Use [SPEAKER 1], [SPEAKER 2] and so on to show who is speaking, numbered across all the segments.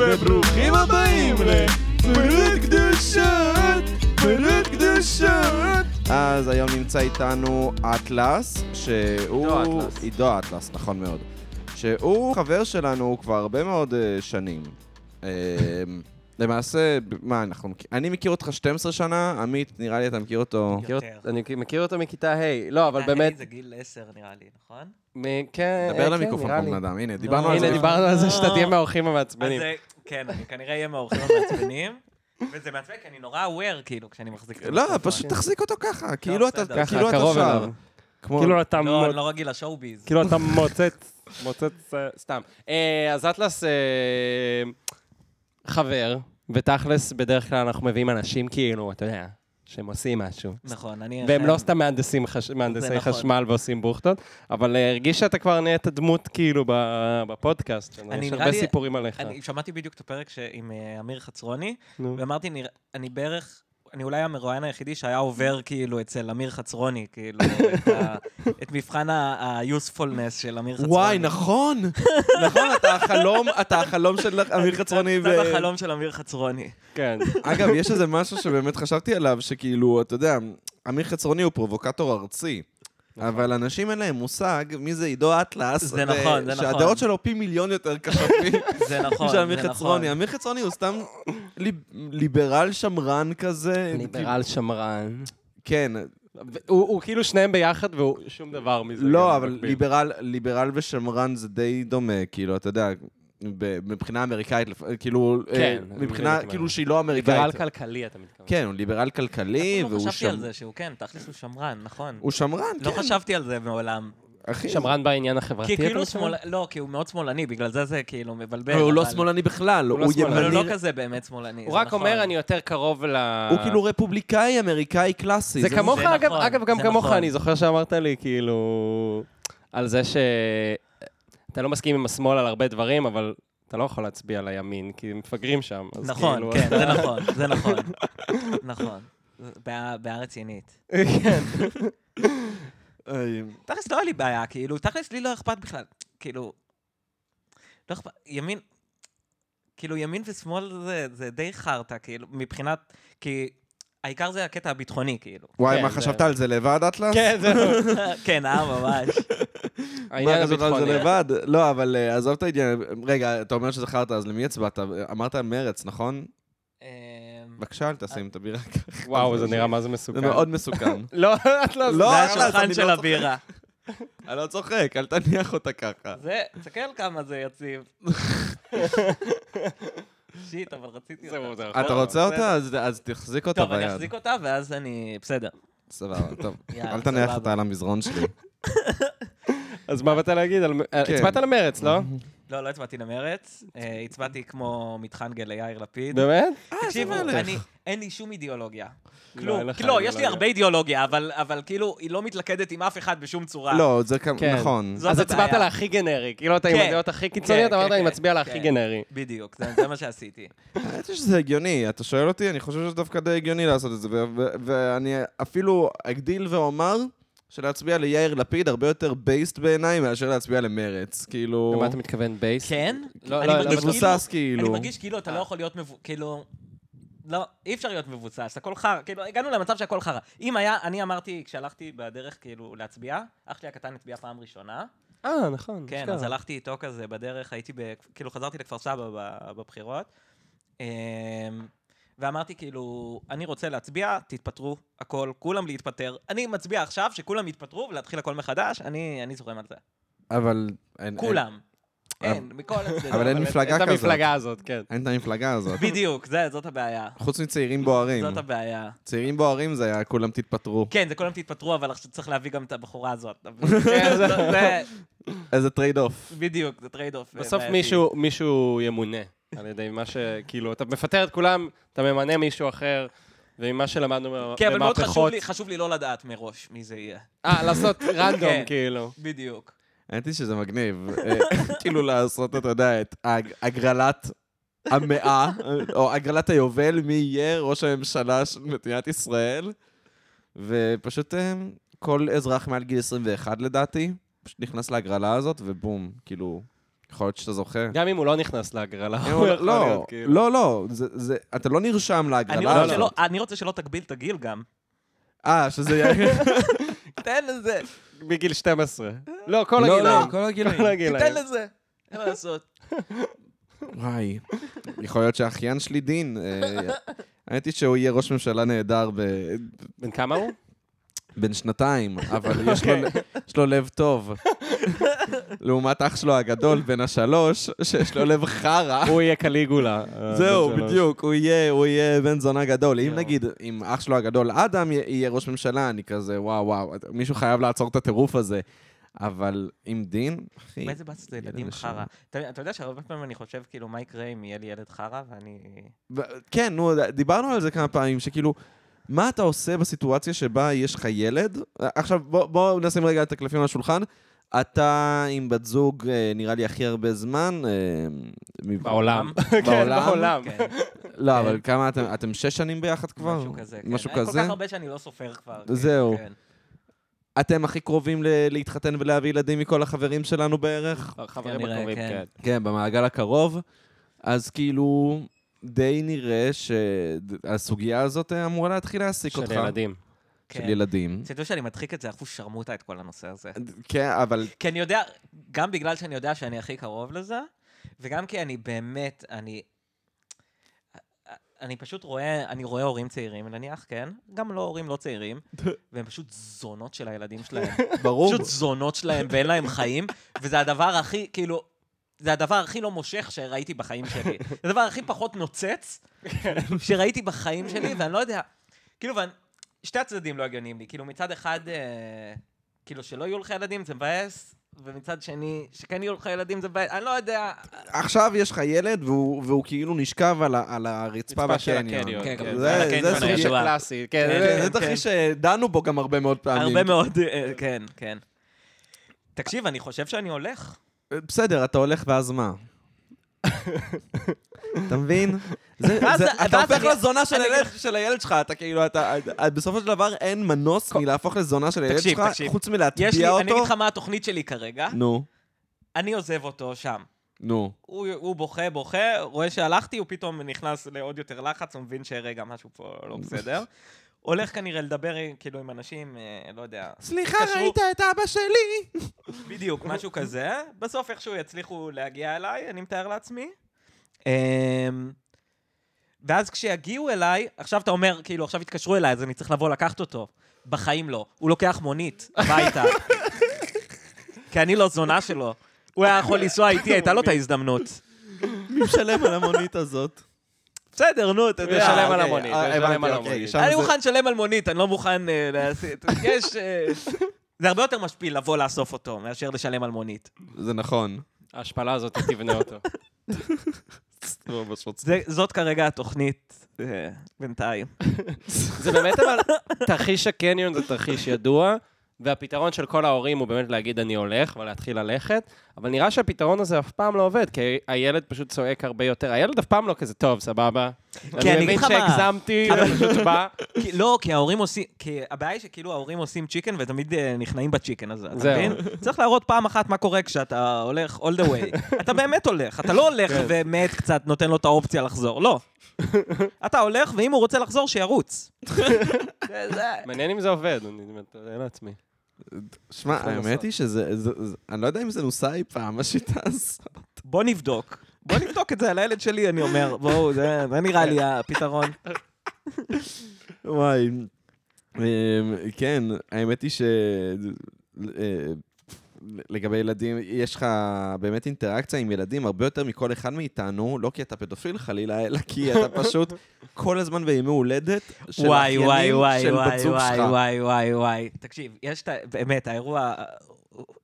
[SPEAKER 1] וברוכים הבאים לפרות קדושות, פרות קדושות. אז היום נמצא איתנו אטלס,
[SPEAKER 2] עידו
[SPEAKER 1] שהוא...
[SPEAKER 2] אטלס.
[SPEAKER 1] עידו אטלס, נכון מאוד. שהוא חבר שלנו כבר הרבה מאוד אה, שנים. אה, למעשה, ב- מה אנחנו... מכ- אני מכיר אותך 12 שנה, עמית, נראה לי אתה מכיר אותו...
[SPEAKER 2] מכיר אות-
[SPEAKER 3] יותר.
[SPEAKER 2] אני מכיר אותו מכיתה ה', לא, אבל
[SPEAKER 3] אה,
[SPEAKER 2] באמת,
[SPEAKER 3] זה גיל 10 נראה לי, נכון?
[SPEAKER 2] מ- כן,
[SPEAKER 1] דבר
[SPEAKER 2] אה,
[SPEAKER 1] למיקרופון,
[SPEAKER 2] כן, נראה
[SPEAKER 1] בן
[SPEAKER 2] לי.
[SPEAKER 1] אדם, הנה, דיברנו על זה.
[SPEAKER 2] הנה,
[SPEAKER 1] לפני-
[SPEAKER 2] דיברנו על זה שאתה תהיה
[SPEAKER 3] אה.
[SPEAKER 2] מהאורחים
[SPEAKER 3] אז
[SPEAKER 2] המעצבנים.
[SPEAKER 3] זה, כן, אני כנראה אהיה מהאורחים המעצבנים, וזה מעצבן כי אני נורא aware, כאילו, כשאני מחזיק את זה.
[SPEAKER 1] לא,
[SPEAKER 3] בטלפון.
[SPEAKER 1] פשוט תחזיק אותו ככה, כאילו אתה
[SPEAKER 3] בסדר.
[SPEAKER 2] כן. לא, ככה,
[SPEAKER 1] כאילו אתה
[SPEAKER 2] קרוב
[SPEAKER 1] שר.
[SPEAKER 2] אליו.
[SPEAKER 1] כמו-
[SPEAKER 4] כאילו אתה
[SPEAKER 3] אה, לא,
[SPEAKER 4] מוצ-
[SPEAKER 3] אני לא רגיל לשואו-ביז.
[SPEAKER 4] כאילו אתה מוצץ, מוצץ... אה,
[SPEAKER 2] סתם. אה, אז אטלס אה, חבר, ותכלס, בדרך כלל אנחנו מביאים אנשים כאילו, אתה יודע, שהם עושים משהו.
[SPEAKER 3] נכון, אני...
[SPEAKER 2] והם
[SPEAKER 3] אכן-
[SPEAKER 2] לא סתם מהנדסים חש- מהנדסי
[SPEAKER 3] נכון.
[SPEAKER 2] חשמל ועושים בוכטות, אבל אה, הרגיש שאתה כבר נהיית דמות כאילו ב- בפודקאסט שלנו.
[SPEAKER 3] אני
[SPEAKER 2] יש
[SPEAKER 3] נראה
[SPEAKER 2] הרבה
[SPEAKER 3] לי-
[SPEAKER 2] סיפורים עליך.
[SPEAKER 3] אני שמעתי בדיוק את הפרק ש- עם אה, אמיר חצרוני,
[SPEAKER 2] נו.
[SPEAKER 3] ואמרתי, נראה- אני בערך... אני אולי המרואיין היחידי שהיה עובר כאילו אצל אמיר חצרוני, כאילו, את ה- את מבחן ה-usefulness של אמיר חצרוני.
[SPEAKER 1] וואי, נכון! נכון, אתה החלום, אתה החלום של אמיר חצרוני. ו-
[SPEAKER 3] זה החלום של אמיר חצרוני.
[SPEAKER 2] כן.
[SPEAKER 1] אגב, יש איזה משהו שבאמת חשבתי עליו, שכאילו, אתה יודע, אמיר חצרוני הוא פרובוקטור ארצי. אבל אנשים אין להם מושג מי זה עידו אטלס.
[SPEAKER 3] נכון. זה
[SPEAKER 1] ו-
[SPEAKER 3] נכון, זה נכון.
[SPEAKER 1] שהדעות שלו פי מיליון יותר קשות מ-
[SPEAKER 3] זה נכון,
[SPEAKER 1] משל
[SPEAKER 3] זה
[SPEAKER 1] אמיר
[SPEAKER 3] נכון.
[SPEAKER 1] חצרוני. אמיר חצרוני הוא סתם ליב- ליברל שמרן כזה.
[SPEAKER 2] ליברל שמרן.
[SPEAKER 1] כן,
[SPEAKER 2] הוא הוא כאילו שניהם ביחד והוא שום דבר מזה. כן, גם
[SPEAKER 1] לא, אבל
[SPEAKER 2] במקביל.
[SPEAKER 1] ליברל, ליברל ושמרן זה די דומה, כאילו, אתה יודע, ב- מבחינה אמריקאית, לפ- כאילו,
[SPEAKER 2] כן,
[SPEAKER 1] אה,
[SPEAKER 2] אני מבין מה
[SPEAKER 1] מבחינה,
[SPEAKER 2] אתה
[SPEAKER 1] כאילו
[SPEAKER 2] אומר.
[SPEAKER 1] שהיא לא
[SPEAKER 2] ליברל
[SPEAKER 1] אמריקאית.
[SPEAKER 2] כלכלי, אתה מתכוון.
[SPEAKER 1] כן, הוא ליברל כלכלי,
[SPEAKER 3] לא
[SPEAKER 1] והוא
[SPEAKER 3] חשבתי
[SPEAKER 1] שם...
[SPEAKER 3] על זה שהוא כן, תכלס הוא שמרן, נכון.
[SPEAKER 1] הוא שמרן,
[SPEAKER 3] לא
[SPEAKER 1] כן,
[SPEAKER 3] חשבתי על זה מעולם.
[SPEAKER 1] אחי.
[SPEAKER 2] שמרן בעניין החברתי,
[SPEAKER 3] כי
[SPEAKER 2] אתה
[SPEAKER 3] כאילו
[SPEAKER 2] מתכוון?
[SPEAKER 3] שמאל... לא, כי הוא מאוד שמאלני, בגלל זה זה כאילו מבלבל.
[SPEAKER 1] אבל הוא לא
[SPEAKER 3] אבל-
[SPEAKER 1] שמאלני בכלל,
[SPEAKER 2] הוא לא
[SPEAKER 1] הוא
[SPEAKER 2] שמאלני.
[SPEAKER 3] אבל הוא
[SPEAKER 1] ימני...
[SPEAKER 3] לא כזה באמת שמאלני,
[SPEAKER 2] הוא
[SPEAKER 3] זה
[SPEAKER 2] רק
[SPEAKER 3] נכון.
[SPEAKER 2] אומר, אני יותר קרוב ל...
[SPEAKER 1] הוא כאילו רפובליקאי אמריקאי קלאסי.
[SPEAKER 2] זה כמוך,
[SPEAKER 3] זה
[SPEAKER 2] אגב,
[SPEAKER 3] נכון,
[SPEAKER 2] אגב, גם
[SPEAKER 3] זה
[SPEAKER 2] כמוך,
[SPEAKER 3] נכון.
[SPEAKER 2] אני זוכר שאמרת לי, כאילו... על זה ש... אתה לא מסכים עם השמאל על הרבה דברים, אבל אתה לא יכול להצביע לימין, כי הם מפגרים שם. אז
[SPEAKER 3] נכון,
[SPEAKER 2] כאילו,
[SPEAKER 3] כן,
[SPEAKER 2] אתה-
[SPEAKER 3] זה נכון, זה נכון. נכון. זה בעיה- בעיה רצינית.
[SPEAKER 2] כן, אה,
[SPEAKER 1] איי,
[SPEAKER 3] תכלס לא היה לי בעיה, כאילו, תכלס לי לא אכפת בכלל. כאילו, לא אכפת, ימין, כאילו, ימין ושמאל זה- זה די חרטא, כאילו, מבחינת, כי העיקר זה הקטע הביטחוני, כאילו.
[SPEAKER 1] וואי,
[SPEAKER 2] כן,
[SPEAKER 1] מה
[SPEAKER 2] זה-
[SPEAKER 1] חשבת על זה לבד, אטלס?
[SPEAKER 2] כן, זהו.
[SPEAKER 3] כן, אה, ממש.
[SPEAKER 1] מה
[SPEAKER 2] העניין
[SPEAKER 1] חשבת על זה
[SPEAKER 2] הביטחוני.
[SPEAKER 1] לבד? לא, אבל אה, עזוב את העניין. רגע, אתה אומר שזכרת, אז למי הצבעת? אמרת מרץ, נכון?
[SPEAKER 3] אמ,
[SPEAKER 1] בבקשה, אל תשים את הבירה.
[SPEAKER 2] וואו, זה נראה מה זה
[SPEAKER 1] זה
[SPEAKER 2] מסוכן.
[SPEAKER 1] מאוד מסוכן.
[SPEAKER 2] לא, את לא...
[SPEAKER 1] לא,
[SPEAKER 3] זה
[SPEAKER 1] ארז, אני
[SPEAKER 3] השולחן
[SPEAKER 1] לא
[SPEAKER 3] של
[SPEAKER 1] צוחק.
[SPEAKER 3] הבירה.
[SPEAKER 1] אני לא צוחק, אל תניח אותה ככה.
[SPEAKER 3] זה, תסתכל כמה זה יציב. שיט, אבל רציתי
[SPEAKER 2] זהו,
[SPEAKER 3] אותה.
[SPEAKER 2] זהו.
[SPEAKER 1] אתה
[SPEAKER 2] לא.
[SPEAKER 1] רוצה אותה? אז- אז תחזיק אותה
[SPEAKER 3] נכון, טוב, אני
[SPEAKER 1] ביד.
[SPEAKER 3] אחזיק אותה, ואז אני... בסדר.
[SPEAKER 1] סבבה, טוב.
[SPEAKER 3] יאללה,
[SPEAKER 1] אל תניח
[SPEAKER 3] סבבה.
[SPEAKER 1] אותה על המזרון שלי.
[SPEAKER 2] אז מה באת להגיד? על-
[SPEAKER 1] כן.
[SPEAKER 2] הצבעת למרץ, לא?
[SPEAKER 3] לא, לא הצבעתי למרץ. אה, הצבעתי כמו מתחנגל ליאיר לפיד.
[SPEAKER 2] באמת?
[SPEAKER 3] תקשיבו,
[SPEAKER 1] מלך.
[SPEAKER 3] אני... אין לי שום אידיאולוגיה.
[SPEAKER 2] אין
[SPEAKER 3] כלום.
[SPEAKER 2] לך
[SPEAKER 3] לא, יש לי
[SPEAKER 2] אידיאולוגיה.
[SPEAKER 3] הרבה אידיאולוגיה, אבל- אבל כאילו, היא לא מתלכדת עם אף אחד בשום צורה.
[SPEAKER 1] לא, זה כמ-
[SPEAKER 2] כן.
[SPEAKER 1] נכון.
[SPEAKER 3] זאת
[SPEAKER 2] אז
[SPEAKER 3] הבעיה.
[SPEAKER 2] הצבעת על הכי גנרי. כאילו, אתה עם
[SPEAKER 3] כן.
[SPEAKER 2] הדעות הכי
[SPEAKER 3] כן,
[SPEAKER 2] קיצוניות, אמרת,
[SPEAKER 3] כן,
[SPEAKER 2] אני
[SPEAKER 3] כן,
[SPEAKER 2] מצביע על הכי
[SPEAKER 3] כן.
[SPEAKER 2] גנרי.
[SPEAKER 3] בדיוק, זה- זה מה שעשיתי.
[SPEAKER 1] האמת היא שזה הגיוני, אתה שואל אותי, אני חושב שזה דווקא די הגיוני לעשות את זה, ו- ו- ואני אפילו אגדיל ואומר שלהצביע ליאיר לפיד הרבה יותר בייסט בעיניי מאשר להצביע למרץ. כאילו,
[SPEAKER 2] למה אתה מתכוון בייס?
[SPEAKER 3] כן?
[SPEAKER 2] לא,
[SPEAKER 3] אני
[SPEAKER 2] לא,
[SPEAKER 3] מרגיש
[SPEAKER 2] לא,
[SPEAKER 1] מבוסס
[SPEAKER 3] אני
[SPEAKER 1] כאילו.
[SPEAKER 3] מרגיש כאילו אתה לא יכול להיות מבו... כאילו... לא, אי אפשר להיות מבוסס, הכל חרא, כאילו, הגענו למצב שהכל חרא. אם היה, אני אמרתי, כשהלכתי בדרך, כאילו, להצביע, אח שלי הקטן הצביע פעם ראשונה,
[SPEAKER 2] אה, נכון.
[SPEAKER 3] כן,
[SPEAKER 2] אשכרה.
[SPEAKER 3] אז הלכתי איתו כזה בדרך, הייתי ב... כאילו, חזרתי לכפר סבא ב- בבחירות, אמ, ואמרתי, כאילו, אני רוצה להצביע, תתפטרו, הכל, כולם להתפטר. אני מצביע עכשיו שכולם יתפטרו ולהתחיל הכל מחדש, אני אני זורם על זה.
[SPEAKER 1] אבל... אין-
[SPEAKER 3] כולם.
[SPEAKER 1] אה,
[SPEAKER 3] אין, מכל הצדדים.
[SPEAKER 1] אבל אין
[SPEAKER 2] אבל
[SPEAKER 1] מפלגה
[SPEAKER 2] את
[SPEAKER 1] כזאת.
[SPEAKER 2] המפלגה הזאת, כן.
[SPEAKER 1] אין- אין את המפלגה הזאת.
[SPEAKER 3] בדיוק, זה- זאת הבעיה.
[SPEAKER 1] חוץ מצעירים בוערים.
[SPEAKER 3] זאת הבעיה.
[SPEAKER 1] צעירים בוערים זה היה כולם תתפטרו.
[SPEAKER 3] כן, זה כולם תתפטרו, אבל עכשיו צריך להביא גם את הבחורה הזאת. אבל- כן, זה- זה
[SPEAKER 1] איזה טרייד אוף.
[SPEAKER 3] בדיוק, זה טרייד אוף.
[SPEAKER 2] בסוף מישהו- מישהו ימונה על ידי מה ש... כאילו, אתה מפטר את כולם, אתה ממנה מישהו אחר, וממה שלמדנו במהפכות...
[SPEAKER 3] כן, אבל מאוד חשוב לי- חשוב לי לא לדעת מראש מי זה יהיה.
[SPEAKER 2] אה, לעשות רנדום,
[SPEAKER 3] כן.
[SPEAKER 2] כאילו.
[SPEAKER 3] בדיוק.
[SPEAKER 1] האמת היא שזה מגניב. אה, כאילו לעשות, אתה יודע, את הג- הגרלת המאה, או הגרלת היובל, מי יהיה ראש הממשלה של מדינת ישראל. ופשוט אה, כל אזרח מעל גיל 21, לדעתי, פשוט נכנס להגרלה הזאת, ובום, כאילו, יכול להיות שאתה זוכר.
[SPEAKER 2] גם אם הוא לא נכנס להגרלה,
[SPEAKER 1] אם
[SPEAKER 2] הוא
[SPEAKER 1] הוא-
[SPEAKER 2] יכול
[SPEAKER 1] לא,
[SPEAKER 2] להיות כאילו.
[SPEAKER 1] לא, לא, זה- זה- אתה לא נרשם
[SPEAKER 3] אני
[SPEAKER 1] להגרלה
[SPEAKER 3] רוצה שלא-
[SPEAKER 1] הזאת.
[SPEAKER 3] אני רוצה שלא תגביל את הגיל גם.
[SPEAKER 1] אה, שזה יהיה...
[SPEAKER 3] תן לזה,
[SPEAKER 2] בגיל 12. לא, כל
[SPEAKER 1] לא,
[SPEAKER 2] הגילאים.
[SPEAKER 1] לא, כל הגילאים.
[SPEAKER 2] כל הגילאים.
[SPEAKER 3] תיתן לזה. אין מה לעשות.
[SPEAKER 1] וואי, יכול להיות שהאחיין שלי דין. אה, האמת היא שהוא יהיה ראש ממשלה נהדר ב-
[SPEAKER 2] בן כמה הוא?
[SPEAKER 1] בן שנתיים, אבל יש לו,
[SPEAKER 2] אוקיי.
[SPEAKER 1] יש לו לב טוב. לעומת אח שלו הגדול, בן השלוש, שיש לו לב חרא.
[SPEAKER 2] הוא יהיה קליגולה. אה,
[SPEAKER 1] זהו,
[SPEAKER 2] בן שלוש.
[SPEAKER 1] בדיוק, הוא יהיה, הוא יהיה בן זונה גדול. אם
[SPEAKER 2] יואו.
[SPEAKER 1] נגיד, אם אח שלו הגדול אדם יה- יהיה ראש ממשלה, אני כזה, וואו, וואו, מישהו חייב לעצור את הטירוף הזה. אבל עם דין, אחי,
[SPEAKER 3] באיזה באסה זה ילדים
[SPEAKER 1] ילד נשמה.
[SPEAKER 3] חרא. אתה אתה יודע שהרבה פעמים אני חושב, כאילו, מה יקרה אם יהיה לי ילד חרא, ואני...
[SPEAKER 1] ו- כן, נו, דיברנו על זה כמה פעמים, שכאילו, מה אתה עושה בסיטואציה שבה יש לך ילד? עכשיו, בואו בוא נשים רגע את הקלפים על השולחן. אתה עם בת זוג, אה, נראה לי, הכי הרבה זמן. אה, מ-
[SPEAKER 2] בעולם. כן,
[SPEAKER 1] בעולם?
[SPEAKER 2] בעולם.
[SPEAKER 3] כן,
[SPEAKER 1] לא, אבל כמה אתם? אתם שש שנים ביחד כבר?
[SPEAKER 3] משהו כזה, כן.
[SPEAKER 1] משהו
[SPEAKER 3] אני כל
[SPEAKER 1] כזה?
[SPEAKER 3] כך הרבה שאני לא סופר כבר. כן,
[SPEAKER 1] זהו.
[SPEAKER 3] כן.
[SPEAKER 1] אתם הכי קרובים ל- להתחתן ולהביא ילדים מכל החברים שלנו בערך?
[SPEAKER 2] חברים
[SPEAKER 3] כנראה,
[SPEAKER 2] הקרובים,
[SPEAKER 3] כן.
[SPEAKER 2] כן.
[SPEAKER 1] כן, במעגל הקרוב. אז כאילו, די נראה שהסוגיה הזאת אה, אמורה להתחיל להעסיק אותך.
[SPEAKER 2] של ילדים.
[SPEAKER 1] של
[SPEAKER 3] כן.
[SPEAKER 1] ילדים.
[SPEAKER 3] תדעו שאני מדחיק את זה אחוז שרמוטה את כל הנושא הזה.
[SPEAKER 1] כן, אבל
[SPEAKER 3] כי אני יודע, גם בגלל שאני יודע שאני הכי קרוב לזה, וגם כי אני באמת, אני... אני פשוט רואה, אני רואה הורים צעירים נניח, כן? גם לא הורים לא צעירים, והם פשוט זונות של הילדים שלהם.
[SPEAKER 1] ברור.
[SPEAKER 3] פשוט זונות שלהם ואין להם חיים, וזה הדבר הכי, כאילו, זה הדבר הכי לא מושך שראיתי בחיים שלי. זה הדבר הכי פחות נוצץ שראיתי בחיים שלי, ואני לא יודע, כאילו, ואני, שתי הצדדים לא הגיוניים לי. כאילו, מצד אחד, אה, כאילו, שלא יהיו לך ילדים זה מבאס, ומצד שני, שכן יהיו לך ילדים זה מבאס, אני לא יודע.
[SPEAKER 1] עכשיו יש לך ילד והוא, והוא כאילו נשכב על, ה, על הרצפה
[SPEAKER 2] רצפה של
[SPEAKER 1] בקניון.
[SPEAKER 2] הקניון,
[SPEAKER 3] כן,
[SPEAKER 2] כן.
[SPEAKER 1] זה-
[SPEAKER 3] על הקניון
[SPEAKER 1] זה סוגיה-
[SPEAKER 3] הידוע.
[SPEAKER 2] קלאסי, כן.
[SPEAKER 3] כן,
[SPEAKER 1] כן,
[SPEAKER 2] זה-
[SPEAKER 1] זה תרחיש שדנו בו גם הרבה מאוד פעמים.
[SPEAKER 3] הרבה מאוד, אה, כן, כן. תקשיב, אני חושב שאני הולך.
[SPEAKER 1] בסדר, אתה הולך ואז מה? אתה מבין? זה,
[SPEAKER 3] ואז-
[SPEAKER 1] זה,
[SPEAKER 3] ואז
[SPEAKER 1] אתה הופך
[SPEAKER 3] אני-
[SPEAKER 1] לזונה של
[SPEAKER 3] אני-
[SPEAKER 1] הילד- של הילד שלך, אתה כאילו, אתה, בסופו של דבר אין מנוס מלהפוך לזונה של הילד
[SPEAKER 3] תקשיב,
[SPEAKER 1] שלך,
[SPEAKER 3] תקשיב.
[SPEAKER 1] חוץ
[SPEAKER 3] יש לי,
[SPEAKER 1] מלהטביע
[SPEAKER 3] אני אגיד
[SPEAKER 1] אותו.
[SPEAKER 3] לך מה התוכנית שלי כרגע.
[SPEAKER 1] נו,
[SPEAKER 3] אני עוזב אותו שם.
[SPEAKER 1] נו.
[SPEAKER 3] הוא, הוא בוכה, בוכה, רואה שהלכתי, הוא פתאום נכנס לעוד יותר לחץ, הוא מבין שרגע, משהו פה לא בסדר. הולך כנראה לדבר כאילו עם אנשים, אה, לא יודע,
[SPEAKER 1] סליחה,
[SPEAKER 3] התקשרו-
[SPEAKER 1] ראית את אבא שלי?
[SPEAKER 3] בדיוק, משהו כזה. בסוף איכשהו יצליחו להגיע אליי, אני מתאר לעצמי. אמ, ואז כשיגיעו אליי, עכשיו אתה אומר, כאילו, עכשיו התקשרו אליי, אז אני צריך לבוא לקחת אותו. בחיים לא. הוא לוקח מונית הביתה. כי אני לא זונה שלו. הוא היה יכול לנסוע איתי, הייתה לו את ההזדמנות.
[SPEAKER 1] מי משלם על המונית הזאת?
[SPEAKER 3] בסדר, נו, אתה יודע.
[SPEAKER 2] תשלם על
[SPEAKER 1] אוקיי,
[SPEAKER 2] המונית,
[SPEAKER 1] אה,
[SPEAKER 2] תשלם
[SPEAKER 1] הבנתי,
[SPEAKER 2] על
[SPEAKER 1] אוקיי,
[SPEAKER 2] המונית.
[SPEAKER 1] שם
[SPEAKER 3] אני
[SPEAKER 1] זה-
[SPEAKER 3] מוכן לשלם על מונית, אני לא מוכן אה, לעשות... יש... אה, זה הרבה יותר משפיל לבוא לאסוף אותו מאשר לשלם על מונית.
[SPEAKER 1] זה נכון.
[SPEAKER 2] ההשפלה הזאת תבנה אותו.
[SPEAKER 3] זה- זאת כרגע התוכנית אה, בינתיים.
[SPEAKER 2] זה באמת אבל, תרחיש הקניון זה תרחיש ידוע, והפתרון של כל ההורים הוא באמת להגיד אני הולך ולהתחיל ללכת, אבל נראה שהפתרון הזה אף פעם לא עובד, כי הילד פשוט צועק הרבה יותר. הילד אף פעם לא כזה, טוב, סבבה.
[SPEAKER 3] אני
[SPEAKER 2] אני
[SPEAKER 3] אגיד
[SPEAKER 2] מבין
[SPEAKER 3] לך מה.
[SPEAKER 2] שהגזמתי,
[SPEAKER 3] אבל-
[SPEAKER 2] אני פשוט בא.
[SPEAKER 3] כי- לא, כי ההורים עושים... כי הבעיה היא שכאילו ההורים עושים צ'יקן ותמיד אה, נכנעים בצ'יקן הזה, אתה
[SPEAKER 2] זהו.
[SPEAKER 3] מבין? צריך להראות פעם אחת מה קורה כשאתה הולך all the way. אתה באמת הולך, אתה לא הולך ומת קצת, נותן לו את האופציה לחזור, לא. אתה הולך, ואם הוא רוצה לחזור, שירוץ. זה- זה-
[SPEAKER 2] מעניין אם זה עובד, אני מתאר לעצמי.
[SPEAKER 1] שמע,
[SPEAKER 2] יכול
[SPEAKER 1] האמת
[SPEAKER 2] לעשות.
[SPEAKER 1] היא שזה, זה- זה- אני לא יודע אם זה נוסה אי פעם, השיטה הזאת.
[SPEAKER 3] בוא נבדוק. בוא נבדוק את זה על הילד שלי, אני אומר. בואו, זה זה נראה לי הפתרון.
[SPEAKER 1] וואי. אמ, כן, האמת היא ש... אה, לגבי ילדים, יש לך באמת אינטראקציה עם ילדים הרבה יותר מכל אחד מאיתנו, לא כי אתה פדופיל חלילה, אלא כי אתה פשוט כל הזמן בימי הולדת של
[SPEAKER 3] וואי, וואי,
[SPEAKER 1] האחיינים
[SPEAKER 3] וואי,
[SPEAKER 1] של
[SPEAKER 3] וואי,
[SPEAKER 1] בת זוג
[SPEAKER 3] וואי,
[SPEAKER 1] שלך.
[SPEAKER 3] וואי, וואי, וואי. תקשיב, יש את ה... באמת, האירוע...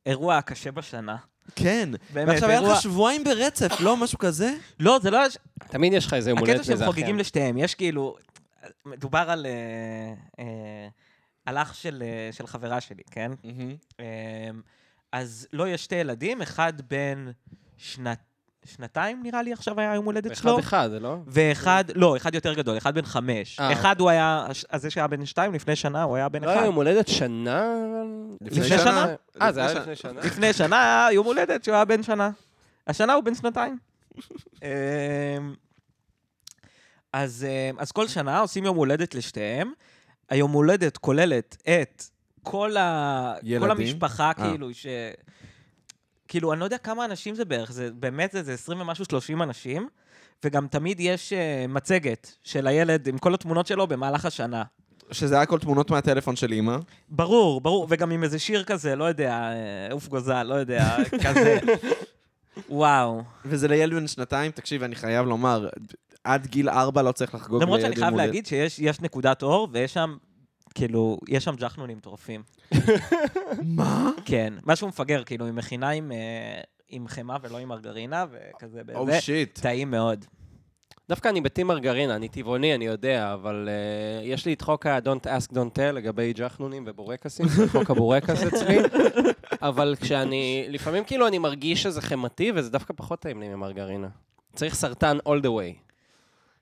[SPEAKER 3] אירוע הקשה בשנה.
[SPEAKER 1] כן.
[SPEAKER 3] באמת,
[SPEAKER 1] ועכשיו היה
[SPEAKER 3] אירוע-
[SPEAKER 1] לך שבועיים ברצף, לא משהו כזה?
[SPEAKER 3] לא, זה לא... היה ש-
[SPEAKER 2] תמיד יש לך איזה יום הולדת
[SPEAKER 3] הקטע
[SPEAKER 2] מזכם.
[SPEAKER 3] שהם חוגגים לשתיהם, יש כאילו... מדובר על... אה, אה, על אח של אה, של חברה שלי, כן? אמ, אז לו יש שתי ילדים, אחד בן שנת... שנתיים, נראה לי, עכשיו היה יום הולדת שלו.
[SPEAKER 2] אחד אחד, לא?
[SPEAKER 3] ואחד, לא, אחד יותר גדול, אחד בן חמש.
[SPEAKER 2] אה.
[SPEAKER 3] אחד הוא היה, הש- הזה שהיה בן שתיים, לפני שנה הוא היה בן
[SPEAKER 2] לא היה
[SPEAKER 3] אחד.
[SPEAKER 2] יום הולדת שנה? אבל-
[SPEAKER 1] לפני
[SPEAKER 3] שנה?
[SPEAKER 2] אה, זה היה
[SPEAKER 1] לפני
[SPEAKER 2] לפני שנה?
[SPEAKER 3] לפני שנה היה יום הולדת שהוא היה בן שנה. השנה הוא בן שנתיים. אמ, אז, אמ, אז כל שנה עושים יום הולדת לשתיהם. היום הולדת כוללת את כל, ה... כל
[SPEAKER 1] ילדים?
[SPEAKER 3] המשפחה,
[SPEAKER 1] אה.
[SPEAKER 3] כאילו, ש... כאילו, אני לא יודע כמה אנשים זה בערך, זה באמת, זה, זה 20 ומשהו 30 אנשים, וגם תמיד יש אה, מצגת של הילד עם כל התמונות שלו במהלך השנה.
[SPEAKER 1] שזה היה כל תמונות מהטלפון של אימא.
[SPEAKER 3] ברור, ברור, וגם עם איזה שיר כזה, לא יודע, אה, עוף גוזל, לא יודע, כזה. וואו.
[SPEAKER 1] וזה לילד בן שנתיים, תקשיב, אני חייב לומר, עד גיל ארבע לא צריך לחגוג לילד
[SPEAKER 3] למרות שאני
[SPEAKER 1] יום
[SPEAKER 3] חייב
[SPEAKER 1] הולדת.
[SPEAKER 3] להגיד שיש יש נקודת אור, ויש שם, כאילו, יש שם ג'חנונים מטורפים.
[SPEAKER 1] מה?
[SPEAKER 3] כן, משהו מפגר, כאילו, היא מכינה עם, אה, עם חמאה ולא עם מרגרינה, וכזה,
[SPEAKER 2] Oh,
[SPEAKER 1] או
[SPEAKER 3] בזה.
[SPEAKER 1] שיט.
[SPEAKER 3] טעים מאוד.
[SPEAKER 2] דווקא אני בטים מרגרינה, אני טבעוני, אני יודע, אבל אה, יש לי את חוק ה-Don't ask, don't tell לגבי ג'חנונים ובורקסים, זה חוק הבורקס אצלי, אבל כשאני, לפעמים כאילו אני מרגיש שזה חמתי, וזה דווקא פחות טעים לי ממרגרינה. צריך סרטן all the way.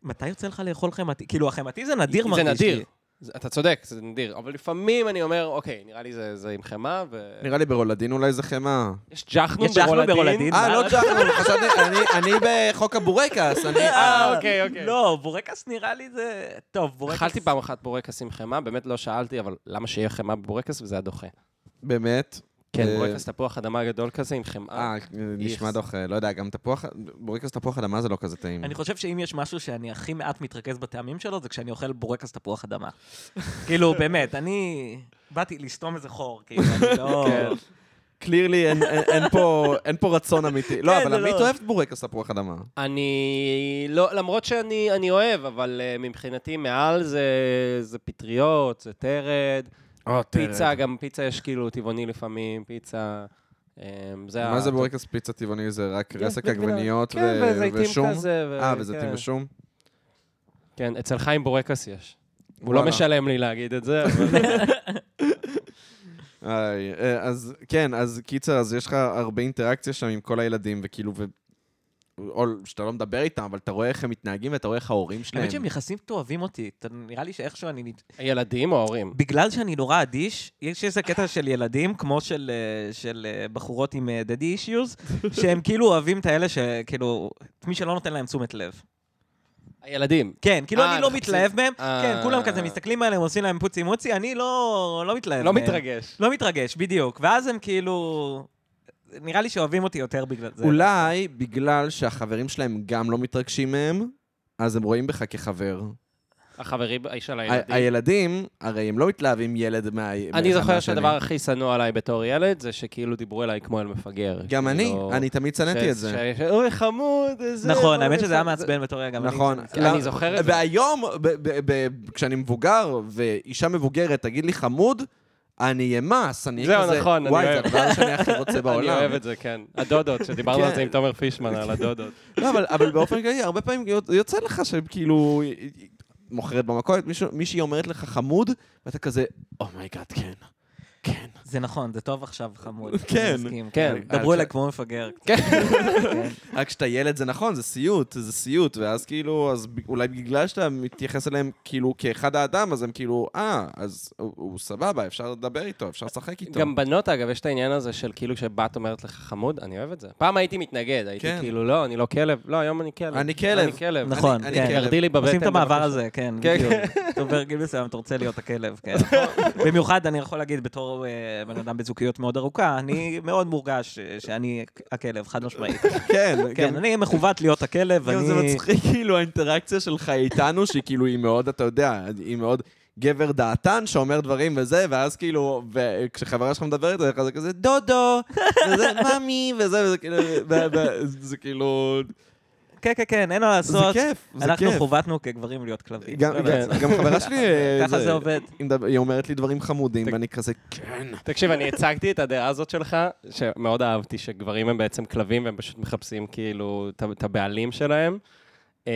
[SPEAKER 3] מתי יוצא לך לאכול חמאתי? כאילו, החמאתי זה נדיר
[SPEAKER 2] זה
[SPEAKER 3] מרגיש לי.
[SPEAKER 2] נדיר. זה- אתה צודק, זה נדיר, אבל לפעמים אני אומר, אוקיי, נראה לי זה זה עם חמאה,
[SPEAKER 1] נראה לי ברולדין אולי זה חמאה.
[SPEAKER 2] ויש ג'חנון
[SPEAKER 3] יש ג'חנון
[SPEAKER 2] ברולדין.
[SPEAKER 3] ברולדין?
[SPEAKER 1] אה,
[SPEAKER 3] מה?
[SPEAKER 1] לא ג'חנון, חשבתי, אני- אני בחוק הבורקס, אני...
[SPEAKER 2] אה, אוקיי, אוקיי.
[SPEAKER 3] לא, בורקס נראה לי זה... טוב, בורקס...
[SPEAKER 2] אכלתי פעם אחת בורקס עם חמאה, באמת לא שאלתי, אבל למה שיהיה חמאה בבורקס? וזה היה דוחה.
[SPEAKER 1] באמת?
[SPEAKER 2] כן,
[SPEAKER 1] אה,
[SPEAKER 2] בורקס תפוח אדמה גדול כזה עם חמאה.
[SPEAKER 1] אה, נשמע
[SPEAKER 2] איכס.
[SPEAKER 1] דוחה, לא יודע, גם תפוח, בורקס תפוח אדמה זה לא כזה טעים.
[SPEAKER 3] אני חושב שאם יש משהו שאני הכי מעט מתרכז בטעמים שלו, זה כשאני אוכל בורקס תפוח אדמה. כאילו, באמת, אני באתי לסתום איזה חור, כאילו, אני לא...
[SPEAKER 1] כן. קלירלי אין פה רצון אמיתי. לא,
[SPEAKER 3] כן,
[SPEAKER 1] אבל
[SPEAKER 3] זה לא.
[SPEAKER 1] עמית אוהב בורקס תפוח אדמה.
[SPEAKER 2] אני לא, למרות שאני אני אוהב, אבל אה, מבחינתי מעל זה זה פטריות, זה טרד, פיצה, גם פיצה יש כאילו טבעוני לפעמים, פיצה... אה, ה-
[SPEAKER 1] מה זה בורקס פיצה טבעוני? זה רק
[SPEAKER 2] כן,
[SPEAKER 1] רסק
[SPEAKER 2] בגבינה.
[SPEAKER 1] עגבניות
[SPEAKER 2] כן,
[SPEAKER 1] ו-
[SPEAKER 2] וזיתים
[SPEAKER 1] ושום?
[SPEAKER 2] כזה, ו-
[SPEAKER 1] אה, וזיתים
[SPEAKER 2] כן.
[SPEAKER 1] ושום?
[SPEAKER 2] כן, אצל חיים בורקס יש. הוא
[SPEAKER 1] וואלה.
[SPEAKER 2] לא משלם לי להגיד את זה, אבל...
[SPEAKER 1] איי, אה, אז כן, אז קיצר, אז יש לך הרבה אינטראקציה שם עם כל הילדים, וכאילו, ו... או שאתה לא מדבר איתם, אבל אתה רואה איך הם מתנהגים ואתה רואה איך ההורים
[SPEAKER 2] כן.
[SPEAKER 1] שלהם.
[SPEAKER 3] האמת שהם יחסים תאהבים אותי, אתה- נראה לי שאיכשהו אני... נת-
[SPEAKER 2] ילדים או הורים?
[SPEAKER 3] בגלל שאני נורא אדיש, יש איזה קטע של ילדים, כמו של, אה, של אה, בחורות עם דדי אישיוז, שהם כאילו אוהבים את האלה שכאילו, את מי שלא נותן להם תשומת לב.
[SPEAKER 2] הילדים.
[SPEAKER 3] כן, כאילו
[SPEAKER 2] אה,
[SPEAKER 3] אני לא
[SPEAKER 2] מחפשים-
[SPEAKER 3] מתלהב מהם,
[SPEAKER 2] אה.
[SPEAKER 3] כן, כולם כזה מסתכלים עליהם, עושים להם פוצי מוצי, אני לא לא מתלהב
[SPEAKER 2] לא
[SPEAKER 3] מהם.
[SPEAKER 2] מתרגש.
[SPEAKER 3] לא מתרגש, בדיוק. ואז הם כאילו... נראה לי שאוהבים אותי יותר בגלל זה.
[SPEAKER 1] אולי בגלל שהחברים שלהם גם לא מתרגשים מהם, אז הם רואים בך כחבר.
[SPEAKER 2] החברים של
[SPEAKER 1] ה-
[SPEAKER 2] הילדים.
[SPEAKER 1] הילדים, הרי הם לא מתלהבים ילד מה...
[SPEAKER 2] אני
[SPEAKER 1] מאחד
[SPEAKER 2] זוכר
[SPEAKER 1] מהשני.
[SPEAKER 2] שהדבר הכי שנוא עליי בתור ילד, זה שכאילו דיברו אליי כמו אל מפגר.
[SPEAKER 1] גם אני,
[SPEAKER 2] כאילו,
[SPEAKER 1] אני תמיד שנאתי את
[SPEAKER 2] ש-
[SPEAKER 1] זה.
[SPEAKER 2] ש- ש- אוי, חמוד, איזה...
[SPEAKER 3] נכון,
[SPEAKER 2] אוי,
[SPEAKER 3] האמת שזה היה
[SPEAKER 2] זה-
[SPEAKER 3] מעצבן בתור רגע. גם אני-
[SPEAKER 1] נכון.
[SPEAKER 2] אני
[SPEAKER 1] לא-
[SPEAKER 2] זוכר את זה.
[SPEAKER 1] והיום, ב- ב- ב- כשאני מבוגר, ואישה מבוגרת תגיד לי חמוד, אני אמס, אני אהיה
[SPEAKER 2] זהו,
[SPEAKER 1] כזה...
[SPEAKER 2] נכון, אני
[SPEAKER 1] וואי, זה
[SPEAKER 2] אוהב."
[SPEAKER 1] הדבר שאני הכי רוצה בעולם.
[SPEAKER 2] אני אוהב את זה, כן. הדודות, שדיברנו על
[SPEAKER 1] כן.
[SPEAKER 2] זה עם תומר פישמן, על הדודות.
[SPEAKER 1] לא, אבל, אבל באופן כללי, הרבה פעמים יוצא לך שהם כאילו... מוכרת במכולת, מישהו- מישהי אומרת לך חמוד, ואתה כזה, אומייגאד, כן. כן.
[SPEAKER 3] זה נכון, זה טוב עכשיו, חמוד.
[SPEAKER 1] כן,
[SPEAKER 3] אני מסכים,
[SPEAKER 2] כן.
[SPEAKER 3] דברו אליי כמו מפגר.
[SPEAKER 2] כן.
[SPEAKER 1] רק כשאתה ילד זה נכון, זה סיוט, זה סיוט, ואז כאילו, אז ב- אולי בגלל שאתה מתייחס אליהם כאילו כאחד האדם, אז הם כאילו, אה, אז הוא, הוא סבבה, אפשר לדבר איתו, אפשר לשחק איתו.
[SPEAKER 2] גם בנות, אגב, יש את העניין הזה של כאילו כשבת אומרת לך חמוד, אני אוהב את זה. פעם הייתי מתנגד, הייתי
[SPEAKER 1] כן.
[SPEAKER 2] כאילו, לא, אני לא כלב. לא, היום אני כלב.
[SPEAKER 1] אני כלב.
[SPEAKER 2] אני כלב.
[SPEAKER 3] נכון,
[SPEAKER 1] אני
[SPEAKER 3] כן.
[SPEAKER 1] כלב.
[SPEAKER 2] ירדי לי בבטן.
[SPEAKER 3] עושים את המעבר
[SPEAKER 2] בבקשה.
[SPEAKER 3] הזה, כן,
[SPEAKER 2] כן,
[SPEAKER 3] בדיוק. אתה עובר גיל מסוים, אתה רוצה להיות הכלב, כן. במיוחד, אני יכול להגיד, בתור אה, בן אדם בזוגיות מאוד ארוכה, אני מאוד מורגש אה, שאני הכלב, חד משמעית.
[SPEAKER 1] כן,
[SPEAKER 3] כן, אני מכוות להיות הכלב,
[SPEAKER 1] גם זה
[SPEAKER 3] אני...
[SPEAKER 1] מצחיק, כאילו, האינטראקציה שלך איתנו, שהיא כאילו, היא מאוד, אתה יודע, היא מאוד גבר דעתן שאומר דברים וזה, ואז כאילו, וכשחברה שלך מדברת עליך, זה כזה דודו, וזה ממי, וזה, וזה כאילו, ו- ו- זה כאילו,
[SPEAKER 3] כן, כן, כן, אין מה
[SPEAKER 1] זה
[SPEAKER 3] לעשות.
[SPEAKER 1] כיף, זה כיף.
[SPEAKER 3] אנחנו חובתנו כגברים להיות כלבים.
[SPEAKER 1] גם
[SPEAKER 3] לא
[SPEAKER 1] גם-
[SPEAKER 3] לעשות.
[SPEAKER 1] גם חברה שלי, אה,
[SPEAKER 3] ככה זה עובד.
[SPEAKER 1] היא מדבר- היא אומרת לי דברים חמודים,
[SPEAKER 2] תק-
[SPEAKER 1] ואני כזה, כן.
[SPEAKER 2] תקשיב, אני הצגתי את הדעה הזאת שלך, שמאוד אהבתי, שגברים הם בעצם כלבים, והם פשוט מחפשים כאילו את ה- את הבעלים שלהם. אמ,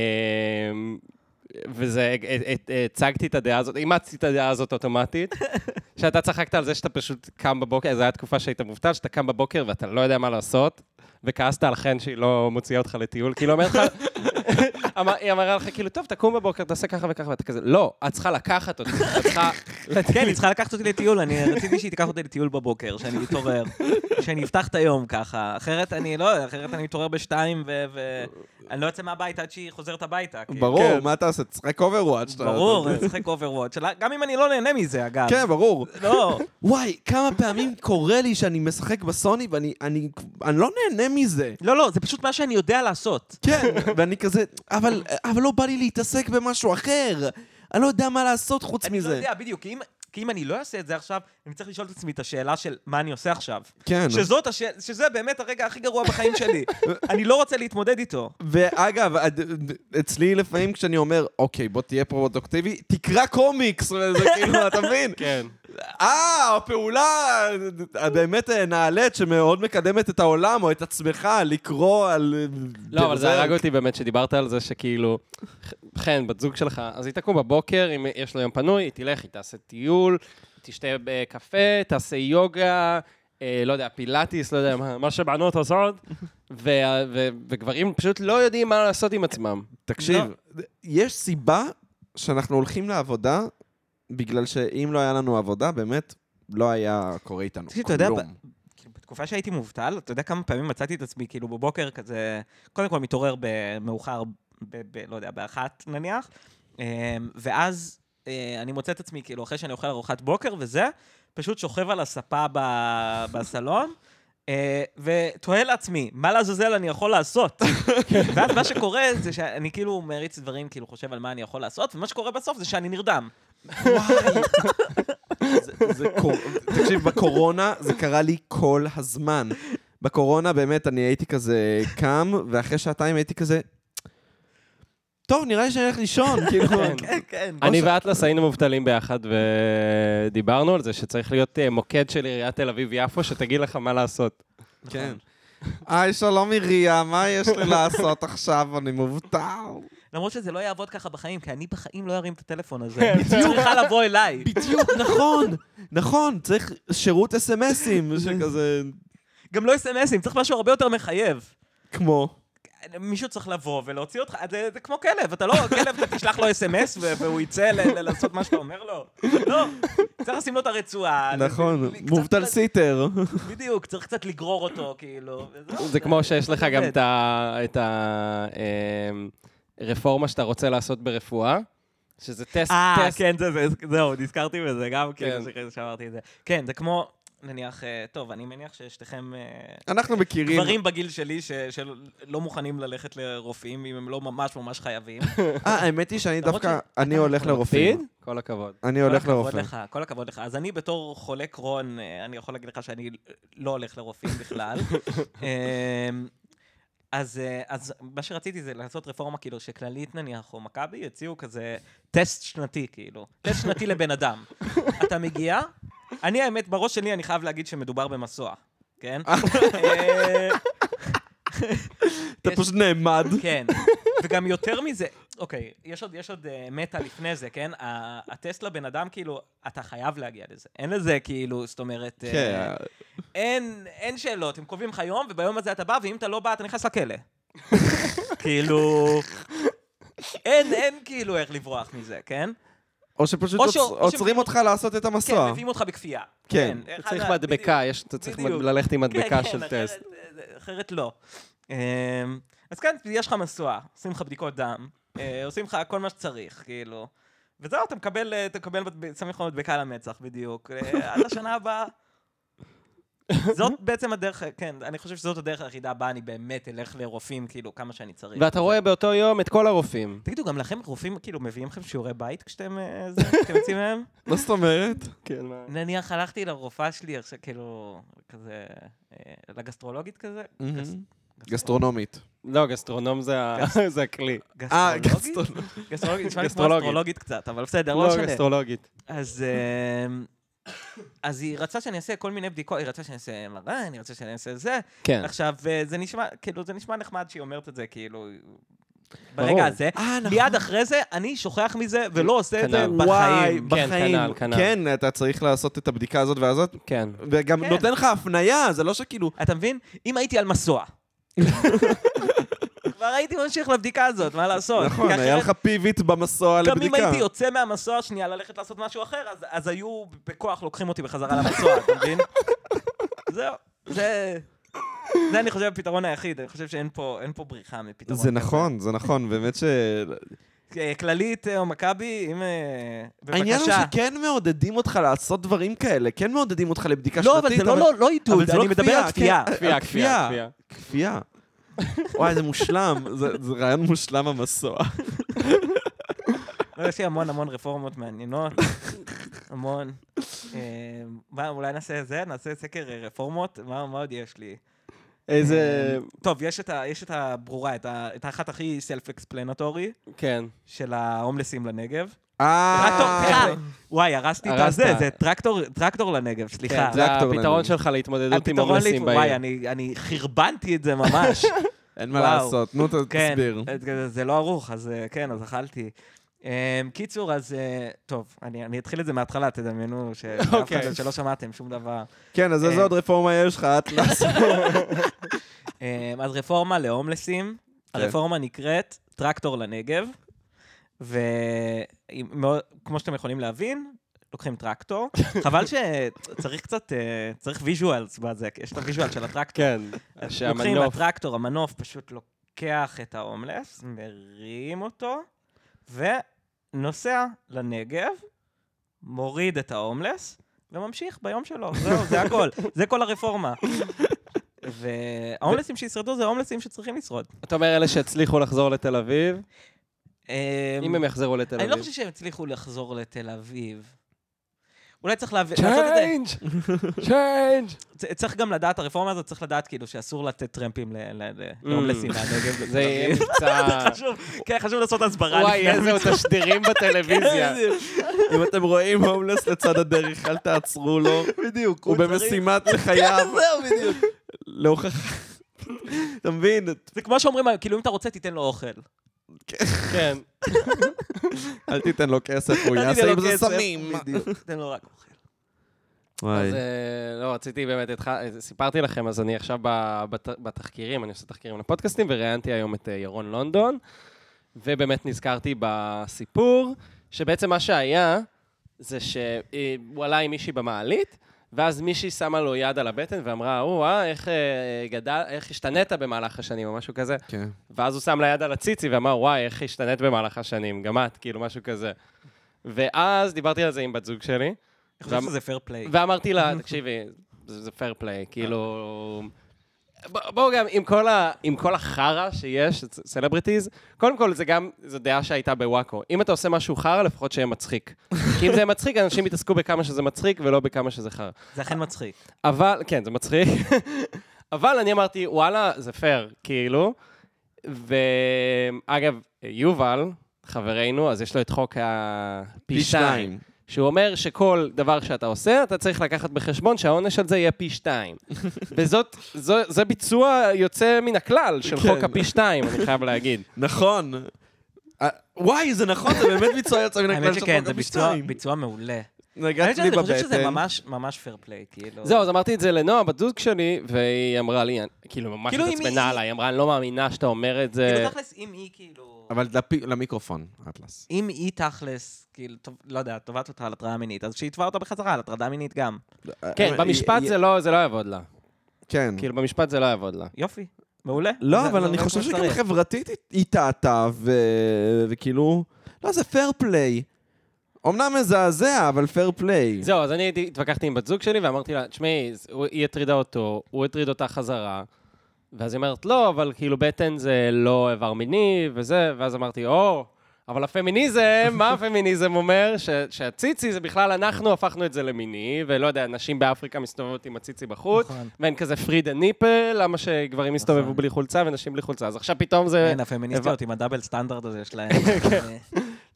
[SPEAKER 2] וזה, ה- ה- ה- הצגתי את הדעה הזאת, אימצתי את הדעה הזאת אוטומטית, שאתה צחקת על זה שאתה פשוט קם בבוקר, זו הייתה תקופה שהיית מובטל, שאתה קם בבוקר ואתה לא יודע מה לעשות, וכעסת על חן שהיא לא מוציאה אותך לטיול, כאילו אומרת לך, אמר- היא אמרה לך, כאילו, טוב, תקום בבוקר, תעשה ככה וככה, ואתה כזה, לא, את צריכה לקחת אותי, את צריכה
[SPEAKER 3] כן, היא צריכה לקחת אותי לטיול, אני רציתי שהיא תיקח אותי לטיול בבוקר, שאני אתעורר. שאני אפתח את היום ככה. אחרת אני לא, אחרת אני מתעורר בשתיים, ואני לא יוצא מהבית עד שהיא חוזרת הביתה. כאילו.
[SPEAKER 1] ברור,
[SPEAKER 4] כן.
[SPEAKER 1] מה אתה עושה? תשחק אוברוואץ'. אתה-
[SPEAKER 3] ברור, אני אשחק אוברוואץ'. גם אם אני לא נהנה מזה, אגב.
[SPEAKER 1] כן, ברור.
[SPEAKER 3] לא.
[SPEAKER 1] וואי, כמה פעמים קורה לי שאני משחק בסוני ואני אני, אני לא נהנה מזה.
[SPEAKER 3] לא, לא, זה פשוט מה שאני יודע לעשות.
[SPEAKER 1] כן, ואני כזה, אבל, אבל לא בא לי להתעסק במשהו אחר. אני לא יודע מה לעשות חוץ
[SPEAKER 3] אני לא
[SPEAKER 1] מזה.
[SPEAKER 3] יודע, בדיוק. כי אם- כי אם אני לא אעשה את זה עכשיו, אני צריך לשאול את עצמי את השאלה של מה אני עושה עכשיו.
[SPEAKER 1] כן.
[SPEAKER 3] שזאת השאלה, שזה באמת הרגע הכי גרוע בחיים שלי. אני לא רוצה להתמודד איתו.
[SPEAKER 1] ואגב, עד- אצלי לפעמים כשאני אומר, אוקיי, בוא תהיה פרודוקטיבי, תקרא קומיקס, וזה כאילו, אתה מבין?
[SPEAKER 2] כן.
[SPEAKER 1] אה, הפעולה הבאמת נעלית שמאוד מקדמת את העולם או את עצמך, לקרוא על...
[SPEAKER 2] לא, אבל זה הרג אותי באמת שדיברת על זה שכאילו, חן, בת זוג שלך, אז היא תקום בבוקר, אם יש לו יום פנוי, היא תלך, היא תעשה טיול, תשתה בקפה, תעשה יוגה, אה, לא יודע, פילאטיס, לא יודע, מה- מה שבנות עושות, ו- ו- וגברים פשוט לא יודעים מה לעשות עם עצמם.
[SPEAKER 1] תקשיב, יש סיבה שאנחנו הולכים לעבודה, בגלל שאם לא היה לנו עבודה, באמת, לא היה קורה איתנו
[SPEAKER 3] תקשיב,
[SPEAKER 1] כלום.
[SPEAKER 3] אתה יודע, ב- כאילו, בתקופה שהייתי מובטל, אתה יודע כמה פעמים מצאתי את עצמי, כאילו בבוקר כזה, קודם כל מתעורר במאוחר, ב, ב, לא יודע, באחת נניח, אמ, ואז אה, אני מוצא את עצמי, כאילו, אחרי שאני אוכל ארוחת בוקר וזה, פשוט שוכב על הספה ב, בסלון. אה, ותוהה לעצמי, מה לעזאזל אני יכול לעשות? ואז מה שקורה זה שאני כאילו מריץ דברים, כאילו חושב על מה אני יכול לעשות, ומה שקורה בסוף זה שאני נרדם.
[SPEAKER 1] זה- זה קור- תקשיב, בקורונה זה קרה לי כל הזמן. בקורונה באמת אני הייתי כזה קם, ואחרי שעתיים הייתי כזה... טוב, נראה לי שאני הולך לישון, כאילו...
[SPEAKER 2] כן.
[SPEAKER 3] כן.
[SPEAKER 2] אני ואטלס היינו מובטלים ביחד ודיברנו על זה שצריך להיות אה, מוקד של עיריית תל אביב-יפו שתגיד לך מה לעשות.
[SPEAKER 1] כן. היי, שלום עיריה, מה יש לי לעשות עכשיו? אני מובטל.
[SPEAKER 3] למרות שזה לא יעבוד ככה בחיים, כי אני בחיים לא ארים את הטלפון הזה.
[SPEAKER 2] כן.
[SPEAKER 3] בדיוק. צריכה לבוא אליי.
[SPEAKER 1] בדיוק, נכון, נכון, צריך שירות אס.אם.אסים, שכזה...
[SPEAKER 3] גם לא אס.אם.אסים, צריך משהו הרבה יותר מחייב.
[SPEAKER 1] כמו...
[SPEAKER 3] מישהו צריך לבוא ולהוציא אותך, זה, זה כמו כלב, אתה לא, כלב, אתה תשלח לו אס.אם.אס והוא יצא ל- ל- לעשות מה שאתה אומר לו. לא, צריך לשים לו את הרצועה.
[SPEAKER 1] נכון,
[SPEAKER 3] קצת-
[SPEAKER 1] מובטל סיטר.
[SPEAKER 3] בדיוק, צריך קצת לגרור אותו, כאילו. וזהו,
[SPEAKER 2] זה כמו שיש לך גם
[SPEAKER 3] עובד.
[SPEAKER 2] את ה- את הרפורמה שאתה רוצה לעשות ברפואה, שזה טסט,
[SPEAKER 3] אה,
[SPEAKER 2] טסט.
[SPEAKER 3] כן, זה, זה, זהו, נזכרתי בזה גם, כאילו,
[SPEAKER 2] כן.
[SPEAKER 3] שכ- שאמרתי את זה. כן, זה כמו, נניח, אה, טוב, אני מניח ששתיכם... אה,
[SPEAKER 1] אנחנו מכירים...
[SPEAKER 3] גברים בגיל שלי ש- שלא מוכנים ללכת לרופאים אם הם לא ממש ממש חייבים.
[SPEAKER 1] אה, האמת היא שאני
[SPEAKER 3] למרות
[SPEAKER 1] דווקא...
[SPEAKER 3] ש-
[SPEAKER 1] אני הולך לרופאים.
[SPEAKER 2] לפיד? כל הכבוד.
[SPEAKER 1] אני
[SPEAKER 3] כל
[SPEAKER 1] הולך
[SPEAKER 3] הכבוד
[SPEAKER 1] לרופא.
[SPEAKER 3] לך, כל הכבוד לך. אז אני בתור חולה קרון, אה, אני יכול להגיד לך שאני לא הולך לרופאים בכלל. אמ, אז, אה, אז מה שרציתי זה לעשות רפורמה, כאילו, שכללית נניח, או מכבי, יוציאו כזה טסט שנתי, כאילו. טסט שנתי לבן אדם. אתה מגיע, אני האמת, בראש שלי אני חייב להגיד שמדובר במסוע, כן? אה,
[SPEAKER 1] אתה
[SPEAKER 3] יש-
[SPEAKER 1] פשוט נעמד.
[SPEAKER 3] כן. וגם יותר מזה, אוקיי, יש עוד, יש עוד אה, מטה לפני זה, כן? ה- הטסט לבן אדם, כאילו, אתה חייב להגיע לזה. אין לזה, כאילו, זאת אומרת, אה,
[SPEAKER 1] כן,
[SPEAKER 3] אין, אין שאלות. הם קובעים לך יום, וביום הזה אתה בא, ואם אתה לא בא, אתה נכנס לכלא. כאילו... אין, אין כאילו איך לברוח מזה, כן?
[SPEAKER 1] או שפשוט
[SPEAKER 3] או ש-
[SPEAKER 1] עוצ-
[SPEAKER 3] או ש-
[SPEAKER 1] עוצרים אותך לעשות את
[SPEAKER 3] כן,
[SPEAKER 1] המסוע.
[SPEAKER 3] מביאים אותך בכפייה.
[SPEAKER 1] כן.
[SPEAKER 3] אחד
[SPEAKER 2] אתה צריך
[SPEAKER 3] ה-
[SPEAKER 2] מדבקה, יש- אתה צריך
[SPEAKER 3] בדיוק.
[SPEAKER 2] ללכת עם
[SPEAKER 3] כן,
[SPEAKER 2] מדבקה
[SPEAKER 3] כן,
[SPEAKER 2] של
[SPEAKER 3] אחרת-
[SPEAKER 2] טסט.
[SPEAKER 3] אחרת לא. אמ, אז כן, יש לך מסוע, עושים לך בדיקות דם, אה, עושים לך כל מה שצריך, כאילו. וזהו, אתה מקבל, אה, אתה מקבל, מדב- שמים לך מדבקה על המצח, בדיוק. אה, עד השנה הבאה. זאת בעצם הדרך, כן, אני חושב שזאת הדרך היחידה בה אני באמת אלך לרופאים, כאילו, כמה שאני צריך.
[SPEAKER 2] ואתה רואה באותו יום את כל הרופאים.
[SPEAKER 3] תגידו, גם לכם רופאים, כאילו, מביאים לכם שיעורי בית כשאתם אה, זה, כשאתם יוצאים מהם?
[SPEAKER 1] מה זאת אומרת?
[SPEAKER 2] כן, מה?
[SPEAKER 3] נניח הלכתי לרופאה שלי, עכשיו, כאילו, כזה, אה, לגסטרולוגית כזה.
[SPEAKER 1] מהמם.
[SPEAKER 3] גס-
[SPEAKER 1] גסטרונומית.
[SPEAKER 2] לא, גסטרונום זה ה- זה הכלי.
[SPEAKER 1] אה,
[SPEAKER 3] גסטרולוגית?
[SPEAKER 1] גסטרונומית.
[SPEAKER 3] גסטרולוגית, נשמע לי כמו
[SPEAKER 2] גסטרולוגית.
[SPEAKER 3] אסטרולוגית קצת, אבל בסדר, לא
[SPEAKER 2] לא,
[SPEAKER 3] משנה.
[SPEAKER 2] גסטרולוגית.
[SPEAKER 3] אז... אמ, אז היא רצתה שאני אעשה כל מיני בדיקות, היא רצתה שאני אעשה MRI, אני רצתה שאני אעשה זה.
[SPEAKER 2] כן.
[SPEAKER 3] עכשיו, אה, זה נשמע, כאילו, זה נשמע נחמד שהיא אומרת את זה, כאילו,
[SPEAKER 2] ברור.
[SPEAKER 3] ברגע הזה.
[SPEAKER 1] אה, נכון.
[SPEAKER 3] מיד אחרי זה, אני שוכח מזה ולא עושה את זה
[SPEAKER 2] כנ"ל.
[SPEAKER 1] אה, וואי,
[SPEAKER 3] בחיים.
[SPEAKER 2] כן,
[SPEAKER 1] לא, בחיים.
[SPEAKER 2] כנ"ל, כנ"ל.
[SPEAKER 1] כן, אתה צריך לעשות את הבדיקה הזאת והזאת,
[SPEAKER 2] כן.
[SPEAKER 1] וגם
[SPEAKER 3] כן.
[SPEAKER 1] נותן לך הפנייה, זה לא שכאילו...
[SPEAKER 3] אתה מבין? אם הייתי על מסוע. כבר הייתי ממשיך לבדיקה הזאת, מה לעשות?
[SPEAKER 1] נכון,
[SPEAKER 3] כי
[SPEAKER 1] היה
[SPEAKER 3] אחרת-
[SPEAKER 1] לך פיבית במסוע
[SPEAKER 3] גם אם
[SPEAKER 1] לבדיקה.
[SPEAKER 3] הייתי יוצא מהמסוע שנייה ללכת לעשות משהו אחר, אז, אז היו בכוח לוקחים אותי בחזרה למסוע, אתה מבין? זהו, זה... זה אני חושב הפתרון היחיד, אני חושב שאין פה, אין פה בריחה מפתרון.
[SPEAKER 1] זה נכון, זה נכון, באמת ש...
[SPEAKER 3] אה, כללית אה, או מכבי, אם... אה,
[SPEAKER 1] העניין הוא
[SPEAKER 3] בבקשה.
[SPEAKER 1] שכן מעודדים אותך לעשות דברים כאלה, כן מעודדים אותך לבדיקה
[SPEAKER 3] לא,
[SPEAKER 1] שנתית,
[SPEAKER 3] אבל זה לא, לא, לא עידוד,
[SPEAKER 1] אבל זה לא
[SPEAKER 3] אני מדבר על
[SPEAKER 1] כפייה,
[SPEAKER 3] כפייה.
[SPEAKER 1] כן.
[SPEAKER 2] כפייה,
[SPEAKER 1] הכפייה.
[SPEAKER 2] כפייה,
[SPEAKER 1] כפייה.
[SPEAKER 2] כפייה.
[SPEAKER 1] וואי, זה מושלם, זה זה רעיון מושלם המסוע.
[SPEAKER 3] לא, יש לי המון המון רפורמות מעניינות, המון. אה, מה, אולי נעשה זה, נעשה סקר אה, רפורמות, מה מה עוד יש לי?
[SPEAKER 2] איזה...
[SPEAKER 3] טוב, יש את ה- יש את הברורה, את ה- את האחת הכי סלף-אקספלנטורי,
[SPEAKER 2] כן.
[SPEAKER 3] של ההומלסים לנגב. טרקטור,
[SPEAKER 1] אה,
[SPEAKER 3] סליחה. וואי, הרסתי את
[SPEAKER 2] הרסת.
[SPEAKER 3] הזה, זה טרקטור- טרקטור לנגב, סליחה.
[SPEAKER 2] כן, זה
[SPEAKER 1] טרקטור
[SPEAKER 2] הפתרון
[SPEAKER 1] לנו.
[SPEAKER 2] שלך להתמודדות עם
[SPEAKER 3] אה, הפתרון לי,
[SPEAKER 2] הומלסים בעיר.
[SPEAKER 3] וואי, אני אני חרבנתי את זה ממש.
[SPEAKER 1] אין מה
[SPEAKER 3] וואו.
[SPEAKER 1] לעשות, נו, ת-
[SPEAKER 3] כן,
[SPEAKER 1] תסביר.
[SPEAKER 3] אז כזה, זה לא ערוך, אז אה, כן, אז אכלתי. אמ, קיצור, אז אה, טוב, אני אני אתחיל את זה מההתחלה, תדמיינו ש- אף
[SPEAKER 2] אוקיי.
[SPEAKER 3] אחד- שלא שמעתם שום דבר.
[SPEAKER 1] כן, אז איזה
[SPEAKER 3] אה.
[SPEAKER 1] עוד רפורמה יש לך, אטלס?
[SPEAKER 3] אמ, אז רפורמה להומלסים,
[SPEAKER 1] כן.
[SPEAKER 3] הרפורמה נקראת טרקטור לנגב, וכמו שאתם יכולים להבין, לוקחים טרקטור. חבל שצריך קצת, אה, צריך ויז'ואלס בזה, כי יש את הוויז'ואל של הטרקטור.
[SPEAKER 2] כן,
[SPEAKER 3] אז לוקחים
[SPEAKER 2] שהמנוף...
[SPEAKER 3] הטרקטור, המנוף פשוט לוקח את ההומלס, מרים אותו, ונוסע לנגב, מוריד את ההומלס, וממשיך ביום שלו. זהו, זה הכל. זה כל הרפורמה. וההומלסים שישרדו זה ההומלסים שצריכים לשרוד.
[SPEAKER 2] אתה אומר אלה שהצליחו לחזור לתל אביב, אם
[SPEAKER 3] אם
[SPEAKER 2] הם יחזרו לתל
[SPEAKER 3] אני לא
[SPEAKER 2] אביב.
[SPEAKER 3] חושב שהם הצליחו לחזור לתל אביב. אולי צריך להבין, לעשות את זה.
[SPEAKER 2] צ'יינג'! צ'יינג'!
[SPEAKER 3] צ- צריך גם לדעת, הרפורמה הזאת צריך לדעת כאילו שאסור לתת טרמפים ל- ל- ל- להומלסים
[SPEAKER 2] Mm.
[SPEAKER 3] מהנגב. לתל
[SPEAKER 2] זה יהיה
[SPEAKER 3] אביב.
[SPEAKER 2] מבצע...
[SPEAKER 3] חשוב, כן, חשוב לעשות הסברה
[SPEAKER 2] אה, וואי,
[SPEAKER 3] לפני.
[SPEAKER 2] איזה עוד תשדירים בטלוויזיה.
[SPEAKER 1] אם אתם רואים הומלס לצד הדרך, אל תעצרו לו. בדיוק. הוא במשימת לחייו. זהו, בדיוק. להוכחה. אתה מבין?
[SPEAKER 3] זה כמו שאומרים, כאילו, אם אתה רוצה, תיתן לו אוכל.
[SPEAKER 2] כן.
[SPEAKER 1] אל תיתן לו כסף, הוא
[SPEAKER 3] אל תיתן
[SPEAKER 1] יעשה
[SPEAKER 3] לו
[SPEAKER 1] עם זה
[SPEAKER 3] כסף,
[SPEAKER 1] סמים.
[SPEAKER 3] בדיוק, תן לו רק אוכל.
[SPEAKER 1] וואי.
[SPEAKER 2] אז אה, לא, רציתי באמת, התח- אה, סיפרתי לכם, אז אני עכשיו ב- בת- בתחקירים, אני עושה תחקירים לפודקאסטים, וראיינתי היום את אה, ירון לונדון, ובאמת נזכרתי בסיפור, שבעצם מה שהיה, זה שהוא עלה עם מישהי במעלית, ואז מישהי שמה לו יד על הבטן ואמרה, או, אה, איך אה, גדל, איך השתנית במהלך השנים, או משהו כזה.
[SPEAKER 1] כן.
[SPEAKER 2] ואז הוא שם לה יד על הציצי ואמר, וואי, איך השתנית במהלך השנים, גם את, כאילו, משהו כזה. ואז דיברתי על זה עם בת זוג שלי,
[SPEAKER 3] אני חושב שזה פייר פליי.
[SPEAKER 2] ואמרתי לה, תקשיבי, זה זה fair play, כאילו... ב- בואו גם, עם כל, ה, עם כל החרא שיש, ס- סלבריטיז, קודם כל זה גם, זו דעה שהייתה בוואקו. אם אתה עושה משהו חרא, לפחות שיהיה מצחיק. כי אם זה יהיה מצחיק, אנשים יתעסקו בכמה שזה מצחיק ולא בכמה שזה חרא.
[SPEAKER 3] זה אכן מצחיק.
[SPEAKER 2] אבל, כן, זה מצחיק. אבל אני אמרתי, וואלה, זה פייר, כאילו. ואגב, יובל, חברנו, אז יש לו את חוק הפי שניים. שהוא אומר שכל דבר שאתה עושה, אתה צריך לקחת בחשבון שהעונש על זה יהיה פי שתיים. וזאת, זו, זה ביצוע יוצא מן הכלל של
[SPEAKER 1] כן.
[SPEAKER 2] חוק הפי שתיים, אני חייב להגיד.
[SPEAKER 1] נכון. אה, וואי, זה נכון, זה באמת ביצוע יוצא מן הכלל
[SPEAKER 3] האמת
[SPEAKER 1] של חוק
[SPEAKER 3] שכן, זה ביצוע-
[SPEAKER 1] הפשתיים.
[SPEAKER 3] ביצוע מעולה. האמת
[SPEAKER 1] נגעת לי
[SPEAKER 3] שאני חושב שזה
[SPEAKER 1] בבטן.
[SPEAKER 3] ממש- ממש פייר פליי, כאילו.
[SPEAKER 2] זהו, אז אמרתי את זה לנועה, בת זוג שלי, והיא אמרה לי, אני- כאילו, ממש
[SPEAKER 3] כאילו, אם
[SPEAKER 2] התעצבנה
[SPEAKER 3] היא-
[SPEAKER 2] עליי, היא אמרה, אני לא מאמינה שאתה אומר את זה.
[SPEAKER 3] כאילו, תכלס, אם היא, כאילו...
[SPEAKER 1] אבל לפי- למיקרופון, אטלס.
[SPEAKER 3] אם היא תכלס, כאילו, טוב, לא יודע, תובעת אותה על הטרדה מינית, אז שיתבע אותה בחזרה על הטרדה מינית גם. אה,
[SPEAKER 2] כן, במשפט זה לא זה לא יעבוד לה.
[SPEAKER 1] אה, כן.
[SPEAKER 2] כאילו, במשפט זה לא יעבוד לה.
[SPEAKER 3] יופי, מעולה.
[SPEAKER 1] לא,
[SPEAKER 3] זה-
[SPEAKER 1] אבל
[SPEAKER 3] זה
[SPEAKER 1] אני
[SPEAKER 3] עובד
[SPEAKER 1] חושב
[SPEAKER 3] כמו
[SPEAKER 1] שגם
[SPEAKER 3] שצריך.
[SPEAKER 1] חברתית היא- היא טעתה, ו- וכאילו... לא, זה פייר פליי. אמנם מזעזע, אבל פייר פליי.
[SPEAKER 2] זהו, אז אני הייתי- התווכחתי עם בת זוג שלי ואמרתי לה, תשמעי, ז- הוא- היא הטרידה אותו, הוא הטריד אותה חזרה. ואז היא אומרת, לא, אבל כאילו בטן זה לא איבר מיני וזה, ואז אמרתי, או, אבל הפמיניזם, מה הפמיניזם אומר? ש, שהציצי זה בכלל, אנחנו הפכנו את זה למיני, ולא יודע, נשים באפריקה מסתובבות עם הציצי בחוץ,
[SPEAKER 3] נכון.
[SPEAKER 2] ואין כזה פרידה ניפל, למה שגברים יסתובבו
[SPEAKER 3] נכון.
[SPEAKER 2] בלי חולצה ונשים בלי חולצה? אז עכשיו פתאום זה...
[SPEAKER 3] כן, הפמיניסטיות עם הדאבל סטנדרט הזה שלהם.
[SPEAKER 1] כן.
[SPEAKER 3] אה,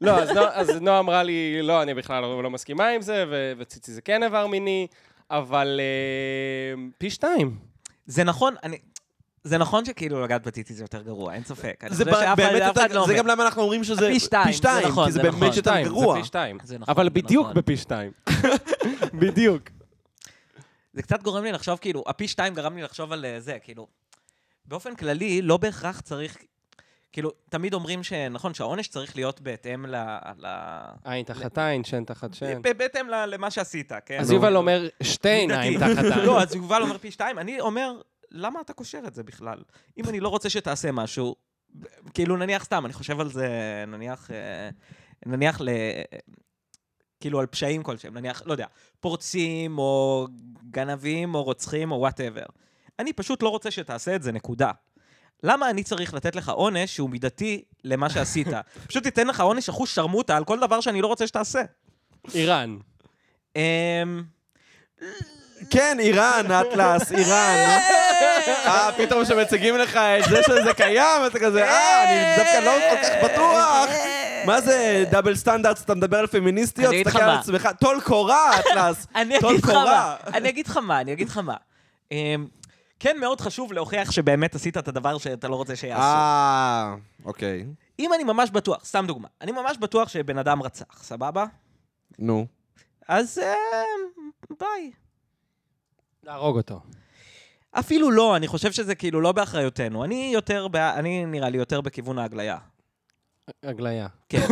[SPEAKER 2] לא, אז, נוע, אז נועה אמרה לי, לא, אני בכלל לא, לא מסכימה עם זה, ו- וציצי זה כן איבר מיני, אבל אה, פי שתיים.
[SPEAKER 3] זה נכון, אני... זה נכון שכאילו לגעת בציצי זה יותר גרוע, אין ספק. אני
[SPEAKER 1] זה
[SPEAKER 3] חושב
[SPEAKER 1] ב-
[SPEAKER 3] שאף אחד-
[SPEAKER 1] באמת
[SPEAKER 3] אף
[SPEAKER 1] יותר-
[SPEAKER 3] אחד לא
[SPEAKER 1] זה
[SPEAKER 3] אומר.
[SPEAKER 1] גם למה אנחנו אומרים שזה
[SPEAKER 3] פי שתיים, זה נכון,
[SPEAKER 1] כי זה
[SPEAKER 3] זה
[SPEAKER 1] באמת
[SPEAKER 3] נכון.
[SPEAKER 1] יותר
[SPEAKER 2] שתיים,
[SPEAKER 1] גרוע.
[SPEAKER 2] זה פי שתיים.
[SPEAKER 3] זה נכון,
[SPEAKER 2] אבל
[SPEAKER 3] זה
[SPEAKER 2] בדיוק
[SPEAKER 3] נכון.
[SPEAKER 2] בפי שתיים. בדיוק.
[SPEAKER 3] זה קצת גורם לי לחשוב, כאילו, הפי שתיים גרם לי לחשוב על אה, זה, כאילו... באופן כללי, לא בהכרח צריך... כאילו, תמיד אומרים שנכון, שהעונש צריך להיות בהתאם ל... ל...
[SPEAKER 2] עין תחת עין, שן תחת שן.
[SPEAKER 3] ב- בהתאם ל- למה שעשית, כן?
[SPEAKER 2] כן. אז
[SPEAKER 3] נו.
[SPEAKER 2] יובל אומר שתי עיניים
[SPEAKER 3] מידתי.
[SPEAKER 2] תחת עין.
[SPEAKER 3] לא, אז יובל אומר פי שתיים, אני אומר, למה אתה קושר את זה בכלל? אם אני לא רוצה שתעשה משהו, ב- כאילו נניח סתם, אני חושב על זה, נניח, אה, נניח ל... כאילו על פשעים כלשהם, נניח, לא יודע, פורצים, או גנבים, או רוצחים, או וואטאבר. אני פשוט לא רוצה שתעשה את זה, נקודה. למה אני צריך לתת לך עונש שהוא מידתי למה שעשית? פשוט תיתן לך עונש אחוז שרמוטה על כל דבר שאני לא רוצה שתעשה.
[SPEAKER 2] איראן.
[SPEAKER 3] אמ...
[SPEAKER 1] כן, איראן, אטלס, איראן. אה, פתאום שמציגים לך את זה שזה קיים, אתה כזה, אה, אני דווקא לא כל כך בטוח.
[SPEAKER 3] אה.
[SPEAKER 1] מה זה דאבל סטנדרטס, אתה מדבר על פמיניסטיות,
[SPEAKER 3] אני אגיד לך
[SPEAKER 1] תסתכל על
[SPEAKER 3] מה.
[SPEAKER 1] עצמך, טול קורה, אטלס.
[SPEAKER 3] אני
[SPEAKER 1] טול
[SPEAKER 3] אגיד לך
[SPEAKER 1] קורה.
[SPEAKER 3] מה, אני אגיד לך מה, אני אגיד לך מה. אמ, כן מאוד חשוב להוכיח שבאמת עשית את הדבר שאתה לא רוצה שיעשו.
[SPEAKER 1] אה, אוקיי.
[SPEAKER 3] אם אני ממש בטוח, סתם דוגמה, אני ממש בטוח שבן אדם רצח, סבבה?
[SPEAKER 1] נו.
[SPEAKER 3] אז אמ, ביי.
[SPEAKER 2] להרוג אותו.
[SPEAKER 3] אפילו לא, אני חושב שזה כאילו לא באחריותנו. אני יותר, בא- אני נראה לי יותר בכיוון ההגליה.
[SPEAKER 2] הגליה.
[SPEAKER 3] כן.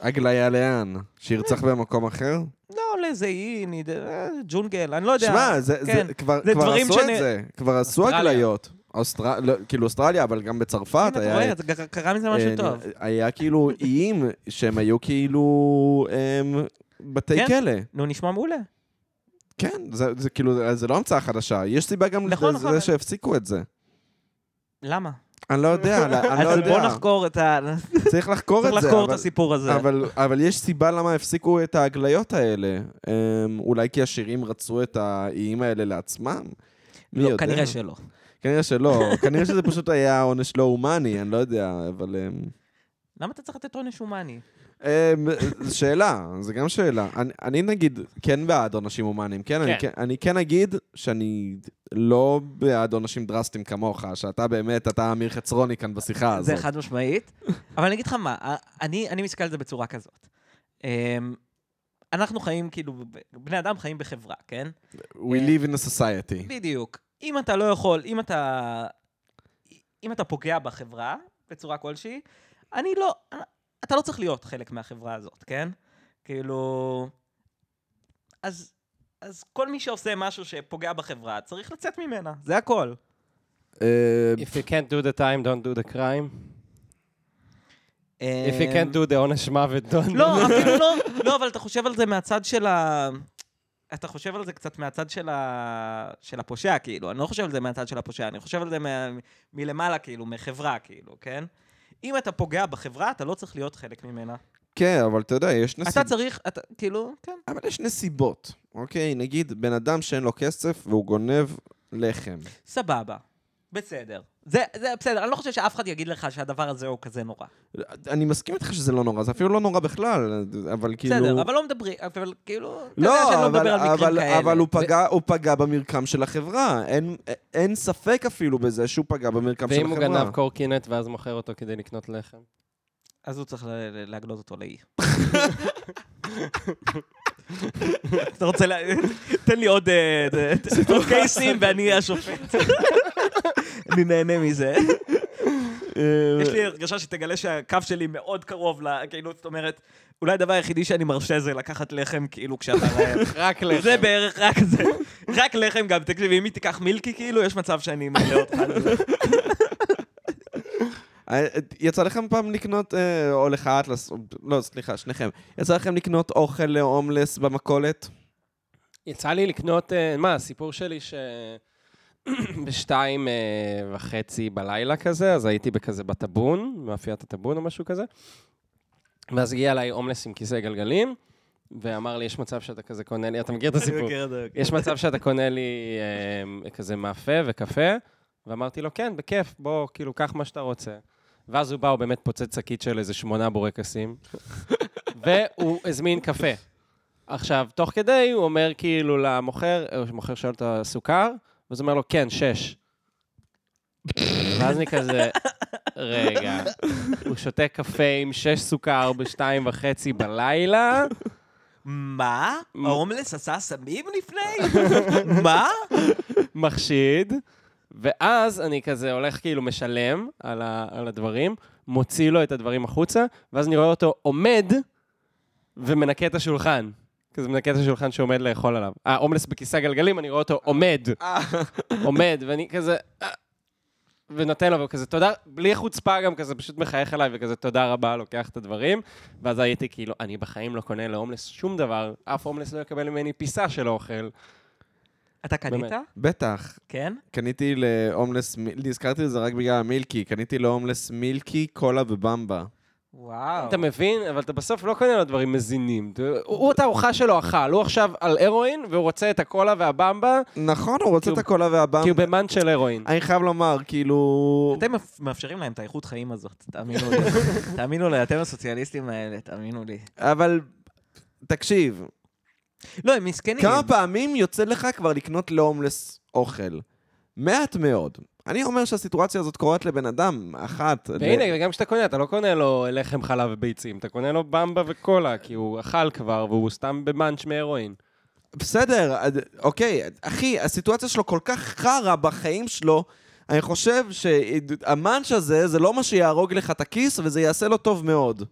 [SPEAKER 1] הגליה לאן? שירצח במקום אחר?
[SPEAKER 3] לא, לאיזה אי, נד- אה, ג'ונגל, אני לא יודע.
[SPEAKER 1] שמע, זה- זה-
[SPEAKER 3] כן.
[SPEAKER 1] כבר
[SPEAKER 3] זה
[SPEAKER 1] כבר
[SPEAKER 3] דברים
[SPEAKER 1] עשו את
[SPEAKER 3] שנ-
[SPEAKER 1] זה, כבר עשו
[SPEAKER 2] אוסטרליה.
[SPEAKER 1] הגליות. אוסטר- לא, כאילו אוסטרליה, אבל גם בצרפת
[SPEAKER 3] הנה, כן, אתה
[SPEAKER 1] היה
[SPEAKER 3] רואה,
[SPEAKER 1] את...
[SPEAKER 3] זה ק- קרה מזה משהו
[SPEAKER 1] אה,
[SPEAKER 3] טוב.
[SPEAKER 1] היה כאילו איים שהם היו כאילו אמ, בתי
[SPEAKER 3] כן.
[SPEAKER 1] כלא.
[SPEAKER 3] נו, נשמע מעולה.
[SPEAKER 1] כן, זה, זה כאילו, זה- זה לא המצאה חדשה. יש סיבה גם
[SPEAKER 3] נכון,
[SPEAKER 1] לזה
[SPEAKER 3] נכון.
[SPEAKER 1] לזה שהפסיקו את זה.
[SPEAKER 3] למה?
[SPEAKER 1] אני לא יודע, אני לא- אני לא
[SPEAKER 3] אז
[SPEAKER 1] יודע.
[SPEAKER 3] בוא נחקור את ה...
[SPEAKER 1] צריך לחקור את
[SPEAKER 3] צריך
[SPEAKER 1] זה.
[SPEAKER 3] לחקור את
[SPEAKER 1] אבל-
[SPEAKER 3] הסיפור הזה.
[SPEAKER 1] אבל, אבל יש סיבה למה הפסיקו את ההגליות האלה. אמ, אולי כי השירים רצו את האיים האלה לעצמם? מי
[SPEAKER 3] לא,
[SPEAKER 1] יודע?
[SPEAKER 3] כנראה שלא.
[SPEAKER 1] כנראה שלא. כנראה שזה פשוט היה עונש לא הומני, אני לא יודע, אבל... אמ,
[SPEAKER 3] למה אתה צריך לתת עונש הומני?
[SPEAKER 1] אמ, זו שאלה, זו גם שאלה. אני, אני נגיד כן בעד עונשים הומניים, כן? אני,
[SPEAKER 2] כן.
[SPEAKER 1] כן, אני כן אגיד שאני לא בעד עונשים דרסטיים כמוך, שאתה באמת, אתה אמיר חצרוני כאן בשיחה הזאת.
[SPEAKER 3] זה חד משמעית. אבל אני אגיד לך מה, א- אני אני מסתכל על זה בצורה כזאת. אמ, אנחנו חיים, כאילו, ב- בני אדם חיים בחברה, כן?
[SPEAKER 1] We live in a society.
[SPEAKER 3] בדיוק. אם אתה לא יכול, אם אתה... אם אתה פוגע בחברה בצורה כלשהי, אני לא... אתה לא צריך להיות חלק מהחברה הזאת, כן? כאילו... אז... אז כל מי שעושה משהו שפוגע בחברה, צריך לצאת ממנה, זה הכל.
[SPEAKER 1] אמ,
[SPEAKER 2] If you can't do the time, don't do the crime. If you can't do the עונש מוות, don't do
[SPEAKER 3] לא, אפילו לא, לא, אבל אתה חושב על זה מהצד של ה... אתה חושב על זה קצת מהצד של, ה... של הפושע, כאילו. אני לא חושב על זה מהצד של הפושע, אני חושב על זה מה... מלמעלה, כאילו, מחברה, כאילו, כן? אם אתה פוגע בחברה, אתה לא צריך להיות חלק ממנה.
[SPEAKER 1] כן, אבל אתה יודע, יש
[SPEAKER 3] אתה
[SPEAKER 1] נסיבות.
[SPEAKER 3] צריך, אתה, כאילו, כן.
[SPEAKER 1] אבל יש נסיבות, אוקיי? נגיד, בן אדם שאין לו כסף והוא גונב לחם.
[SPEAKER 3] סבבה. בסדר. זה, זה בסדר, אני לא חושב שאף אחד יגיד לך שהדבר הזה הוא כזה נורא.
[SPEAKER 1] אני מסכים איתך שזה לא נורא, זה אפילו לא נורא בכלל, אבל כאילו...
[SPEAKER 3] בסדר, אבל לא מדברים, אבל כאילו, אתה יודע שאני
[SPEAKER 1] לא,
[SPEAKER 3] לא
[SPEAKER 1] אבל,
[SPEAKER 3] מדבר על מקרים
[SPEAKER 1] אבל,
[SPEAKER 3] כאלה.
[SPEAKER 1] אבל הוא, פגע, הוא פגע במרקם של החברה. אין, אין ספק אפילו בזה שהוא פגע במרקם של
[SPEAKER 2] ואם הוא
[SPEAKER 1] החברה.
[SPEAKER 2] גנב קורקינט ואז מוכר אותו כדי לקנות לחם?
[SPEAKER 3] אז הוא צריך ל- ל- להגלות אותו לאי. אתה רוצה ל... תן לי עוד אה, ת- ת- עוד קייסים ואני אהיה השופט. אני נהנה מזה.
[SPEAKER 1] אה,
[SPEAKER 3] יש לי הרגשה שתגלה שהקו שלי מאוד קרוב ל... כאילו, זאת אומרת, אולי הדבר היחידי שאני מרשה זה לקחת לחם, כאילו, כשאתה רעב.
[SPEAKER 2] רק לחם.
[SPEAKER 3] זה בערך רק זה. רק לחם גם, תקשיב, אם היא תיקח מילקי, כאילו, יש מצב שאני מלא אותך. על זה.
[SPEAKER 1] אה, יצא לכם פעם לקנות, אה, או לך אטלס, או- לא, סליחה, שניכם. יצא לכם לקנות אוכל להומלס במכולת?
[SPEAKER 2] יצא לי לקנות, אה, מה, הסיפור שלי ש... בשתיים אה, וחצי בלילה כזה, אז הייתי בכזה בטאבון, מאפיית הטאבון או משהו כזה. ואז הגיע אליי הומלס עם כיסא גלגלים, ואמר לי, יש מצב שאתה כזה קונה לי, אתה מכיר את
[SPEAKER 3] אני
[SPEAKER 2] הסיפור?
[SPEAKER 3] מכיר את זה.
[SPEAKER 2] יש מצב שאתה קונה לי אה, כזה מאפה וקפה, ואמרתי לו, כן, בכיף, בוא, כאילו, קח מה שאתה רוצה. ואז הוא בא, הוא באמת פוצץ שקית של איזה שמונה בורקסים, והוא הזמין קפה. עכשיו, תוך כדי, הוא אומר כאילו למוכר, אה, המוכר שואל אותו סוכר, ואז הוא אומר לו, כן, שש. ואז אני כזה, רגע, הוא שותה קפה עם שש סוכר בשתיים וחצי בלילה,
[SPEAKER 3] מה?
[SPEAKER 2] מ-
[SPEAKER 3] ההומלס עשה סמים לפני? מה?
[SPEAKER 2] מחשיד, ואז אני כזה הולך כאילו משלם על, ה, על הדברים, מוציא לו את הדברים החוצה, ואז אני רואה אותו עומד ומנקה את השולחן. כזה מנקה את השולחן שעומד לאכול עליו. אה, הומלס בכיסא גלגלים, אני רואה אותו עומד, עומד, ואני כזה... "אה", ונותן לו, וכזה תודה, בלי חוצפה גם כזה, פשוט מחייך אליי, וכזה תודה רבה, לוקח את הדברים. ואז הייתי כאילו, אני בחיים לא קונה להומלס שום דבר, אף הומלס לא יקבל ממני פיסה של אוכל.
[SPEAKER 3] אתה קנית?
[SPEAKER 2] באמת.
[SPEAKER 1] בטח,
[SPEAKER 3] כן?
[SPEAKER 1] קניתי להומלס, מ- נזכרתי לזה רק בגלל המילקי, קניתי להומלס מילקי, קולה ובמבה.
[SPEAKER 3] וואו.
[SPEAKER 2] אתה מבין? אבל אתה בסוף לא קונה לו דברים מזינים. אתה- הוא- הוא את הארוחה שלו אכל, הוא עכשיו על הרואין, והוא רוצה את הקולה והבמבה,
[SPEAKER 1] נכון, הוא רוצה
[SPEAKER 2] כי
[SPEAKER 1] את
[SPEAKER 2] הוא-
[SPEAKER 1] הקולה
[SPEAKER 2] כי הוא
[SPEAKER 1] והבמבה.
[SPEAKER 2] במאנט של הרואין.
[SPEAKER 1] אני חייב לומר, כאילו...
[SPEAKER 3] אתם מאפ- מאפשרים להם את האיכות חיים הזאת, תאמינו לי. תאמינו לי, אתם הסוציאליסטים האלה, תאמינו לי.
[SPEAKER 1] אבל... תקשיב,
[SPEAKER 3] לא, הם מסכנים.
[SPEAKER 1] כמה פעמים יוצא לך כבר לקנות להומלס אוכל? מעט מאוד. אני אומר שהסיטואציה הזאת קורית לבן אדם, אחת. ל-
[SPEAKER 2] והנה, וגם כשאתה קונה, אתה לא קונה לו לחם, חלב וביצים, אתה קונה לו במבה וקולה, כי הוא אכל כבר, והוא סתם במאנץ' מהרואין.
[SPEAKER 1] בסדר, עד- אוקיי, אחי, הסיטואציה שלו כל כך חרא בחיים שלו, אני חושב שהמאנץ' הזה, זה לא מה שיהרוג לך את הכיס, וזה יעשה לו טוב מאוד.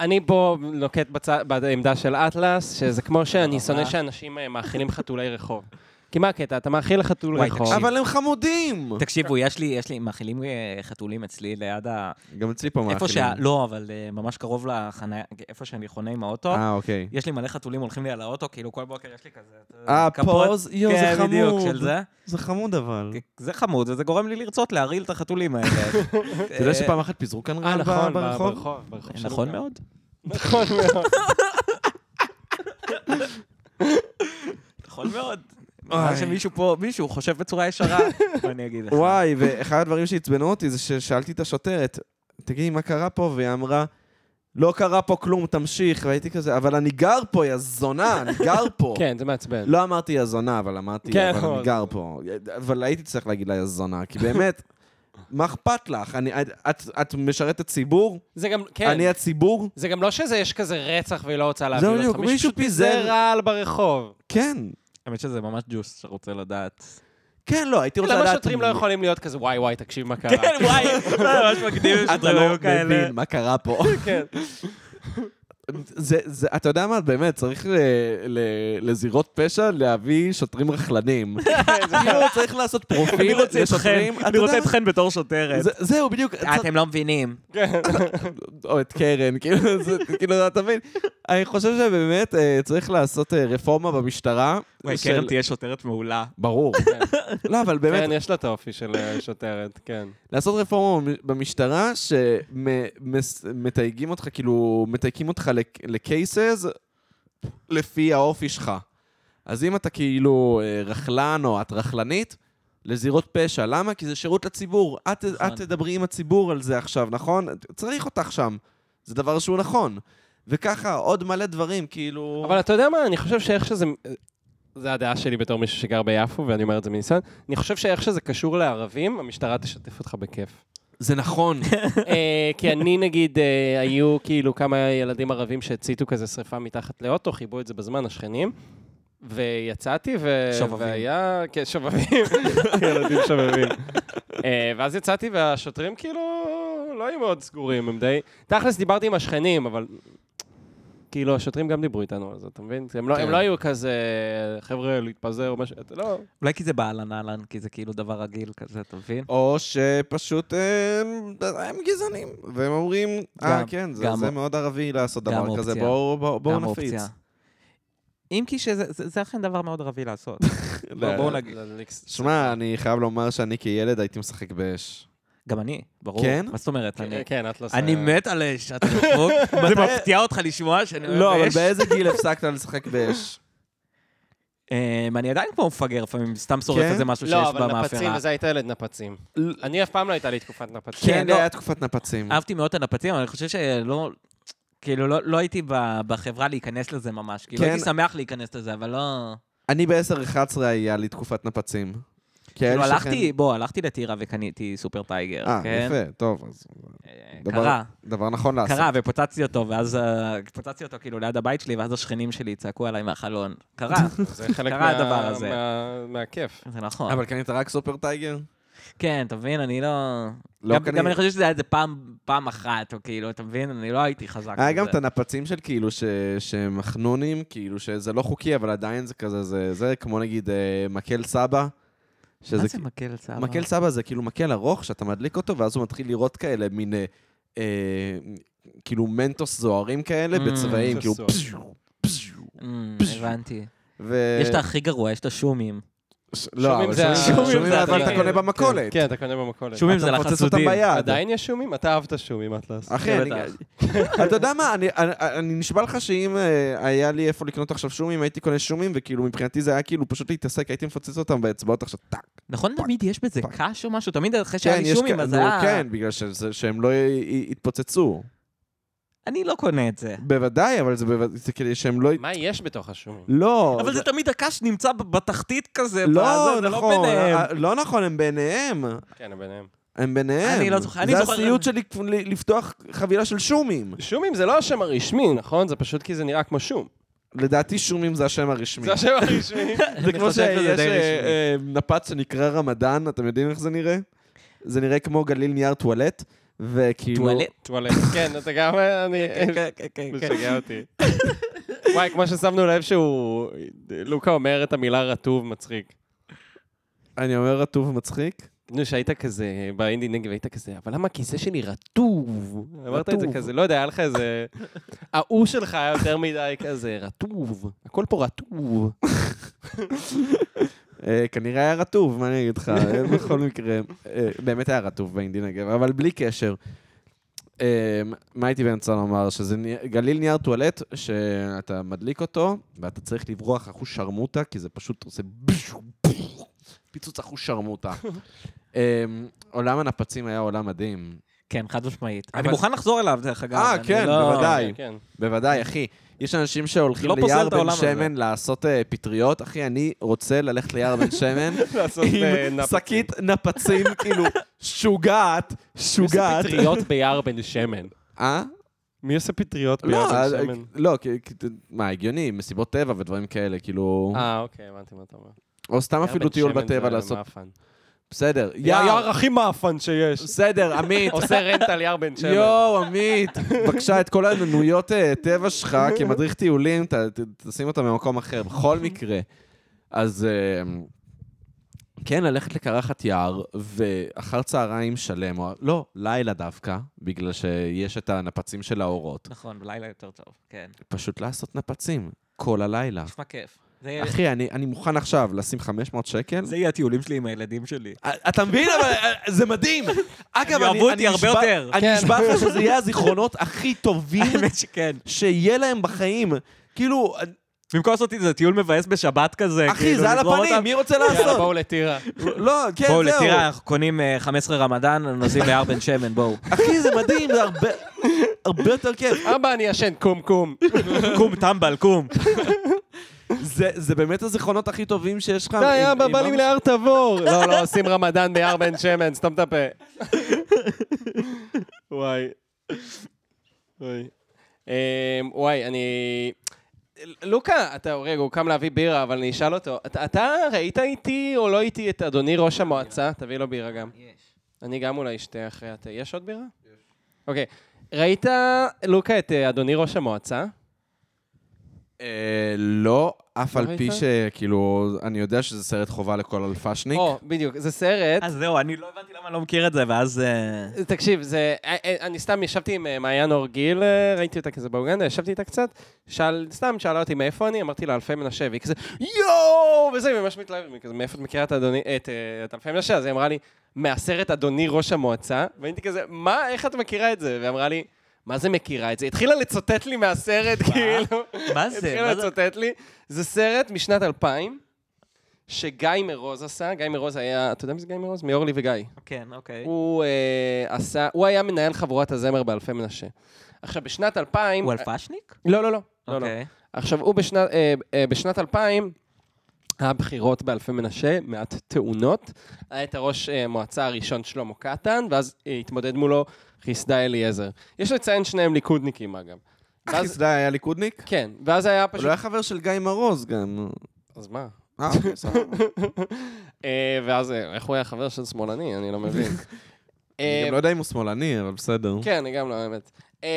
[SPEAKER 2] אני פה נוקט בצ- בעמדה של אטלס, שזה כמו שאני שונא שאנשים אה, מאכילים חתולי רחוב. כי מה הקטע? אתה מאכיל חתול
[SPEAKER 3] וואי,
[SPEAKER 2] רחוב.
[SPEAKER 3] תקשיב.
[SPEAKER 1] אבל הם חמודים!
[SPEAKER 3] תקשיבו, יש לי, יש לי, מאכילים אה, חתולים אצלי ליד ה...
[SPEAKER 1] גם אצלי פה
[SPEAKER 3] איפה
[SPEAKER 1] מאכילים.
[SPEAKER 3] שה... לא, אבל אה, ממש קרוב לחניה, איפה שאני חונה עם האוטו.
[SPEAKER 1] אה, אוקיי.
[SPEAKER 3] יש לי מלא חתולים הולכים לי על האוטו, כאילו כל בוקר יש לי כזה... אתה יודע,
[SPEAKER 1] אה,
[SPEAKER 3] כפות.
[SPEAKER 1] פוז? יואו, זה
[SPEAKER 3] כן, בדיוק,
[SPEAKER 1] חמוד.
[SPEAKER 3] של זה.
[SPEAKER 1] זה חמוד אבל.
[SPEAKER 3] זה חמוד, וזה גורם לי לרצות להרעיל את החתולים האלה.
[SPEAKER 1] אתה יודע שפעם אחת פיזרו כאן
[SPEAKER 2] אה,
[SPEAKER 1] רעל
[SPEAKER 2] נכון,
[SPEAKER 1] ב-
[SPEAKER 2] ברחוב.
[SPEAKER 1] ברחוב?
[SPEAKER 2] ברחוב
[SPEAKER 3] אה,
[SPEAKER 2] שלנו
[SPEAKER 3] נכון
[SPEAKER 2] גם.
[SPEAKER 3] מאוד.
[SPEAKER 2] נכון מאוד.
[SPEAKER 3] נכון מאוד.
[SPEAKER 1] אוי.
[SPEAKER 3] נראה שמישהו פה, מישהו חושב בצורה ישרה, מה אני אגיד לך.
[SPEAKER 1] וואי, ואחד הדברים שעצבנו אותי זה ששאלתי את השוטרת, תגידי, מה קרה פה? והיא אמרה, לא קרה פה כלום, תמשיך. והייתי כזה, אבל אני גר פה, יא זונה, אני גר פה.
[SPEAKER 2] כן, זה מעצבן.
[SPEAKER 1] לא אמרתי יא זונה, אבל אמרתי,
[SPEAKER 2] כן,
[SPEAKER 1] אבל
[SPEAKER 2] נכון.
[SPEAKER 1] אני גר פה. אבל הייתי צריך להגיד לה יא זונה, כי באמת, מה אכפת לך? אני- את- את- את משרתת ציבור?
[SPEAKER 2] זה גם, כן.
[SPEAKER 1] אני הציבור?
[SPEAKER 2] זה גם לא שזה יש כזה רצח והיא לא רוצה להביא
[SPEAKER 1] בדיוק,
[SPEAKER 2] אותך,
[SPEAKER 1] מישהו
[SPEAKER 2] מישהו
[SPEAKER 1] פיזר-
[SPEAKER 2] פיזר רעל ברחוב.
[SPEAKER 1] כן.
[SPEAKER 3] האמת שזה ממש ג'וס שרוצה לדעת.
[SPEAKER 1] כן, לא, הייתי רוצה לדעת...
[SPEAKER 2] למה שוטרים לא יכולים להיות כזה, וואי וואי, תקשיב מה קרה.
[SPEAKER 3] כן, וואי, ממש מקדים
[SPEAKER 1] אתה לא מבין מה קרה פה.
[SPEAKER 2] כן.
[SPEAKER 1] זה, זה, אתה יודע מה, באמת, צריך ל, ל, לזירות פשע להביא שוטרים רכלנים. כאילו, צריך לעשות
[SPEAKER 3] אני
[SPEAKER 1] פרופיל
[SPEAKER 3] רוצה אתכן,
[SPEAKER 1] לשוטרים.
[SPEAKER 3] אני
[SPEAKER 1] אתה יודע
[SPEAKER 3] רוצה
[SPEAKER 1] מה?
[SPEAKER 3] אתכן בתור שוטרת.
[SPEAKER 1] זה- זהו, בדיוק. צריך-
[SPEAKER 3] אתם לא מבינים.
[SPEAKER 1] או את קרן, כאילו, זה- כאילו, אתה מבין? אני חושב שבאמת אה, צריך לעשות אה, רפורמה במשטרה.
[SPEAKER 3] וואי,
[SPEAKER 1] של-
[SPEAKER 3] קרן תהיה שוטרת מעולה.
[SPEAKER 1] ברור. לא, אבל באמת,
[SPEAKER 2] כן, יש לה את האופי של אה, שוטרת, כן.
[SPEAKER 1] לעשות רפורמה במשטרה שמתייגים אותך, כאילו, מתייגים אותך לק- לקייסס לפי האופי שלך. אז אם אתה כאילו אה, רכלן או את רכלנית, לזירות פשע. למה? כי זה שירות לציבור. את,
[SPEAKER 3] נכון.
[SPEAKER 1] את תדברי עם הציבור על זה עכשיו, נכון? צריך אותך שם. זה דבר שהוא נכון. וככה, עוד מלא דברים, כאילו...
[SPEAKER 2] אבל אתה יודע מה, אני חושב שאיך שזה... זה הדעה שלי בתור מישהו שגר ביפו, ואני אומר את זה מניסיון. אני חושב שאיך שזה קשור לערבים, המשטרה תשתף אותך בכיף.
[SPEAKER 1] זה נכון.
[SPEAKER 2] אה, כי אני, נגיד, אה, היו כאילו כמה ילדים ערבים שהציתו כזה שריפה מתחת לאוטו, חיבו את זה בזמן, השכנים. ויצאתי, ו...
[SPEAKER 3] שובבים.
[SPEAKER 2] והיה... כן, שובבים. ילדים שובבים. אה, ואז יצאתי, והשוטרים כאילו לא היו מאוד סגורים, הם די... תכלס, דיברתי עם השכנים, אבל... כאילו, השוטרים גם דיברו איתנו על זה, אתה מבין? הם לא,
[SPEAKER 1] כן.
[SPEAKER 2] הם לא היו כזה, חבר'ה, להתפזר או משהו, אתה לא...
[SPEAKER 3] אולי כי זה באהלן אהלן, כי זה כאילו דבר רגיל כזה, אתה מבין?
[SPEAKER 1] או שפשוט אה, הם גזענים, והם אומרים, אה,
[SPEAKER 3] גם-
[SPEAKER 1] כן, זה,
[SPEAKER 3] גם-
[SPEAKER 1] זה מאוד ערבי לעשות
[SPEAKER 3] גם
[SPEAKER 1] דבר כזה,
[SPEAKER 3] אופציה.
[SPEAKER 1] בואו בוא, בוא
[SPEAKER 3] גם
[SPEAKER 1] נפיץ.
[SPEAKER 3] אופציה. אם כי שזה זה- זה אכן דבר מאוד ערבי לעשות.
[SPEAKER 1] לא,
[SPEAKER 3] בואו נגיד.
[SPEAKER 1] שמע, אני חייב לומר שאני כילד הייתי משחק באש.
[SPEAKER 3] גם אני, ברור.
[SPEAKER 1] כן?
[SPEAKER 3] מה זאת אומרת? אני-
[SPEAKER 2] כן, את לא...
[SPEAKER 3] אני מת על אש, אתה רחוק. זה מפתיע אותך לשמוע שאני
[SPEAKER 1] לא,
[SPEAKER 3] אוהב
[SPEAKER 1] אבל
[SPEAKER 3] אש?
[SPEAKER 1] באיזה גיל הפסקת לשחק באש?
[SPEAKER 3] אמ, אני עדיין כמו מפגר לפעמים, סתם שורף
[SPEAKER 1] כן?
[SPEAKER 3] איזה משהו שיש
[SPEAKER 2] לא, אבל נפצים,
[SPEAKER 3] במאפרה.
[SPEAKER 2] וזה היית ילד נפצים. אני אף פעם לא הייתה לי תקופת נפצים.
[SPEAKER 1] כן,
[SPEAKER 3] לא.
[SPEAKER 1] היה תקופת נפצים.
[SPEAKER 3] אהבתי מאוד את הנפצים, אבל אני חושב שלא... כאילו, לא, לא הייתי ב- בחברה להיכנס לזה ממש. כאילו,
[SPEAKER 1] כן.
[SPEAKER 3] הייתי שמח להיכנס לזה, אבל לא...
[SPEAKER 1] אני ב-10-11 היה לי תקופת נפצים. כי היה
[SPEAKER 3] כאילו,
[SPEAKER 1] לי שכן-
[SPEAKER 3] הלכתי, בוא, הלכתי לטירה וקניתי סופר טייגר,
[SPEAKER 1] כן, אה,
[SPEAKER 3] כן?
[SPEAKER 1] יפה, טוב, אז
[SPEAKER 3] אה,
[SPEAKER 1] דבר-
[SPEAKER 3] קרה,
[SPEAKER 1] דבר נכון לעשות.
[SPEAKER 3] קרה, ופוצצתי אותו, ואז... אה, פוצצתי אותו כאילו ליד הבית שלי, ואז השכנים שלי צעקו עליי מהחלון. קרה,
[SPEAKER 2] זה חלק
[SPEAKER 3] כן, קרה
[SPEAKER 2] מה-
[SPEAKER 3] הדבר הזה.
[SPEAKER 2] מה- מהכיף.
[SPEAKER 3] זה נכון.
[SPEAKER 1] אבל קנית רק סופר טייגר?
[SPEAKER 3] כן, אתה מבין, אני לא...
[SPEAKER 1] לא
[SPEAKER 3] גם,
[SPEAKER 1] קניתי.
[SPEAKER 3] גם אני חושב שזה היה איזה פעם, פעם אחת, או כאילו, אתה מבין? אני לא הייתי חזק
[SPEAKER 1] היה אה, גם את
[SPEAKER 3] בזה.
[SPEAKER 1] הנפצים של כאילו ש... שהם חנונים, כאילו שזה לא חוקי, אבל עדיין זה כזה, זה, זה כמו נגיד אה, מקל סבא. שזה
[SPEAKER 3] מה זה
[SPEAKER 1] כ-
[SPEAKER 3] מקל סבא?
[SPEAKER 1] מקל סבא זה כאילו מקל ארוך שאתה מדליק אותו, ואז הוא מתחיל לראות כאלה מין, אה, אה, כאילו מנטוס זוהרים כאלה
[SPEAKER 3] Mm.
[SPEAKER 1] בצבעים, כאילו
[SPEAKER 2] מנטוס
[SPEAKER 1] פשיו, פשיו.
[SPEAKER 3] אמ,
[SPEAKER 1] פש. אה,
[SPEAKER 3] הבנתי.
[SPEAKER 1] ו-
[SPEAKER 3] יש את הכי גרוע, יש את השומים.
[SPEAKER 1] ש- לא, אבל
[SPEAKER 2] זה ה-
[SPEAKER 1] שומים-
[SPEAKER 2] שומים
[SPEAKER 1] שומים
[SPEAKER 2] זה
[SPEAKER 1] אבל אתה
[SPEAKER 2] הדבר-
[SPEAKER 1] קונה
[SPEAKER 2] כן,
[SPEAKER 1] במכולת.
[SPEAKER 2] כן, אתה קונה במכולת.
[SPEAKER 3] שומים זה
[SPEAKER 1] אתה מפוצץ אותם
[SPEAKER 3] לחסודים.
[SPEAKER 1] ביד.
[SPEAKER 2] עדיין כן, יש שומים? אתה אהבת שומים, אטלס.
[SPEAKER 1] אחי, כן, אני-
[SPEAKER 3] בטח.
[SPEAKER 1] אתה יודע מה, אני- אני- אני נשבע לך שאם אה, היה לי איפה לקנות עכשיו שומים, הייתי קונה שומים, וכאילו מבחינתי זה היה כאילו פשוט להתעסק, הייתי מפוצץ אותם באצבעות עכשיו, טאק.
[SPEAKER 3] נכון, תמיד יש בזה קש או משהו? תמיד אחרי שהיה
[SPEAKER 1] כן,
[SPEAKER 3] לי
[SPEAKER 1] יש
[SPEAKER 3] שומים,
[SPEAKER 1] כ-
[SPEAKER 3] אז אה.
[SPEAKER 1] נו,
[SPEAKER 3] היה...
[SPEAKER 1] כן, בגלל שזה- שהם לא י- י- יתפוצצו.
[SPEAKER 3] אני לא קונה את זה.
[SPEAKER 1] בוודאי, אבל זה בוודאי, זה כדי שהם לא... י-
[SPEAKER 2] מה יש בתוך השומים?
[SPEAKER 1] לא.
[SPEAKER 3] אבל זה תמיד הקש נמצא ב- בתחתית כזה, בזה,
[SPEAKER 1] לא
[SPEAKER 3] זה לא
[SPEAKER 1] נכון,
[SPEAKER 3] ביניהם.
[SPEAKER 1] אה, לא נכון, הם ביניהם.
[SPEAKER 2] כן, ביניהם.
[SPEAKER 1] הם ביניהם.
[SPEAKER 3] אני לא זוכר- אני
[SPEAKER 1] זה
[SPEAKER 3] זוכר-
[SPEAKER 1] הסיוט שלי כפ- ל- לפתוח חבילה של שומים.
[SPEAKER 2] שומים זה לא השם הרשמי, נכון? זה פשוט כי זה נראה כמו שום.
[SPEAKER 1] לדעתי שומים זה השם הרשמי.
[SPEAKER 2] זה השם הרשמי.
[SPEAKER 1] זה
[SPEAKER 3] אני
[SPEAKER 1] כמו
[SPEAKER 3] חושב שזה
[SPEAKER 1] שיש
[SPEAKER 3] די
[SPEAKER 1] אה,
[SPEAKER 3] רשמי.
[SPEAKER 1] אה, נפץ שנקרא רמדאן, אתם יודעים איך זה נראה? זה נראה כמו גליל נייר טואלט, וכאילו...
[SPEAKER 3] טואלט.
[SPEAKER 2] טואלט. כן, אתה גם... אני...
[SPEAKER 3] כן, כן, כן, כן.
[SPEAKER 2] משגע אותי. וואי, כמו ששמנו לב שהוא... לוקה אומר את המילה רטוב מצחיק.
[SPEAKER 1] אני אומר רטוב מצחיק?
[SPEAKER 2] נו, שהיית כזה, באינדי נגב היית כזה, אבל למה הכיסא שלי רטוב? אמרת את זה
[SPEAKER 1] רטוב.
[SPEAKER 2] כזה, לא יודע, היה לך איזה... ההוא שלך היה יותר מדי כזה, רטוב. הכל פה רטוב.
[SPEAKER 1] אה, כנראה היה רטוב, מה אני אגיד לך? אה, בכל מקרה, אה, באמת היה רטוב באינדין הגבר, אבל בלי קשר. אה, מה הייתי באמצע לומר? שזה ני- גליל נייר טואלט, שאתה מדליק אותו, ואתה צריך לברוח אחוש שרמוטה, כי זה פשוט עושה בישו, בישו, פיצוץ אחוש שרמוטה. אה, עולם הנפצים היה עולם מדהים.
[SPEAKER 3] כן, חד משמעית.
[SPEAKER 1] אבל-
[SPEAKER 3] אני מוכן לחזור אליו, דרך אגב.
[SPEAKER 1] אה,
[SPEAKER 3] אני
[SPEAKER 1] כן,
[SPEAKER 3] לא-
[SPEAKER 1] בוודאי.
[SPEAKER 2] כן, כן.
[SPEAKER 1] בוודאי, אחי. יש אנשים שהולכים
[SPEAKER 3] לא פוסל
[SPEAKER 1] ליער
[SPEAKER 3] את
[SPEAKER 1] בן
[SPEAKER 3] העולם הזה.
[SPEAKER 1] שמן לעשות אה, פטריות. אחי, אני רוצה ללכת ליער בן שמן
[SPEAKER 2] לעשות אה,
[SPEAKER 1] עם
[SPEAKER 2] נפ-
[SPEAKER 1] שקית נפצים, כאילו, שוגעת, שוגעת.
[SPEAKER 2] עושה פטריות ביער בן שמן. אה,
[SPEAKER 1] אה?
[SPEAKER 2] מי עושה פטריות ביער
[SPEAKER 1] לא,
[SPEAKER 2] בן
[SPEAKER 1] אז-
[SPEAKER 2] שמן?
[SPEAKER 1] לא, כי- כי- מה, הגיוני, מסיבות טבע ודברים כאלה, כאילו...
[SPEAKER 2] אה, אוקיי, הבנתי מה אתה אומר.
[SPEAKER 1] או סתם
[SPEAKER 2] יער
[SPEAKER 1] אפילו
[SPEAKER 2] בן
[SPEAKER 1] טיול
[SPEAKER 2] שמן זה
[SPEAKER 1] בטבע לעשות...
[SPEAKER 2] מאפן.
[SPEAKER 1] בסדר.
[SPEAKER 2] יער
[SPEAKER 1] יער,
[SPEAKER 2] הכי מאפן שיש.
[SPEAKER 1] בסדר, עמית.
[SPEAKER 2] עושה רנט על יער בן שמן.
[SPEAKER 1] יואו, עמית, בבקשה, את כל האמנויות אה, טבע שלך כמדריך טיולים, ת- ת- תשים אותם במקום אחר, בכל מקרה. אז אה, כן, ללכת לקרחת יער, ואחר צהריים שלם, או לא, לילה דווקא, בגלל שיש את הנפצים של האורות,
[SPEAKER 3] נכון, בלילה יותר טוב, כן.
[SPEAKER 1] פשוט לעשות נפצים כל הלילה.
[SPEAKER 3] נשמע כיף. זה יהיה-
[SPEAKER 1] אחי, אני אני מוכן עכשיו לשים 500 שקל.
[SPEAKER 3] כן. זה יהיה הטיולים שלי עם הילדים שלי.
[SPEAKER 1] אתה מבין? אבל אה, זה מדהים. אגב,
[SPEAKER 3] הם
[SPEAKER 1] אני-
[SPEAKER 3] יאהבו
[SPEAKER 1] אני
[SPEAKER 3] אותי הרבה
[SPEAKER 1] נשבע-
[SPEAKER 3] יותר.
[SPEAKER 1] אני
[SPEAKER 2] כן.
[SPEAKER 1] נשבע לך שזה יהיה הזיכרונות הכי טובים
[SPEAKER 3] האמת שכן.
[SPEAKER 1] שיהיה להם בחיים. כאילו,
[SPEAKER 2] אה,
[SPEAKER 3] במקום לעשות איזה טיול מבאס בשבת כזה,
[SPEAKER 1] אחי,
[SPEAKER 3] כאילו,
[SPEAKER 1] זה על
[SPEAKER 3] לזרום
[SPEAKER 1] הפנים,
[SPEAKER 3] אותם.
[SPEAKER 1] מי רוצה
[SPEAKER 2] יאללה,
[SPEAKER 1] לעשות?
[SPEAKER 2] בואו לטירה.
[SPEAKER 1] לא, כן, זהו.
[SPEAKER 3] בואו לטירה, אנחנו קונים אה, 15 רמדאן, נוסעים ליער בן שמן, בואו.
[SPEAKER 1] אחי, זה מדהים, זה הרבה... הרבה יותר כיף.
[SPEAKER 2] אבא, אני ישן קום קום.
[SPEAKER 3] קום טמבל, קום.
[SPEAKER 1] זה, זה באמת הזיכרונות הכי טובים שיש לך. עם-
[SPEAKER 2] די,
[SPEAKER 1] עם-
[SPEAKER 2] אבא,
[SPEAKER 1] עם-
[SPEAKER 2] לא, בא לי ליער תבור. לא, לא, עושים רמדאן ביער בן שמן, סתום את הפה. וואי. וואי. אמ, וואי, אני... לוקה, אתה, רגע, הוא קם להביא בירה, אבל אני אשאל אותו, אתה, אתה ראית איתי או לא איתי את אדוני ראש המועצה? תביא לו בירה גם. אני גם אולי אשתה אחרי התה. יש עוד בירה? יש. אוקיי. ראית, לוקה, את אה, אדוני ראש המועצה?
[SPEAKER 1] אה, לא, אף
[SPEAKER 2] לא
[SPEAKER 1] על
[SPEAKER 2] ראית?
[SPEAKER 1] פי שכאילו, אני יודע שזה סרט חובה לכל אלפשניק.
[SPEAKER 2] או, בדיוק, זה סרט.
[SPEAKER 3] אז זהו, אני לא הבנתי למה אני לא מכיר את זה, ואז... אה,
[SPEAKER 2] תקשיב, זה... אה, אה, אני סתם ישבתי עם אה, מעיין אור גיל, אה, ראיתי אותה כזה באוגנדה, ישבתי איתה קצת, שאל, סתם שאלה אותי מאיפה אני, אמרתי לה אלפי מנשה, והיא כזה, יואו! וזה, היא ממש מתלהבת, היא כזה, מאיפה את מכירה את אדוני, את, אה, את אלפי מנשה? אז היא אמרה לי, מהסרט אדוני ראש המועצה, והייתי כזה, מה, איך את מכירה את זה? והיא אמרה לי, מה זה מכירה את זה? היא התחילה לצטט לי מהסרט, כאילו.
[SPEAKER 3] מה זה?
[SPEAKER 2] התחילה
[SPEAKER 3] מה זה?
[SPEAKER 2] לצטט לי. זה סרט משנת 2000, שגיא מרוז עשה, גיא מרוז היה, אתה יודע מי זה גיא מרוז? מאורלי וגיא.
[SPEAKER 3] כן, אוקיי.
[SPEAKER 2] הוא אה, עשה, הוא היה מנהל חבורת הזמר באלפי מנשה. עכשיו, בשנת 2000...
[SPEAKER 3] הוא אלפשניק?
[SPEAKER 2] לא, לא, לא. לא, לא.
[SPEAKER 3] אוקיי.
[SPEAKER 2] עכשיו, הוא בשנת, אה, אה, בשנת 2000, הבחירות באלפי מנשה, מעט תאונות. היה את הראש אה, מועצה הראשון שלמה קטן, ואז אה, התמודד מולו חסדה אליעזר. יש לציין שניהם ליכודניקים, אגב.
[SPEAKER 1] אחי,
[SPEAKER 2] ואז,
[SPEAKER 1] זה היה ליכודניק? לא
[SPEAKER 2] כן, ואז היה
[SPEAKER 1] אבל
[SPEAKER 2] פשוט...
[SPEAKER 1] הוא היה חבר של גיא מרוז גם.
[SPEAKER 2] אז מה?
[SPEAKER 1] אה, אוקיי, סבבה.
[SPEAKER 2] אה, ואז, אה, איך הוא היה חבר של שמאלני? אני לא מבין.
[SPEAKER 1] אני גם
[SPEAKER 2] אה,
[SPEAKER 1] לא יודע אם הוא שמאלני, אבל בסדר.
[SPEAKER 2] כן, אני גם לא, האמת. אמ,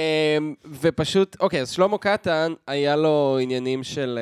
[SPEAKER 2] ופשוט, אוקיי, אז שלמה קטן, היה לו עניינים של...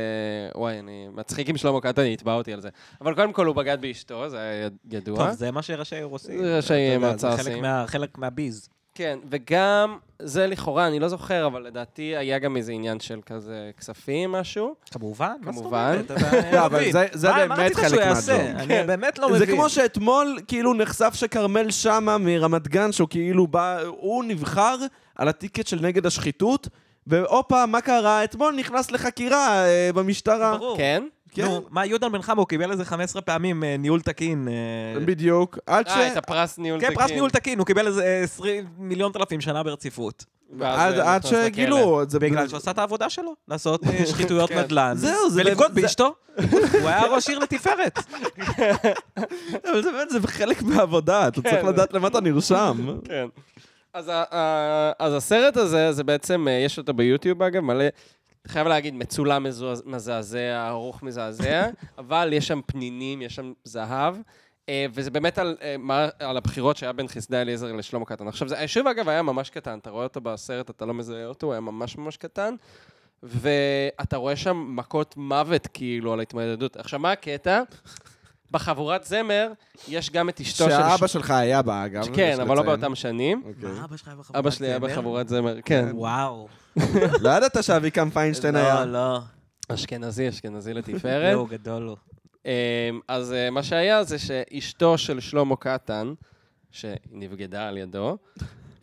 [SPEAKER 2] אה, וואי, אני מצחיק עם שלמה קטן, היא התבעה אותי על זה. אבל קודם כל הוא בגד באשתו, זה היה ידוע.
[SPEAKER 3] טוב, זה מה שראשי עיר עושים.
[SPEAKER 2] אה? זה ראשי
[SPEAKER 3] אתה יודע,
[SPEAKER 2] מועצה
[SPEAKER 3] זה חלק
[SPEAKER 2] עושים.
[SPEAKER 3] מה- חלק מהביז.
[SPEAKER 2] כן, וגם, זה לכאורה, אני לא זוכר, אבל לדעתי היה גם איזה עניין של כזה כספים, משהו.
[SPEAKER 3] כמובן, מה זאת
[SPEAKER 2] כמובן.
[SPEAKER 3] אומרת? אתה
[SPEAKER 1] לא, אבל
[SPEAKER 3] מבין.
[SPEAKER 1] זה- זה
[SPEAKER 3] מה-
[SPEAKER 1] באמת
[SPEAKER 3] מה רצית
[SPEAKER 1] חלק
[SPEAKER 3] שהוא יעשה?
[SPEAKER 1] מהדברים.
[SPEAKER 3] אני באמת לא
[SPEAKER 1] זה
[SPEAKER 3] מבין.
[SPEAKER 1] כמו שאתמול כאילו נחשף שכרמל שאמה מרמת גן, שהוא כאילו בא, הוא נבחר על הטיקט של נגד השחיתות, והופה, מה קרה? אתמול נכנס לחקירה אה, במשטרה.
[SPEAKER 3] ברור.
[SPEAKER 2] כן?
[SPEAKER 1] כן,
[SPEAKER 3] נו, מה, יהודן בן חמו קיבל איזה 15 פעמים אה, ניהול תקין. אה,
[SPEAKER 1] בדיוק. עד ש...
[SPEAKER 2] אה, את הפרס ניהול
[SPEAKER 3] כן, פרס ניהול תקין, הוא קיבל איזה אה, 20 מיליון אלפים שנה ברציפות.
[SPEAKER 2] ואז
[SPEAKER 1] עד
[SPEAKER 2] הוא
[SPEAKER 1] עד
[SPEAKER 2] נכנס לכלא.
[SPEAKER 1] שגילו, זה
[SPEAKER 3] בגלל שהוא עשה את העבודה שלו, לעשות אה, שחיתויות נדל"ן.
[SPEAKER 1] זהו, זה-
[SPEAKER 3] ולבגוד
[SPEAKER 1] זה-
[SPEAKER 3] באשתו. הוא היה ראש עיר לתפארת.
[SPEAKER 1] אבל זה באמת, זה חלק מהעבודה, אתה
[SPEAKER 2] כן.
[SPEAKER 1] צריך לדעת למה אתה נרשם.
[SPEAKER 2] כן. אז, ה- ה- אז הסרט הזה, זה בעצם, אה, יש אותו ביוטיוב אגב, מלא, חייב להגיד, מצולם מזוע- מזעזע, ערוך מזעזע, אבל יש שם פנינים, יש שם זהב, אה, וזה באמת על, אה, מה, על הבחירות שהיה בין חסדי אליעזר לשלמה קטן. עכשיו, זה, היישוב אגב היה ממש קטן, אתה רואה אותו בסרט, אתה לא מזהה אותו, הוא היה ממש ממש קטן, ואתה רואה שם מכות מוות כאילו על ההתמודדות. עכשיו, מה הקטע? בחבורת זמר יש גם את אשתו של...
[SPEAKER 1] שהאבא שלך היה בה, אגב.
[SPEAKER 2] כן,
[SPEAKER 1] יש
[SPEAKER 2] אבל לא
[SPEAKER 1] לציין.
[SPEAKER 2] באותם שנים.
[SPEAKER 1] אוקיי.
[SPEAKER 3] מה, אבא שלך היה בחבורת
[SPEAKER 2] אבא שלי היה
[SPEAKER 3] זמר?
[SPEAKER 2] בחבורת זמר, כן.
[SPEAKER 3] וואו.
[SPEAKER 1] לא ידעת שאביקם פיינשטיין היה.
[SPEAKER 3] לא, לא.
[SPEAKER 2] אשכנזי, אשכנזי
[SPEAKER 3] לא,
[SPEAKER 2] לתפארת.
[SPEAKER 3] הוא גדול הוא.
[SPEAKER 2] אמ, אז אה, מה שהיה זה שאשתו של שלמה קטן, שנבגדה על ידו,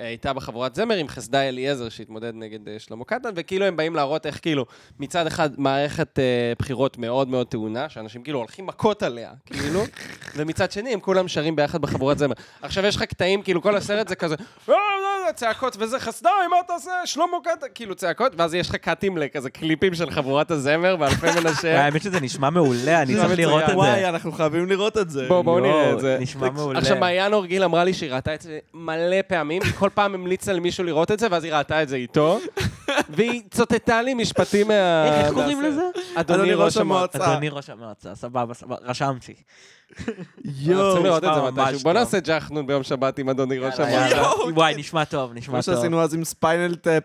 [SPEAKER 2] אה, הייתה בחבורת זמר עם חסדי אליעזר שהתמודד נגד אה, שלמה קטן, וכאילו הם באים להראות איך כאילו, מצד אחד מערכת אה, בחירות מאוד מאוד טעונה, שאנשים כאילו הולכים מכות עליה, כאילו, ומצד שני הם כולם שרים ביחד בחבורת זמר. עכשיו יש לך קטעים, כאילו כל הסרט זה כזה, "אה, לא, לא, צעקות וזה, חסדי, מה אתה עושה? שלמה קטן, כאילו צעקות, ואז יש לך קאטים לכזה קליפים של חבורת הזמר ואלפי מנשה.
[SPEAKER 3] האמת שזה נשמע מעולה, אני צריך לראות את זה.
[SPEAKER 1] וואי, אנחנו חייבים לראות את זה.
[SPEAKER 2] בואו, בואו נראה את זה.
[SPEAKER 3] נשמע מעולה.
[SPEAKER 2] עכשיו, מעיין אורגיל אמרה לי שהיא ראתה את זה מלא פעמים, היא כל פעם המליצה למישהו לראות את זה, ואז היא ראתה את זה איתו, והיא צוטטה לי משפטים מה...
[SPEAKER 3] איך קוראים
[SPEAKER 2] מהסרט.
[SPEAKER 3] לזה?
[SPEAKER 2] אדוני ראש המועצה.
[SPEAKER 3] אדוני ראש המועצה, סבבה, סבבה, רשמתי.
[SPEAKER 2] אנחנו
[SPEAKER 1] יואו.
[SPEAKER 2] צריכים לראות את זה
[SPEAKER 3] נשמע ממש
[SPEAKER 2] מתישהו. בוא
[SPEAKER 3] טוב.
[SPEAKER 2] נעשה ג'חנון ביום שבת עם אדוני ראש
[SPEAKER 3] יאללה,
[SPEAKER 2] המועצה.
[SPEAKER 3] יאללה. וואי, נשמע טוב, נשמע
[SPEAKER 1] כמו
[SPEAKER 3] טוב.
[SPEAKER 1] שעשינו אז עם ספיינל טאפ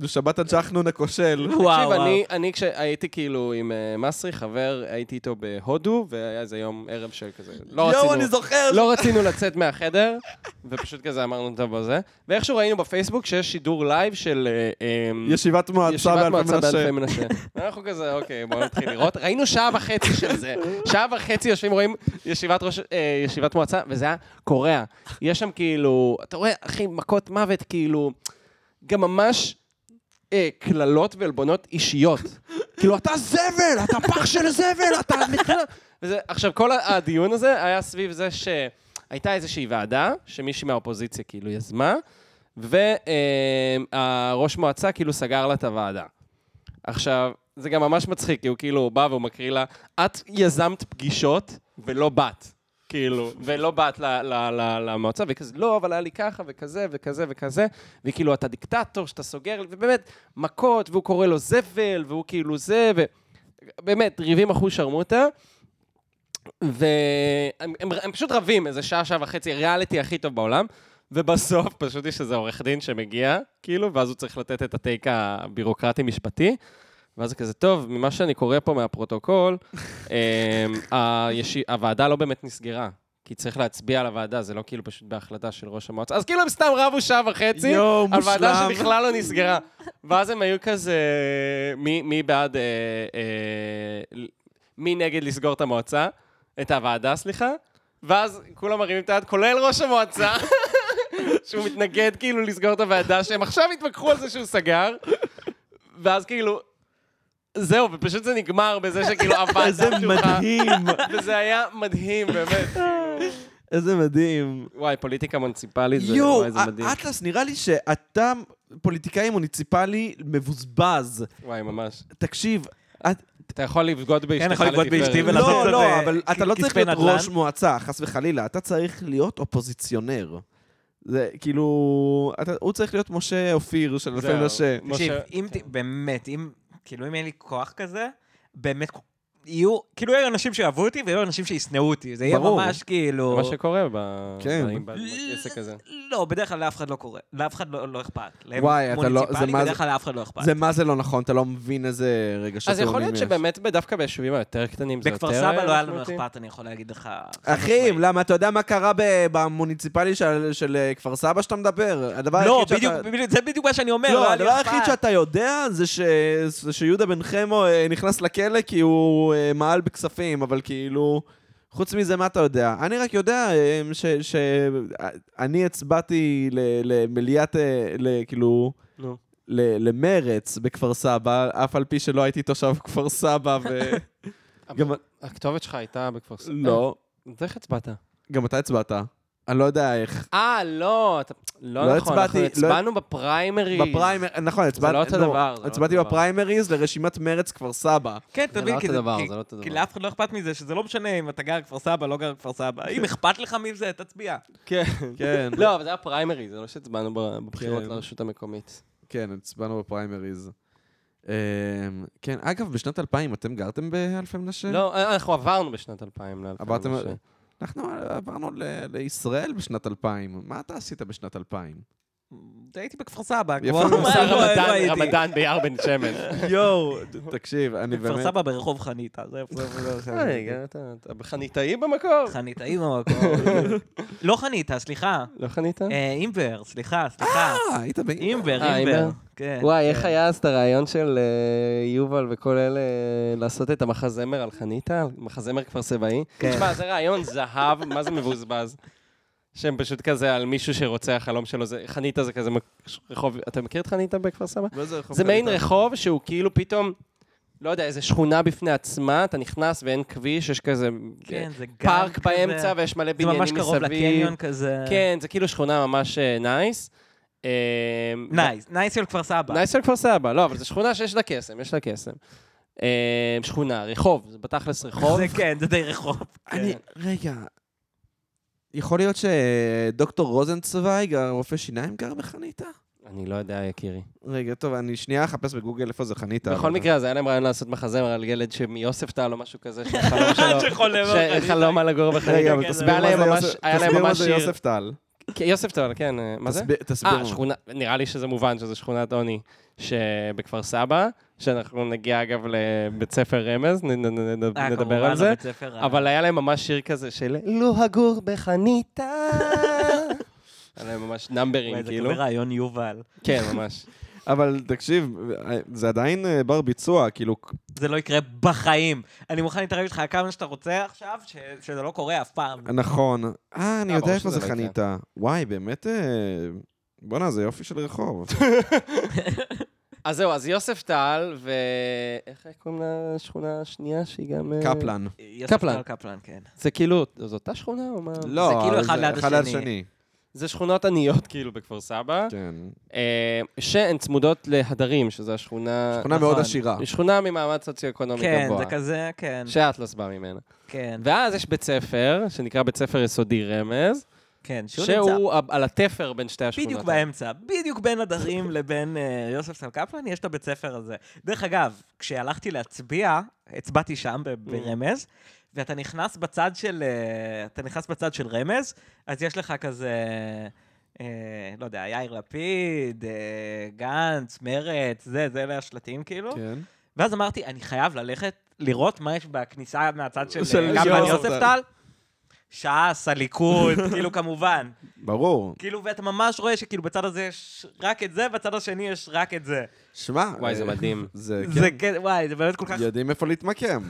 [SPEAKER 1] בשבת אה, הג'חנון הכושל.
[SPEAKER 3] וואו,
[SPEAKER 2] תקשיב,
[SPEAKER 3] וואו.
[SPEAKER 2] אני, אני כשהייתי כאילו עם אה, מסרי, חבר, הייתי איתו בהודו, והיה איזה יום ערב של כזה, לא רצינו...
[SPEAKER 1] יואו, אני זוכר.
[SPEAKER 2] לא רצינו לצאת מהחדר, ופשוט כזה אמרנו, טוב, בזה. ואיכשהו ראינו בפייסבוק שיש שידור לייב של... אה, אה,
[SPEAKER 1] ישיבת מועצה
[SPEAKER 2] ישיבת
[SPEAKER 1] באלפי
[SPEAKER 2] מועצה
[SPEAKER 1] מנשה.
[SPEAKER 2] באלפי מנשה. אנחנו כזה, אוקיי, בואו נתחיל לראות. ראינו שעה וחצי של זה. שעה וחצי יושבים, רואים ישיבת ראש- אה, ישיבת מועצה, וזה היה קורע. יש שם כאילו, אתה רואה, אחי, מכות מוות, כאילו, גם ממש אה, קללות ועלבונות אישיות. כאילו, אתה זבל, אתה פח של זבל, אתה... נכנע." וזה, עכשיו, כל ה- הדיון הזה היה סביב זה שהייתה איזושהי ועדה, שמישהי מהאופוזיציה כאילו יזמה, והראש מועצה כאילו סגר לה את הוועדה. עכשיו, זה גם ממש מצחיק, כי הוא כאילו הוא בא והוא מקריא לה, את יזמת פגישות ולא באת. כאילו, ולא באת ל- ל- ל- למועצה, והיא כזה, לא, אבל היה לי ככה וכזה וכזה וכזה, וכאילו, אתה דיקטטור שאתה סוגר, ובאמת, מכות, והוא קורא לו זבל, והוא כאילו זה, ובאמת, ריבים אחוז שרמוטה, והם הם, הם פשוט רבים איזה שעה, שעה וחצי, ריאליטי הכי טוב בעולם, ובסוף פשוט יש איזה עורך דין שמגיע, כאילו, ואז הוא צריך לתת את הטייק הבירוקרטי-משפטי, ואז זה כזה, טוב, ממה שאני קורא פה מהפרוטוקול, אמ, הישי- הוועדה לא באמת נסגרה. כי צריך להצביע על הוועדה, זה לא כאילו פשוט בהחלטה של ראש המועצה. אז כאילו הם סתם רבו שעה וחצי,
[SPEAKER 1] יואו,
[SPEAKER 2] על ועדה
[SPEAKER 1] מושלם.
[SPEAKER 2] שבכלל לא נסגרה. ואז הם היו כזה, מי, מי בעד, אה, אה, מי נגד לסגור את המועצה? את הוועדה, סליחה. ואז כולם מרימים את היד, כולל ראש המועצה, שהוא מתנגד כאילו לסגור את הוועדה, שהם עכשיו התווכחו על זה שהוא סגר, ואז כאילו, זהו, ופשוט זה נגמר בזה שכאילו הוועדה
[SPEAKER 1] איזה
[SPEAKER 2] שלך,
[SPEAKER 1] מדהים,
[SPEAKER 2] וזה היה מדהים, באמת. כאילו.
[SPEAKER 1] איזה מדהים. יואו,
[SPEAKER 2] וואי, פוליטיקה מוניציפלית, זה וואי,
[SPEAKER 3] אה,
[SPEAKER 2] זה מדהים.
[SPEAKER 1] אטלס, נראה לי שאתה פוליטיקאי מוניציפלי מבוזבז.
[SPEAKER 2] וואי, ממש.
[SPEAKER 1] תקשיב, את-
[SPEAKER 2] אתה יכול לבגוד באשתך
[SPEAKER 3] כן, יכול לבגוד
[SPEAKER 2] לתפארת.
[SPEAKER 3] באשתי ולעשות
[SPEAKER 1] לא,
[SPEAKER 3] את
[SPEAKER 1] לא,
[SPEAKER 2] אה,
[SPEAKER 3] זה
[SPEAKER 1] אבל
[SPEAKER 3] כ-
[SPEAKER 1] אתה לא צריך
[SPEAKER 3] כספי
[SPEAKER 1] להיות
[SPEAKER 3] נדל"ן.
[SPEAKER 1] ראש מועצה, חס וחלילה. אתה צריך להיות אופוזיציונר. זה כאילו... אתה- הוא צריך להיות משה אופיר של
[SPEAKER 3] לא
[SPEAKER 1] אלפי
[SPEAKER 2] זהו.
[SPEAKER 1] מנשה.
[SPEAKER 2] משה-
[SPEAKER 3] תקשיב, אם ת- באמת, אם, כאילו, אם אין לי כוח כזה, באמת, יהיו, כאילו יהיו אנשים שאהבו אותי ויהיו אנשים שישנאו אותי. זה יהיה
[SPEAKER 1] ברור.
[SPEAKER 3] ממש כאילו...
[SPEAKER 2] מה שקורה ב-
[SPEAKER 1] כן.
[SPEAKER 2] ב- בעסק הזה.
[SPEAKER 3] לא, בדרך כלל לאף אחד לא קורה. לאף אחד לא לא אכפת. להם
[SPEAKER 1] וואי, אתה לא- זה
[SPEAKER 3] מוניציפלי,
[SPEAKER 1] מה
[SPEAKER 3] בדרך
[SPEAKER 1] זה-
[SPEAKER 3] כלל לאף אחד לא אכפת.
[SPEAKER 1] זה מה זה לא נכון, אתה לא מבין איזה רגשות
[SPEAKER 2] אז יכול
[SPEAKER 1] תאומים
[SPEAKER 2] להיות
[SPEAKER 1] יש.
[SPEAKER 2] שבאמת ב- דווקא ביישובים היותר קטנים זה יותר...
[SPEAKER 3] בכפר סבא לא היה לנו
[SPEAKER 2] משמעותי.
[SPEAKER 3] אכפת, אני יכול להגיד לך.
[SPEAKER 1] אחים, למה אתה יודע מה קרה ב- במוניציפלי של, של אה, כפר סבא שאתה מדבר? הדבר
[SPEAKER 3] לא,
[SPEAKER 1] היחיד שאתה...
[SPEAKER 3] בדיוק, בדיוק, זה בדיוק מה שאני אומר,
[SPEAKER 1] לא,
[SPEAKER 3] לא היה
[SPEAKER 1] הדבר
[SPEAKER 3] לי
[SPEAKER 1] היחיד
[SPEAKER 3] אכפת.
[SPEAKER 1] שאתה יודע זה ש... זה שיהודה בן חמו אה, נכנס לכלא כי הוא אה, מעל בכספים, אבל כאילו... חוץ מזה, מה אתה יודע? אני רק יודע אה, ש... ש... אה, אני הצבעתי ל- למליאת... אה, ל- כאילו...
[SPEAKER 2] נו.
[SPEAKER 1] ל- למרץ בכפר סבא, אף על פי שלא הייתי תושב כפר סבא ו... גם...
[SPEAKER 2] הכתובת שלך הייתה בכפר סבא.
[SPEAKER 1] לא.
[SPEAKER 2] אז איך הצבעת?
[SPEAKER 1] גם אתה הצבעת. אני לא יודע איך.
[SPEAKER 2] אה, לא, אתה...
[SPEAKER 1] לא
[SPEAKER 2] לא נכון,
[SPEAKER 1] הצבעתי,
[SPEAKER 2] אנחנו
[SPEAKER 1] לא-
[SPEAKER 2] הצבענו בפריימריז.
[SPEAKER 1] בפריימריז, נכון, הצבעתי...
[SPEAKER 2] לא אותו
[SPEAKER 1] נו,
[SPEAKER 2] דבר, זה לא
[SPEAKER 1] הצבעתי
[SPEAKER 2] אותו דבר.
[SPEAKER 1] בפריימריז לרשימת מרץ כפר סבא.
[SPEAKER 3] כן,
[SPEAKER 2] זה
[SPEAKER 3] אתה
[SPEAKER 2] לא
[SPEAKER 3] מבין,
[SPEAKER 2] אותו
[SPEAKER 3] כי זה-
[SPEAKER 2] דבר,
[SPEAKER 3] כי-
[SPEAKER 2] זה לא אותו
[SPEAKER 3] כי
[SPEAKER 2] דבר.
[SPEAKER 3] לאף אחד לא אכפת מזה, שזה לא משנה אם אתה גר כפר סבא, לא גר כפר סבא. אם אכפת לך מזה, תצביע. Mm,
[SPEAKER 2] כן.
[SPEAKER 1] כן.
[SPEAKER 2] לא, אבל זה היה פריימריז, זה לא שהצבענו ב- בבחירות
[SPEAKER 1] כן.
[SPEAKER 2] לרשות המקומית.
[SPEAKER 1] כן, הצבענו בפריימריז. אמ, כן, אגב, בשנת 2000 אתם גרתם באלפי מנשה?
[SPEAKER 2] לא, אה, אנחנו עברנו בשנת 2000 ל-2000.
[SPEAKER 1] כן. עברתם- אנחנו עברנו ל- לישראל בשנת 2000. מה אתה עשית בשנת 2000?
[SPEAKER 3] הייתי בכפר סבא.
[SPEAKER 1] יפה,
[SPEAKER 3] כבר-
[SPEAKER 1] עושה
[SPEAKER 3] לא, לא הייתי.
[SPEAKER 2] רמדאן ביער בן שמן.
[SPEAKER 1] יואו, תקשיב, אני
[SPEAKER 3] בכפר
[SPEAKER 1] באמת... לא,
[SPEAKER 3] סבא ברחוב חניתה, זה איפה זה.
[SPEAKER 2] אה, רגע, אתה אתה חניתאי במקור?
[SPEAKER 3] חניתה, עם המקום. לא חניתה, סליחה.
[SPEAKER 2] לא חנית?
[SPEAKER 3] אה, אימבר, סליחה, סליחה.
[SPEAKER 1] אה, היית ב...
[SPEAKER 3] אימבר,
[SPEAKER 2] אה,
[SPEAKER 3] אימבר.
[SPEAKER 2] אימבר.
[SPEAKER 3] כן.
[SPEAKER 2] וואי,
[SPEAKER 3] כן.
[SPEAKER 1] אה.
[SPEAKER 2] איך היה אז את הרעיון של אה, יובל וכל אלה אה, לעשות את המחזמר על חניתה? מחזמר כפר סבאי?
[SPEAKER 3] כן.
[SPEAKER 2] תשמע, זה רעיון זהב, מה זה מבוזבז? שהם פשוט כזה על מישהו שרוצה, החלום שלו זה... חניתה זה כזה מק- רחוב... אתה מכיר את חניתה בכפר סבא?
[SPEAKER 3] לא
[SPEAKER 1] מה רחוב
[SPEAKER 2] זה מעין
[SPEAKER 1] קליטה?
[SPEAKER 2] רחוב שהוא כאילו פתאום, לא יודע, איזה שכונה בפני עצמה, אתה נכנס ואין כביש, יש כזה אה,
[SPEAKER 3] כן, זה גם
[SPEAKER 2] פארק
[SPEAKER 3] כזה.
[SPEAKER 2] באמצע ויש מלא
[SPEAKER 3] זה
[SPEAKER 2] בניינים
[SPEAKER 3] ממש
[SPEAKER 2] מסביב.
[SPEAKER 3] קרוב לקניון כזה.
[SPEAKER 2] כן, זה כאילו שכונה ממש אה, נייס. אה,
[SPEAKER 3] נייס, נייס של כפר סבא.
[SPEAKER 2] נייס של כפר סבא, לא, אבל זו שכונה שיש לה קסם, יש לה קסם. אה, שכונה, רחוב, זה בתכלס רחוב.
[SPEAKER 3] זה כן, זה די רחוב. כן.
[SPEAKER 1] אני...
[SPEAKER 2] כן.
[SPEAKER 1] רגע. יכול להיות שדוקטור רוזנצוויג, הרופא שיניים, גר בחניתה?
[SPEAKER 2] אני לא יודע, יקירי.
[SPEAKER 1] רגע, טוב, אני שנייה אחפש בגוגל איפה זה חניתה.
[SPEAKER 2] בכל
[SPEAKER 1] אבל-
[SPEAKER 2] מקרה, אז היה להם רעיון לעשות מחזמר על ילד מיוספטל או משהו כזה, שהחלום שלו...
[SPEAKER 3] שחולם על חניתה.
[SPEAKER 2] שחלום על לגור בחיים.
[SPEAKER 3] כן,
[SPEAKER 1] רגע, אבל תסביר מה זה יוסף- תסביר מה זה יוספטל.
[SPEAKER 2] יוספטל, כן, אה, מה זה?
[SPEAKER 1] תסביר- תסביר.
[SPEAKER 2] אה,
[SPEAKER 1] מה.
[SPEAKER 2] שכונה, נראה לי שזה מובן שזו שכונת עוני שבכפר סבא, שאנחנו נגיע אגב לבית ספר רמז, נ- נ- נ- נ-
[SPEAKER 3] אה,
[SPEAKER 2] נדבר
[SPEAKER 3] כמובן,
[SPEAKER 2] על זה,
[SPEAKER 3] הבית ספר ה-
[SPEAKER 2] אבל היה להם ממש שיר כזה של "לו הגור בחניתה". היה להם ממש
[SPEAKER 3] וואי,
[SPEAKER 2] נאמברים,
[SPEAKER 3] זה
[SPEAKER 2] כאילו.
[SPEAKER 3] כזה רעיון יובל.
[SPEAKER 2] כן, ממש.
[SPEAKER 1] אבל תקשיב, זה עדיין אה, בר ביצוע, כאילו,
[SPEAKER 3] זה לא יקרה בחיים. אני מוכן להתערב איתך כמה שאתה רוצה עכשיו, ש- שזה לא קורה אף פעם.
[SPEAKER 1] נכון. אה, אני
[SPEAKER 2] אה,
[SPEAKER 1] יודע
[SPEAKER 2] ברור
[SPEAKER 1] איפה
[SPEAKER 2] שזה
[SPEAKER 1] זה
[SPEAKER 2] לא יקרה.
[SPEAKER 1] חניתה. וואי, באמת... אה, בואנה, זה יופי של רחוב.
[SPEAKER 2] אה, אז זהו, אז יוסף טל, ו... איך קוראים לשכונה השנייה שהיא גם... אה,
[SPEAKER 1] קפלן.
[SPEAKER 3] יוסף
[SPEAKER 2] קפלן.
[SPEAKER 3] טל קפלן, כן.
[SPEAKER 2] זה כאילו, זו אותה שכונה או מה?
[SPEAKER 1] לא,
[SPEAKER 3] זה
[SPEAKER 2] אה,
[SPEAKER 3] כאילו
[SPEAKER 1] אבל
[SPEAKER 3] אחד ליד השני.
[SPEAKER 2] זה שכונות עניות כאילו בכפר סבא,
[SPEAKER 1] כן.
[SPEAKER 2] אה, שהן צמודות להדרים, שזו השכונה...
[SPEAKER 1] שכונה מאוד
[SPEAKER 3] נכון.
[SPEAKER 1] עשירה.
[SPEAKER 2] היא שכונה ממעמד סוציו-אקונומי
[SPEAKER 3] כן,
[SPEAKER 2] גבוה.
[SPEAKER 3] זה כזה, כן,
[SPEAKER 2] שאטלס בא ממנה.
[SPEAKER 3] כן,
[SPEAKER 2] ואז יש בית ספר, שנקרא בית ספר יסודי רמז,
[SPEAKER 3] כן, שהוא נמצא
[SPEAKER 2] שהוא ה- על התפר בין שתי השכונות.
[SPEAKER 3] בדיוק באמצע, בדיוק בין הדרים לבין אה, יוסף סל קפלן, יש את הבית ספר הזה. דרך אגב, כשהלכתי להצביע, הצבעתי שם ב-
[SPEAKER 1] Mm.
[SPEAKER 3] ברמז, ואתה נכנס בצד של, אה, אתה נכנס בצד של רמז, אז יש לך כזה, אה, לא יודע, יאיר לפיד, אה, גנץ, מרצ, זה, זה אלה השלטים כאילו.
[SPEAKER 1] כן.
[SPEAKER 3] ואז אמרתי, אני חייב ללכת לראות מה יש בכניסה מהצד של
[SPEAKER 1] של
[SPEAKER 3] אה, קפלן
[SPEAKER 1] יוספטל.
[SPEAKER 3] יוספטל. ש"ס, הליכוד, כאילו כמובן.
[SPEAKER 1] ברור.
[SPEAKER 3] כאילו, ואתה ממש רואה שכאילו בצד הזה יש רק את זה, בצד השני יש רק את זה.
[SPEAKER 1] שמע...
[SPEAKER 2] וואי, זה
[SPEAKER 1] אה,
[SPEAKER 2] מדהים.
[SPEAKER 1] זה...
[SPEAKER 3] זה כן, וואי, זה באמת כל כך
[SPEAKER 1] יודעים איפה להתמקם.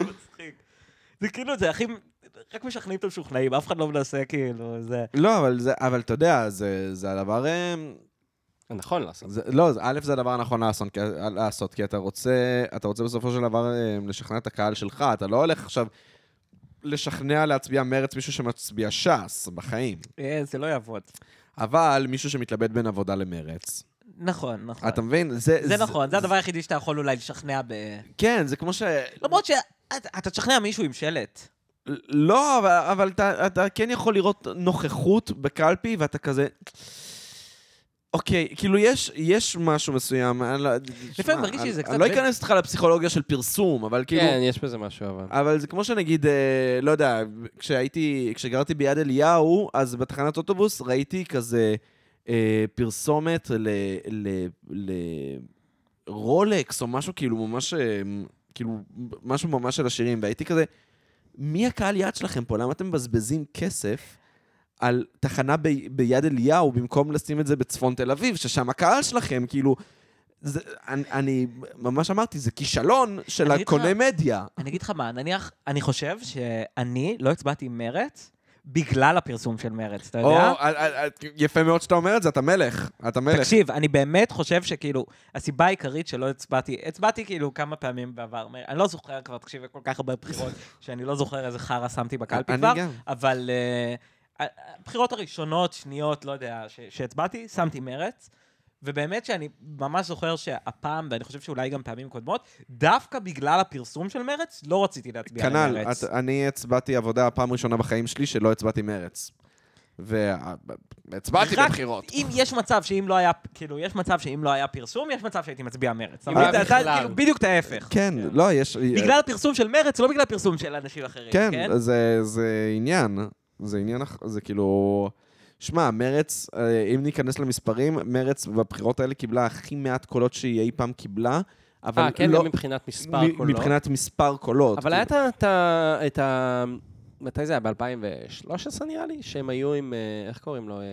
[SPEAKER 3] מצחיק. זה כאילו, זה הכי... רק משכנעים את המשוכנעים, אף אחד לא מנסה, כאילו, זה...
[SPEAKER 1] לא, אבל זה... אבל אתה יודע, זה זה הדבר... אה,
[SPEAKER 2] נכון לעשות.
[SPEAKER 1] זה- לא, זה- א', זה הדבר הנכון לעשות, כי- לעשות, כי אתה רוצה, אתה רוצה בסופו של דבר אה, לשכנע את הקהל שלך, אתה לא הולך עכשיו לשכנע להצביע מרץ מישהו שמצביע ש"ס בחיים,
[SPEAKER 3] אה, זה לא יעבוד.
[SPEAKER 1] אבל מישהו שמתלבט בין עבודה למרץ.
[SPEAKER 3] נכון, נכון.
[SPEAKER 1] אתה מבין? זה,
[SPEAKER 3] זה נכון, זה הדבר היחידי שאתה יכול אולי לשכנע ב...
[SPEAKER 1] כן, זה כמו ש...
[SPEAKER 3] למרות שאתה תשכנע מישהו עם שלט.
[SPEAKER 1] לא, אבל, אבל אתה, אתה כן יכול לראות נוכחות בקלפי, ואתה כזה... אוקיי, כאילו יש, יש משהו מסוים, אני לא... שמע,
[SPEAKER 3] מרגיש לי
[SPEAKER 1] אני-
[SPEAKER 3] שזה קצת
[SPEAKER 1] אני לא
[SPEAKER 3] בין-
[SPEAKER 1] אכנס איתך לפסיכולוגיה של פרסום, אבל כאילו...
[SPEAKER 2] כן, יש בזה משהו אבל.
[SPEAKER 1] אבל זה כמו שנגיד, אה, לא יודע, כשהייתי, כשגרתי ביד אליהו, אז בתחנת אוטובוס ראיתי כזה אה, פרסומת ל... ל... ל... רולקס או משהו כאילו ממש, אה, כאילו, משהו ממש של השירים, והייתי כזה, מי הקהל יעד שלכם פה? למה אתם מבזבזים כסף על תחנה ב... ביד אליהו במקום לשים את זה בצפון תל אביב, ששם הקהל שלכם, כאילו... זה, אני, אני ממש אמרתי, זה כישלון של
[SPEAKER 3] אני אגיד לך-
[SPEAKER 1] הקונה מדיה.
[SPEAKER 3] אני אגיד לך מה, נניח, אני חושב שאני לא הצבעתי מרץ בגלל הפרסום של מרץ, אתה
[SPEAKER 1] או,
[SPEAKER 3] יודע?
[SPEAKER 1] אל- אל- אל- יפה מאוד שאתה אומר את זה, אתה מלך. אתה מלך.
[SPEAKER 3] תקשיב, אני באמת חושב שכאילו, הסיבה העיקרית שלא הצבעתי, הצבעתי כאילו כמה פעמים בעבר, מ- אני לא זוכר כבר, תקשיב, כל כך הרבה בחירות, שאני לא זוכר איזה חרא שמתי בקלפי
[SPEAKER 1] אני
[SPEAKER 3] כבר,
[SPEAKER 1] גם.
[SPEAKER 3] אבל אה, ה- הבחירות הראשונות, שניות, לא יודע, ש- שהצבעתי, שמתי מרץ, ובאמת שאני ממש זוכר שהפעם, ואני חושב שאולי גם פעמים קודמות, דווקא בגלל הפרסום של מרץ, לא רציתי להצביע
[SPEAKER 1] כנ"ל,
[SPEAKER 3] למרץ.
[SPEAKER 1] את- אני הצבעתי עבודה הפעם הראשונה בחיים שלי שלא הצבעתי מרץ. והצבעתי
[SPEAKER 3] רק
[SPEAKER 1] בבחירות.
[SPEAKER 3] אם יש מצב שאם לא היה, כאילו, יש מצב שאם לא היה פרסום, יש מצב שהייתי מצביע מרץ.
[SPEAKER 2] אם
[SPEAKER 3] אבל
[SPEAKER 2] היה
[SPEAKER 3] אתה- אתה
[SPEAKER 2] בכלל.
[SPEAKER 3] כאילו בדיוק את ההפך.
[SPEAKER 1] כן, לא, יש...
[SPEAKER 3] בגלל הפרסום של מרץ, לא בגלל הפרסום של אנשים אחרים, כן?
[SPEAKER 1] כן, זה- זה עניין. זה עניין, אח- זה כאילו... שמע, מרץ, אה, אם ניכנס למספרים, מרץ בבחירות האלה קיבלה הכי מעט קולות שהיא אי פעם קיבלה, אבל
[SPEAKER 2] אה, כן,
[SPEAKER 1] לא...
[SPEAKER 2] לא מבחינת מספר
[SPEAKER 1] מ-
[SPEAKER 2] קולות.
[SPEAKER 1] מבחינת מספר קולות.
[SPEAKER 2] אבל היה את ה- את ה... את ה... מתי זה היה? ב-2013 נראה לי? שהם היו עם... אה, איך קוראים לו? אה,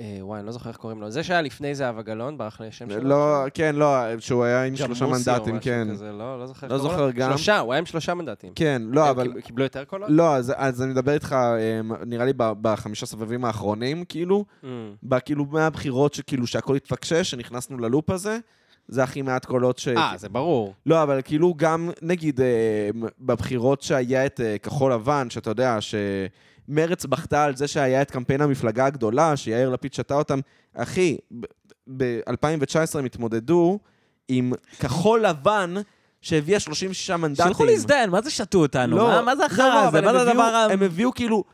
[SPEAKER 2] אה, וואי, אני לא זוכר איך קוראים לו. זה שהיה לפני זהבה גלאון, ברח לי השם שלו.
[SPEAKER 1] לא, כן, לא, שהוא היה עם שלושה
[SPEAKER 2] ג'מוסי או
[SPEAKER 1] מנדטים,
[SPEAKER 2] משהו
[SPEAKER 1] כן.
[SPEAKER 2] כזה, לא, לא זוכר.
[SPEAKER 1] לא
[SPEAKER 2] איך קוראים
[SPEAKER 1] זוכר
[SPEAKER 2] לו.
[SPEAKER 1] גם.
[SPEAKER 2] שלושה, הוא היה עם שלושה מנדטים.
[SPEAKER 1] כן, לא,
[SPEAKER 2] הם
[SPEAKER 1] אבל...
[SPEAKER 2] קיב- קיבלו יותר קולות?
[SPEAKER 1] לא, אז, אז אני מדבר איתך, אה, נראה לי ב- בחמישה סבבים האחרונים, כאילו,
[SPEAKER 2] אמ,
[SPEAKER 1] ב- כאילו מהבחירות שכאילו שהכל התפקשש, שנכנסנו ללופ הזה, זה הכי מעט קולות ש...
[SPEAKER 2] אה, זה ברור.
[SPEAKER 1] לא, אבל כאילו גם, נגיד, אה, בבחירות שהיה את אה, כחול לבן, שאתה יודע, שמרץ בכתה על זה שהיה את קמפיין המפלגה הגדולה, שיאיר לפיד שתה אותם. אחי, ב-2019 הם התמודדו עם כחול לבן, שהביאה 36 מנדטים.
[SPEAKER 3] שילכו להזדיין, מה זה שתו אותנו?
[SPEAKER 1] לא,
[SPEAKER 3] מה- מה זה
[SPEAKER 1] לא,
[SPEAKER 3] החרא
[SPEAKER 1] לא,
[SPEAKER 3] הזה?
[SPEAKER 1] אבל
[SPEAKER 3] מה
[SPEAKER 1] הם
[SPEAKER 3] זה הדבר
[SPEAKER 1] הביאו-
[SPEAKER 3] ה...
[SPEAKER 1] הם הביאו כאילו...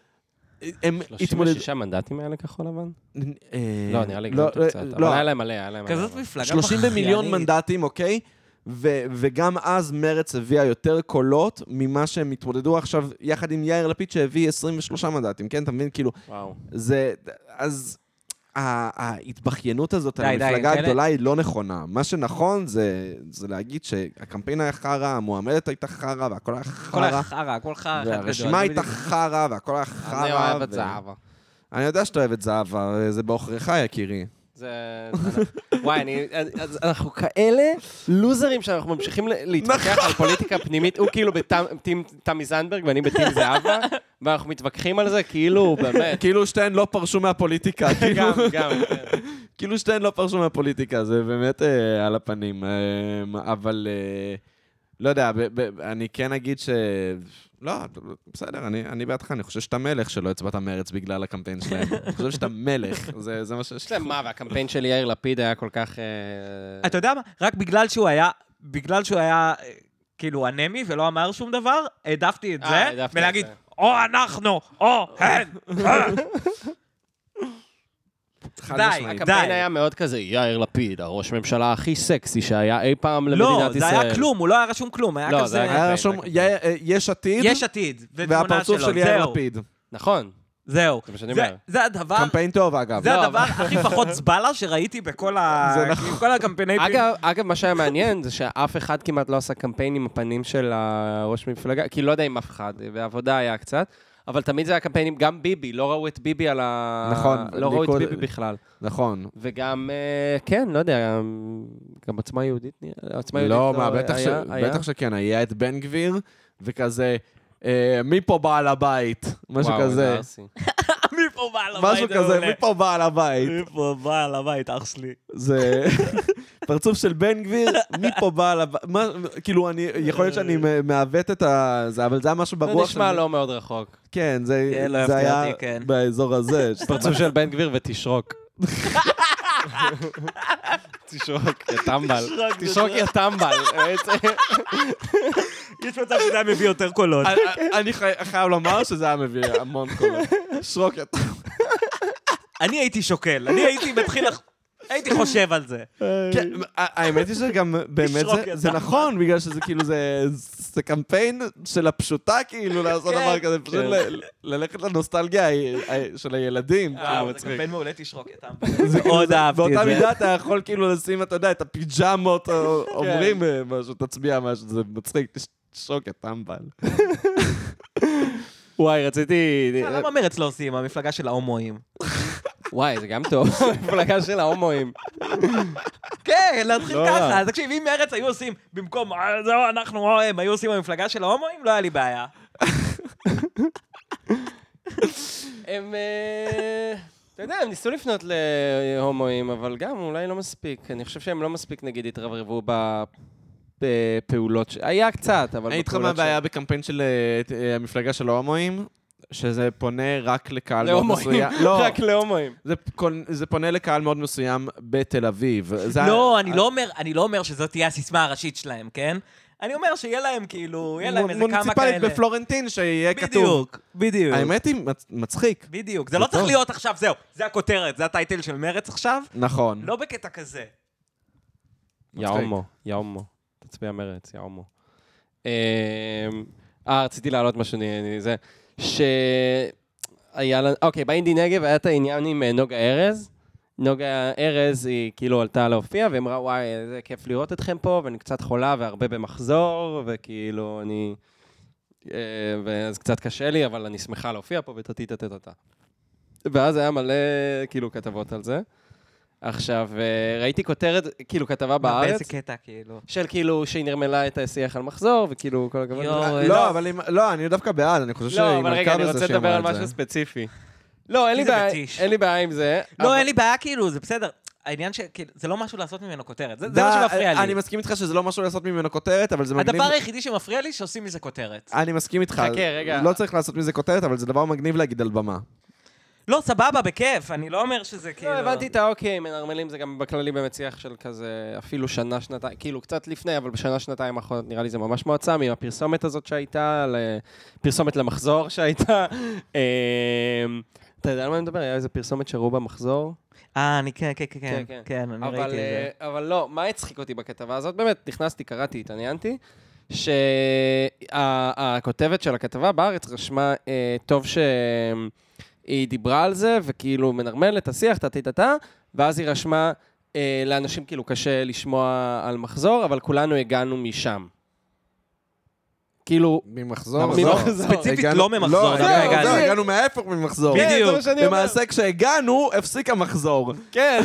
[SPEAKER 1] הם התמודדו...
[SPEAKER 2] 36 מנדטים היה לכחול לבן?
[SPEAKER 1] אה,
[SPEAKER 2] לא, נראה לי
[SPEAKER 1] לא,
[SPEAKER 2] הגזמתי קצת. אבל
[SPEAKER 1] לא,
[SPEAKER 2] היה להם מלא, היה להם מלא.
[SPEAKER 3] כזאת מפלגה
[SPEAKER 1] 30 במיליון מנדטים, אוקיי? ו- וגם אז מרץ הביאה יותר קולות ממה שהם התמודדו עכשיו, יחד עם יאיר לפיד שהביא 23 מנדטים, כן? אתה מבין? כאילו,
[SPEAKER 2] וואו.
[SPEAKER 1] זה... אז ה- ההתבכיינות הזאת על
[SPEAKER 3] די, די,
[SPEAKER 1] המפלגה
[SPEAKER 3] כאלה-
[SPEAKER 1] הגדולה היא לא נכונה. מה שנכון זה זה להגיד שהקמפיין היה חרא, המועמדת הייתה חרא, והכל היה
[SPEAKER 3] כל
[SPEAKER 1] חרא,
[SPEAKER 3] החרא, כל חרא אחד גדול.
[SPEAKER 1] והרשימה הייתה
[SPEAKER 3] בדיוק.
[SPEAKER 1] חרא, והכל היה חרא.
[SPEAKER 2] אני אוהב את
[SPEAKER 1] ו-
[SPEAKER 2] זהבה.
[SPEAKER 1] אני יודע שאתה אוהב את זהבה, זה בעוכריך, יקירי.
[SPEAKER 2] זה... וואי, אני... אז אנחנו כאלה לוזרים שאנחנו ממשיכים ל- להתווכח
[SPEAKER 3] נכון.
[SPEAKER 2] על פוליטיקה פנימית. הוא כאילו בטים תמי זנדברג ואני בטים זהבה, ואנחנו מתווכחים על זה כאילו, באמת.
[SPEAKER 1] כאילו שתיהן לא פרשו מהפוליטיקה, כאילו-
[SPEAKER 2] גם, גם.
[SPEAKER 1] כאילו שתיהן לא פרשו מהפוליטיקה, זה באמת אה, על הפנים. אה, אבל אה, לא יודע, ב- ב- אני כן אגיד ש... לא, בסדר, אני אני בעדך, אני חושב שאתה מלך שלא הצבעת מרץ בגלל הקמפיין שלהם. אני חושב שאתה מלך, זה זה מה שיש
[SPEAKER 2] זה
[SPEAKER 1] לך.
[SPEAKER 2] מה, והקמפיין של יאיר לפיד היה כל כך... אה,
[SPEAKER 3] אתה יודע מה? רק בגלל שהוא היה... בגלל שהוא היה אה, כאילו אנמי ולא אמר שום דבר, העדפתי את
[SPEAKER 2] אה,
[SPEAKER 3] זה,
[SPEAKER 2] העדפת את
[SPEAKER 3] ולהגיד,
[SPEAKER 2] זה.
[SPEAKER 3] או אנחנו, או הן.
[SPEAKER 1] חד
[SPEAKER 3] די.
[SPEAKER 1] משמעית.
[SPEAKER 2] הקמפיין
[SPEAKER 3] די.
[SPEAKER 2] היה מאוד כזה, יאיר לפיד, הראש ממשלה הכי סקסי שהיה אי פעם
[SPEAKER 3] לא,
[SPEAKER 2] למדינת
[SPEAKER 3] זה
[SPEAKER 2] ישראל.
[SPEAKER 3] היה כלום, הוא לא היה רשום כלום, היה
[SPEAKER 2] לא, זה
[SPEAKER 3] כזה...
[SPEAKER 2] היה-
[SPEAKER 1] היה רשום, "יה- אה, יש עתיד,
[SPEAKER 3] יש עתיד, ותמונה
[SPEAKER 1] והפרצוף
[SPEAKER 3] שלו,
[SPEAKER 1] של יאיר
[SPEAKER 3] זהו,
[SPEAKER 1] לפיד.
[SPEAKER 2] נכון.
[SPEAKER 3] זהו.
[SPEAKER 2] זה מה שאני
[SPEAKER 3] זה-
[SPEAKER 2] אומר.
[SPEAKER 3] זה הדבר
[SPEAKER 1] קמפיין טוב, אגב.
[SPEAKER 3] זה
[SPEAKER 2] לא,
[SPEAKER 3] הדבר הכי פחות זבלה שראיתי בכל ה...
[SPEAKER 1] זה
[SPEAKER 3] נכון. כל הקמפייני...
[SPEAKER 2] אגב, אגב, מה שהיה מעניין זה שאף אחד כמעט לא עשה קמפיין עם הפנים של הראש מפלגה, כי לא יודע אם אף אחד, בעבודה היה קצת, אבל תמיד זה היה קמפיינים, גם ביבי, לא ראו את ביבי על ה...
[SPEAKER 1] נכון,
[SPEAKER 2] לא ראו את
[SPEAKER 1] ליכוד-
[SPEAKER 2] ביבי בכלל.
[SPEAKER 1] נכון.
[SPEAKER 2] וגם, אה, כן, לא יודע, גם עוצמה יהודית, נראה- עוצמה יהודית
[SPEAKER 1] לא, מה, בטח ש-
[SPEAKER 2] היה- היה?
[SPEAKER 1] בטח שכן, היה את בן גביר, וכזה, אה, מי פה בעל הבית? משהו
[SPEAKER 2] וואו, איזה
[SPEAKER 1] כזה.
[SPEAKER 2] ארסי.
[SPEAKER 3] מפה בעל הבית
[SPEAKER 1] משהו כזה, מי פה בעל הבית?
[SPEAKER 3] מפה בעל הבית, אח שלי.
[SPEAKER 1] זה פרצוף של בן גביר, מי פה בעל הבית? מה- כאילו, אני, יכול להיות שאני מ- מעוות את ה- זה, אבל זה היה משהו
[SPEAKER 2] זה
[SPEAKER 1] ברוח
[SPEAKER 2] נשמע לא מאוד רחוק.
[SPEAKER 1] כן, זה
[SPEAKER 3] כן, לא
[SPEAKER 1] זה
[SPEAKER 3] הפתיע
[SPEAKER 1] היה
[SPEAKER 3] אותי, כן.
[SPEAKER 1] באזור הזה. שאתה-
[SPEAKER 2] פרצוף של בן גביר ותשרוק. תשרוק, יא טמבל. תשרוק, יא טמבל.
[SPEAKER 3] יש מצב שזה היה מביא יותר קולות.
[SPEAKER 1] אני- אני חי- חייב לומר שזה היה מביא המון קולות. שרוק, אתה-
[SPEAKER 3] אני הייתי שוקל, אני הייתי מתחיל, לח- הייתי חושב על זה.
[SPEAKER 1] כן, ה- האמת היא שגם באמת
[SPEAKER 3] לשרוק
[SPEAKER 1] זה-
[SPEAKER 3] ידיים.
[SPEAKER 1] זה נכון, בגלל שזה כאילו זה זה קמפיין של הפשוטה כאילו לעשות
[SPEAKER 3] כן,
[SPEAKER 1] דבר כזה, פשוט ל- ללכת לנוסטלגיה ה- ה- של הילדים.
[SPEAKER 3] אה,
[SPEAKER 1] כאילו,
[SPEAKER 3] זה
[SPEAKER 1] מצחיק.
[SPEAKER 3] קמפיין מעולה, תשרוק את העם.
[SPEAKER 1] זה כאילו,
[SPEAKER 3] מאוד
[SPEAKER 1] זה-
[SPEAKER 3] אהבתי את
[SPEAKER 1] באותה
[SPEAKER 3] זה.
[SPEAKER 1] מידה אתה יכול כאילו לשים, אתה יודע, את הפיג'מות, או- אומרים אה, משהו, תצביע משהו, זה מצחיק, תש- תשרוק את טמבל.
[SPEAKER 4] וואי, רציתי...
[SPEAKER 3] למה מרץ לא עושים? המפלגה של ההומואים.
[SPEAKER 2] וואי, זה גם טוב, מפלגה של ההומואים.
[SPEAKER 3] כן, להתחיל
[SPEAKER 4] לא
[SPEAKER 3] ככה.
[SPEAKER 4] רע.
[SPEAKER 3] אז תקשיב, אם מרץ היו עושים, במקום, "אה, זהו, אנחנו או הם, היו עושים המפלגה של ההומואים, לא היה לי בעיה.
[SPEAKER 2] הם, אה, אתה יודע, הם ניסו לפנות להומואים, אבל גם אולי לא מספיק. אני חושב שהם לא מספיק, נגיד, התרברבו בפעולות ש... היה קצת, אבל...
[SPEAKER 1] אני אגיד לך מה
[SPEAKER 2] בפעולות
[SPEAKER 1] הבעיה בקמפיין של אה, את- אה, המפלגה של ההומואים, שזה פונה רק לקהל מאוד
[SPEAKER 2] להומואים,
[SPEAKER 1] מסוים. לא,
[SPEAKER 2] רק להומואים.
[SPEAKER 1] זה פון- זה פונה לקהל מאוד מסוים בתל אביב. זה-
[SPEAKER 3] לא, אני לא אומר, אני לא אומר שזאת תהיה הסיסמה הראשית שלהם, כן? אני אומר שיהיה להם כאילו, יהיה להם איזה כמה
[SPEAKER 1] מוניציפלית
[SPEAKER 3] כאלה.
[SPEAKER 1] בפלורנטין, שיהיה כתוב.
[SPEAKER 3] בדיוק, בדיוק.
[SPEAKER 1] האמת היא, מצ- מצחיק.
[SPEAKER 3] בדיוק. זה לא צריך
[SPEAKER 1] טוב.
[SPEAKER 3] להיות עכשיו, זהו, זה הכותרת, זה הטייטל של מרץ עכשיו,
[SPEAKER 1] נכון.
[SPEAKER 3] לא בקטע
[SPEAKER 2] יא
[SPEAKER 3] כזה.
[SPEAKER 1] מצחיק.
[SPEAKER 2] הומו, יא הומו. תצביע מרץ, יא הומו. אמ, אה, רציתי להעלות משהו, אני- אני- זה... ש... היה לנו... אוקיי, באינדי נגב היה את העניין עם אה, נוגה ארז. נוגה ארז, היא כאילו עלתה להופיע, והיא אמרה, וואי, איזה כיף לראות אתכם פה, ואני קצת חולה והרבה במחזור, וכאילו, אני... אה, ואז קצת קשה לי, אבל אני שמחה להופיע פה, וטטיטטטטה. ואז היה מלא, כאילו, כתבות על זה. עכשיו, אה, ראיתי כותרת, כאילו, כתבה בארץ,
[SPEAKER 3] באיזה קטע, כאילו.
[SPEAKER 2] של כאילו, שהיא נרמלה את השיח על מחזור, וכאילו, כל הכבוד.
[SPEAKER 3] יואו,
[SPEAKER 2] לא,
[SPEAKER 3] אה,
[SPEAKER 1] לא, אבל אם- לא, אני דווקא בעד, אני חושב
[SPEAKER 2] לא,
[SPEAKER 1] שהיא
[SPEAKER 2] אבל רגע,
[SPEAKER 1] מלכה
[SPEAKER 2] אני
[SPEAKER 1] בזה
[SPEAKER 2] רוצה
[SPEAKER 1] שהיא
[SPEAKER 2] לדבר
[SPEAKER 1] אמרה
[SPEAKER 2] על
[SPEAKER 1] את
[SPEAKER 2] משהו
[SPEAKER 1] זה.
[SPEAKER 2] ספציפי. לא, אין לי
[SPEAKER 3] זה
[SPEAKER 2] בעיה-
[SPEAKER 3] מתיש.
[SPEAKER 2] אין לי בעיה עם זה. אבל-
[SPEAKER 3] לא, אין לי בעיה, כאילו, זה בסדר. העניין שכאילו, זה לא משהו לעשות ממנו כותרת, זה זה
[SPEAKER 1] די,
[SPEAKER 3] מה שמפריע לי.
[SPEAKER 1] אני מסכים איתך שזה לא משהו לעשות ממנו כותרת, אבל זה מגניב.
[SPEAKER 3] הדבר היחידי שמפריע לי, שעושים מזה כותרת.
[SPEAKER 1] אני מסכים איתך.
[SPEAKER 2] חכה, רגע.
[SPEAKER 1] לא צריך לעשות מזה כותרת, אבל זה דבר מגניב להגיד על במה.
[SPEAKER 3] לא, סבבה, בכיף, אני לא אומר שזה כאילו...
[SPEAKER 2] לא, הבנתי את האוקיי, מנרמלים זה גם בכללי באמת שיח של כזה, אפילו שנה, שנתיים, כאילו קצת לפני, אבל בשנה, שנתיים האחרונות נראה לי זה ממש מועצם, עם הפרסומת הזאת שהייתה, ל- פרסומת למחזור שהייתה. אמ, אתה יודע על מה אני מדבר? היה איזה פרסומת שראו במחזור?
[SPEAKER 3] אה, אני כן, כן, כן,
[SPEAKER 2] כן,
[SPEAKER 3] כן,
[SPEAKER 2] כן.
[SPEAKER 3] כן, אני
[SPEAKER 2] אבל,
[SPEAKER 3] ראיתי את
[SPEAKER 2] אה, אבל לא, מה הצחיק אותי בכתבה הזאת? באמת, נכנסתי, קראתי, התעניינתי, שהכותבת של הכתבה בארץ רשמה, אה, טוב שהיא דיברה על זה, וכאילו מנרמל את השיח, טה-טה-טה, ואז היא רשמה, אה, לאנשים כאילו קשה לשמוע על מחזור, אבל כולנו הגענו משם. כאילו,
[SPEAKER 1] ממחזור.
[SPEAKER 2] ממחזור.
[SPEAKER 3] ספציפית
[SPEAKER 1] הגענו-
[SPEAKER 3] לא ממחזור,
[SPEAKER 1] לא,
[SPEAKER 3] דווקא
[SPEAKER 1] הגענו-
[SPEAKER 3] הגענו.
[SPEAKER 1] לא, הגענו מההפך ממחזור.
[SPEAKER 3] בדיוק.
[SPEAKER 2] כן, זה מה שאני אומר.
[SPEAKER 1] למעשה, כשהגענו, הפסיק המחזור.
[SPEAKER 2] כן.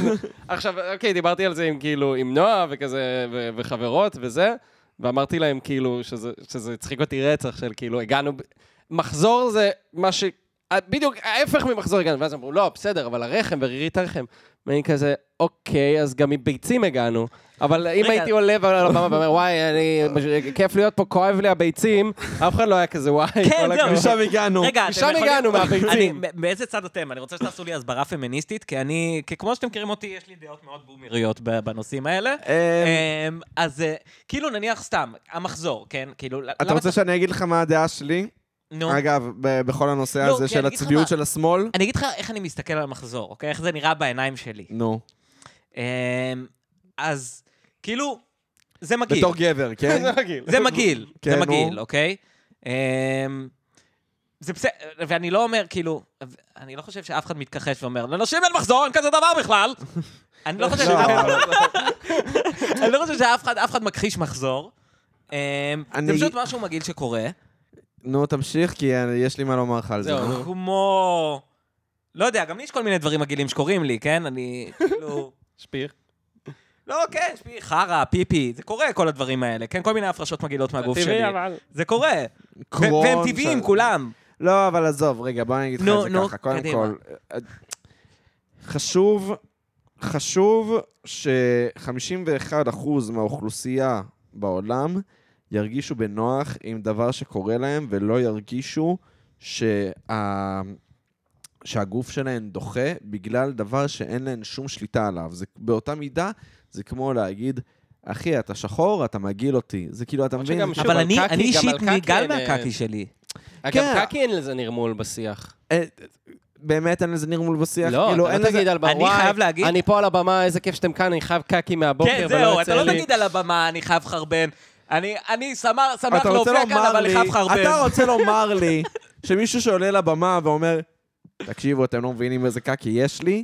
[SPEAKER 2] עכשיו, אוקיי, דיברתי על זה עם כאילו, עם נועה וכזה, ו- וחברות וזה, ואמרתי להם כאילו, שזה- שזה הצחיק אותי רצח של כאילו, הגענו... ב- מחזור זה מה ש... אה, בדיוק ההפך ממחזור הגענו, ואז אמרו, לא, בסדר, אבל הרחם ורירית הרחם. ואני כזה, אוקיי, אז גם מביצים הגענו. אבל אם
[SPEAKER 3] רגע.
[SPEAKER 2] הייתי עולה על הבמה ואומר, וואי, אני, כיף להיות פה, כואב לי הביצים, אף אחד לא היה כזה, וואי,
[SPEAKER 3] כן,
[SPEAKER 2] כל
[SPEAKER 3] זהו,
[SPEAKER 2] הכבוד."
[SPEAKER 1] משם הגענו.
[SPEAKER 3] זה. רגע, אתם
[SPEAKER 2] משם
[SPEAKER 3] יכולים-
[SPEAKER 2] הגענו,
[SPEAKER 3] אני-
[SPEAKER 2] מהביצים.
[SPEAKER 3] מ- מאיזה צד אתם? אני רוצה שתעשו לי הסברה פמיניסטית, כי אני, כי כמו שאתם מכירים אותי, יש לי דעות מאוד בומריות ב- בנושאים האלה.
[SPEAKER 1] אה,
[SPEAKER 3] אמ, אז אה, כאילו, נניח סתם, המחזור, כן? כאילו, למה
[SPEAKER 1] אתה רוצה שאני אגיד לך מה הדעה שלי?
[SPEAKER 3] נו.
[SPEAKER 1] אגב, ב- בכל הנושא
[SPEAKER 3] לא,
[SPEAKER 1] הזה
[SPEAKER 3] כי
[SPEAKER 1] של
[SPEAKER 3] אני אגיד לך מה.
[SPEAKER 1] הצביעות של השמאל,
[SPEAKER 3] אני אגיד לך איך אני מסתכל על המחזור, אוקיי? איך זה נראה בעיניים שלי.
[SPEAKER 1] נו,
[SPEAKER 3] אמ, אז כאילו, זה מגעיל.
[SPEAKER 1] בתור גבר, כן?
[SPEAKER 3] זה מגעיל, זה
[SPEAKER 1] כן, נו.
[SPEAKER 3] מגעיל, אוקיי? אמ, זה בסדר, ואני לא אומר, כאילו, אני לא חושב שאף אחד מתכחש ואומר, לנשים אין מחזור, אין כזה דבר בכלל. אני לא חושב
[SPEAKER 1] לא,
[SPEAKER 3] שאף אחד-
[SPEAKER 1] אבל-
[SPEAKER 3] אני לא חושב שאף אחד- אף אחד מכחיש מחזור. אמ, זה
[SPEAKER 1] אני-
[SPEAKER 3] פשוט משהו מגעיל שקורה.
[SPEAKER 1] נו, תמשיך, כי יש לי מה לומר לך על זה.
[SPEAKER 2] זהו, נו.
[SPEAKER 3] כמו... לא יודע, גם לי יש כל מיני דברים מגעילים שקורים לי, כן? אני כאילו...
[SPEAKER 2] שפיר.
[SPEAKER 3] לא, כן, שמי, חרא, פיפי, זה קורה, כל הדברים האלה, כן? כל מיני הפרשות מגעילות מהגוף שלי.
[SPEAKER 4] טבעי, אבל...
[SPEAKER 3] זה קורה. ו-
[SPEAKER 1] קרון,
[SPEAKER 3] והם טבעיים,
[SPEAKER 1] ש-
[SPEAKER 3] כולם.
[SPEAKER 1] לא, אבל עזוב, רגע, בוא אני אגיד לך
[SPEAKER 3] נו,
[SPEAKER 1] את זה
[SPEAKER 3] נו,
[SPEAKER 1] ככה. קודם
[SPEAKER 3] קדימה.
[SPEAKER 1] כל, אה, חשוב, חשוב ש-51% מהאוכלוסייה בעולם ירגישו בנוח עם דבר שקורה להם, ולא ירגישו שה... שהגוף שלהן דוחה בגלל דבר שאין להן שום שליטה עליו. זה, באותה מידה, זה כמו להגיד, אחי, אתה שחור, אתה מגעיל אותי. זה כאילו, אתה
[SPEAKER 2] למרות
[SPEAKER 1] מבין?
[SPEAKER 2] שגם שוב,
[SPEAKER 3] אבל
[SPEAKER 2] על
[SPEAKER 3] אני
[SPEAKER 2] קקי,
[SPEAKER 3] אני
[SPEAKER 2] גם
[SPEAKER 3] אישית
[SPEAKER 2] על קקי
[SPEAKER 3] נגעל
[SPEAKER 2] אין, אה,
[SPEAKER 3] מהקקי שלי.
[SPEAKER 2] אגב,
[SPEAKER 1] כן.
[SPEAKER 2] קקי אין לזה נרמול בשיח.
[SPEAKER 1] אה, באמת אין לזה נרמול בשיח?
[SPEAKER 2] לא,
[SPEAKER 1] כאילו,
[SPEAKER 2] אתה
[SPEAKER 1] אין
[SPEAKER 2] לא
[SPEAKER 1] לזה-
[SPEAKER 2] תגיד על במה,
[SPEAKER 3] אני חייב להגיד-
[SPEAKER 2] אני פה על הבמה, איזה כיף שאתם כאן, אני חייב קקי מהבוקר,
[SPEAKER 3] כן,
[SPEAKER 2] ולא
[SPEAKER 3] זהו,
[SPEAKER 2] יוצא
[SPEAKER 3] אתה לא
[SPEAKER 2] לי."
[SPEAKER 3] תגיד על הבמה, אני חייב חרבן. אני- אני שמח שמח
[SPEAKER 1] אתה רוצה
[SPEAKER 3] להופיע כאן,
[SPEAKER 1] לומר
[SPEAKER 3] אבל אני
[SPEAKER 1] לי,
[SPEAKER 3] חייב חרבן.
[SPEAKER 1] אתה רוצה לומר לי שמישהו שעולה לבמה ואומר, תקשיבו, אתם לא מבינים איזה קקי יש לי,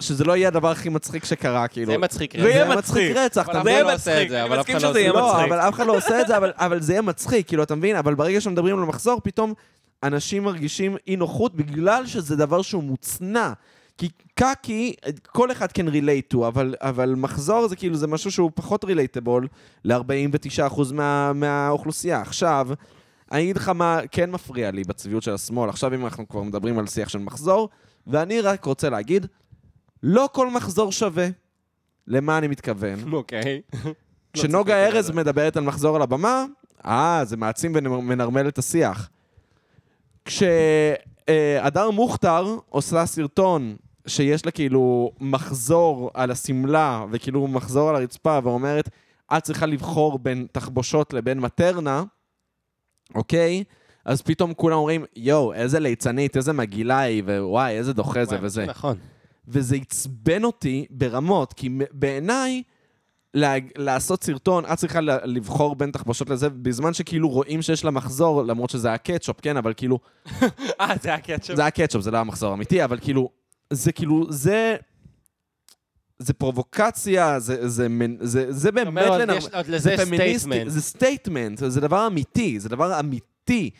[SPEAKER 1] שזה לא יהיה הדבר הכי מצחיק שקרה, כאילו.
[SPEAKER 2] זה מצחיק.
[SPEAKER 3] זה יהיה
[SPEAKER 2] רצח.
[SPEAKER 1] מצחיק
[SPEAKER 3] מצחיק.
[SPEAKER 1] רצח,
[SPEAKER 2] אבל
[SPEAKER 1] אתה
[SPEAKER 2] אף
[SPEAKER 1] מבין?
[SPEAKER 2] אחד
[SPEAKER 3] יהיה
[SPEAKER 2] לא עושה את
[SPEAKER 3] מצחיק,
[SPEAKER 2] זה,
[SPEAKER 3] אני
[SPEAKER 2] אבל אף
[SPEAKER 3] מסכים
[SPEAKER 2] אחד לא
[SPEAKER 3] שזה
[SPEAKER 2] עושה
[SPEAKER 3] יהיה
[SPEAKER 2] את זה.
[SPEAKER 1] לא,
[SPEAKER 3] מצחיק.
[SPEAKER 1] אבל אף אחד לא עושה את זה, אבל- אבל זה יהיה מצחיק, כאילו, אתה מבין? אבל ברגע שמדברים על מחזור, פתאום אנשים מרגישים אי נוחות בגלל שזה דבר שהוא מוצנע. כי קקי, כל אחד כן relate to, אבל, אבל מחזור זה כאילו, זה משהו שהוא פחות רילייטבול ל-49% מה, מהאוכלוסייה. עכשיו, אני אגיד לך מה כן מפריע לי בצביעות של השמאל, עכשיו אם אנחנו כבר מדברים על שיח של מחזור, ואני רק רוצה להגיד, לא כל מחזור שווה. למה אני מתכוון?
[SPEAKER 2] אוקיי.
[SPEAKER 1] כשנוגה ארז מדברת על מחזור על הבמה, אה, זה מעצים ומנרמל את השיח. כשהדר מוכתר עושה סרטון שיש לה כאילו מחזור על השמלה וכאילו מחזור על הרצפה ואומרת, את צריכה לבחור בין תחבושות לבין מטרנה, אוקיי? אז פתאום כולם אומרים, יואו, איזה ליצנית, איזה מגעילה היא, ווואי, איזה דוחה זה וזה.
[SPEAKER 2] נכון.
[SPEAKER 1] וזה עצבן אותי ברמות, כי מ- בעיניי, לה- לעשות סרטון, את צריכה ל- לבחור בין תחבושות לזה, בזמן שכאילו רואים שיש לה מחזור, למרות שזה היה קטשופ, כן, אבל כאילו,
[SPEAKER 2] אה, זה הקטשופ.
[SPEAKER 1] זה היה קטשופ, זה לא היה מחזור אמיתי, אבל כאילו, זה כאילו, זה... זה פרובוקציה, זה, זה, מנ- זה, זה באמת...
[SPEAKER 2] אומר, עוד
[SPEAKER 1] לנרמל-
[SPEAKER 2] יש- עוד לזה יש
[SPEAKER 1] פמיניסטי,
[SPEAKER 2] statement.
[SPEAKER 1] זה סטייטמנט, זה דבר אמיתי, זה דבר אמיתי.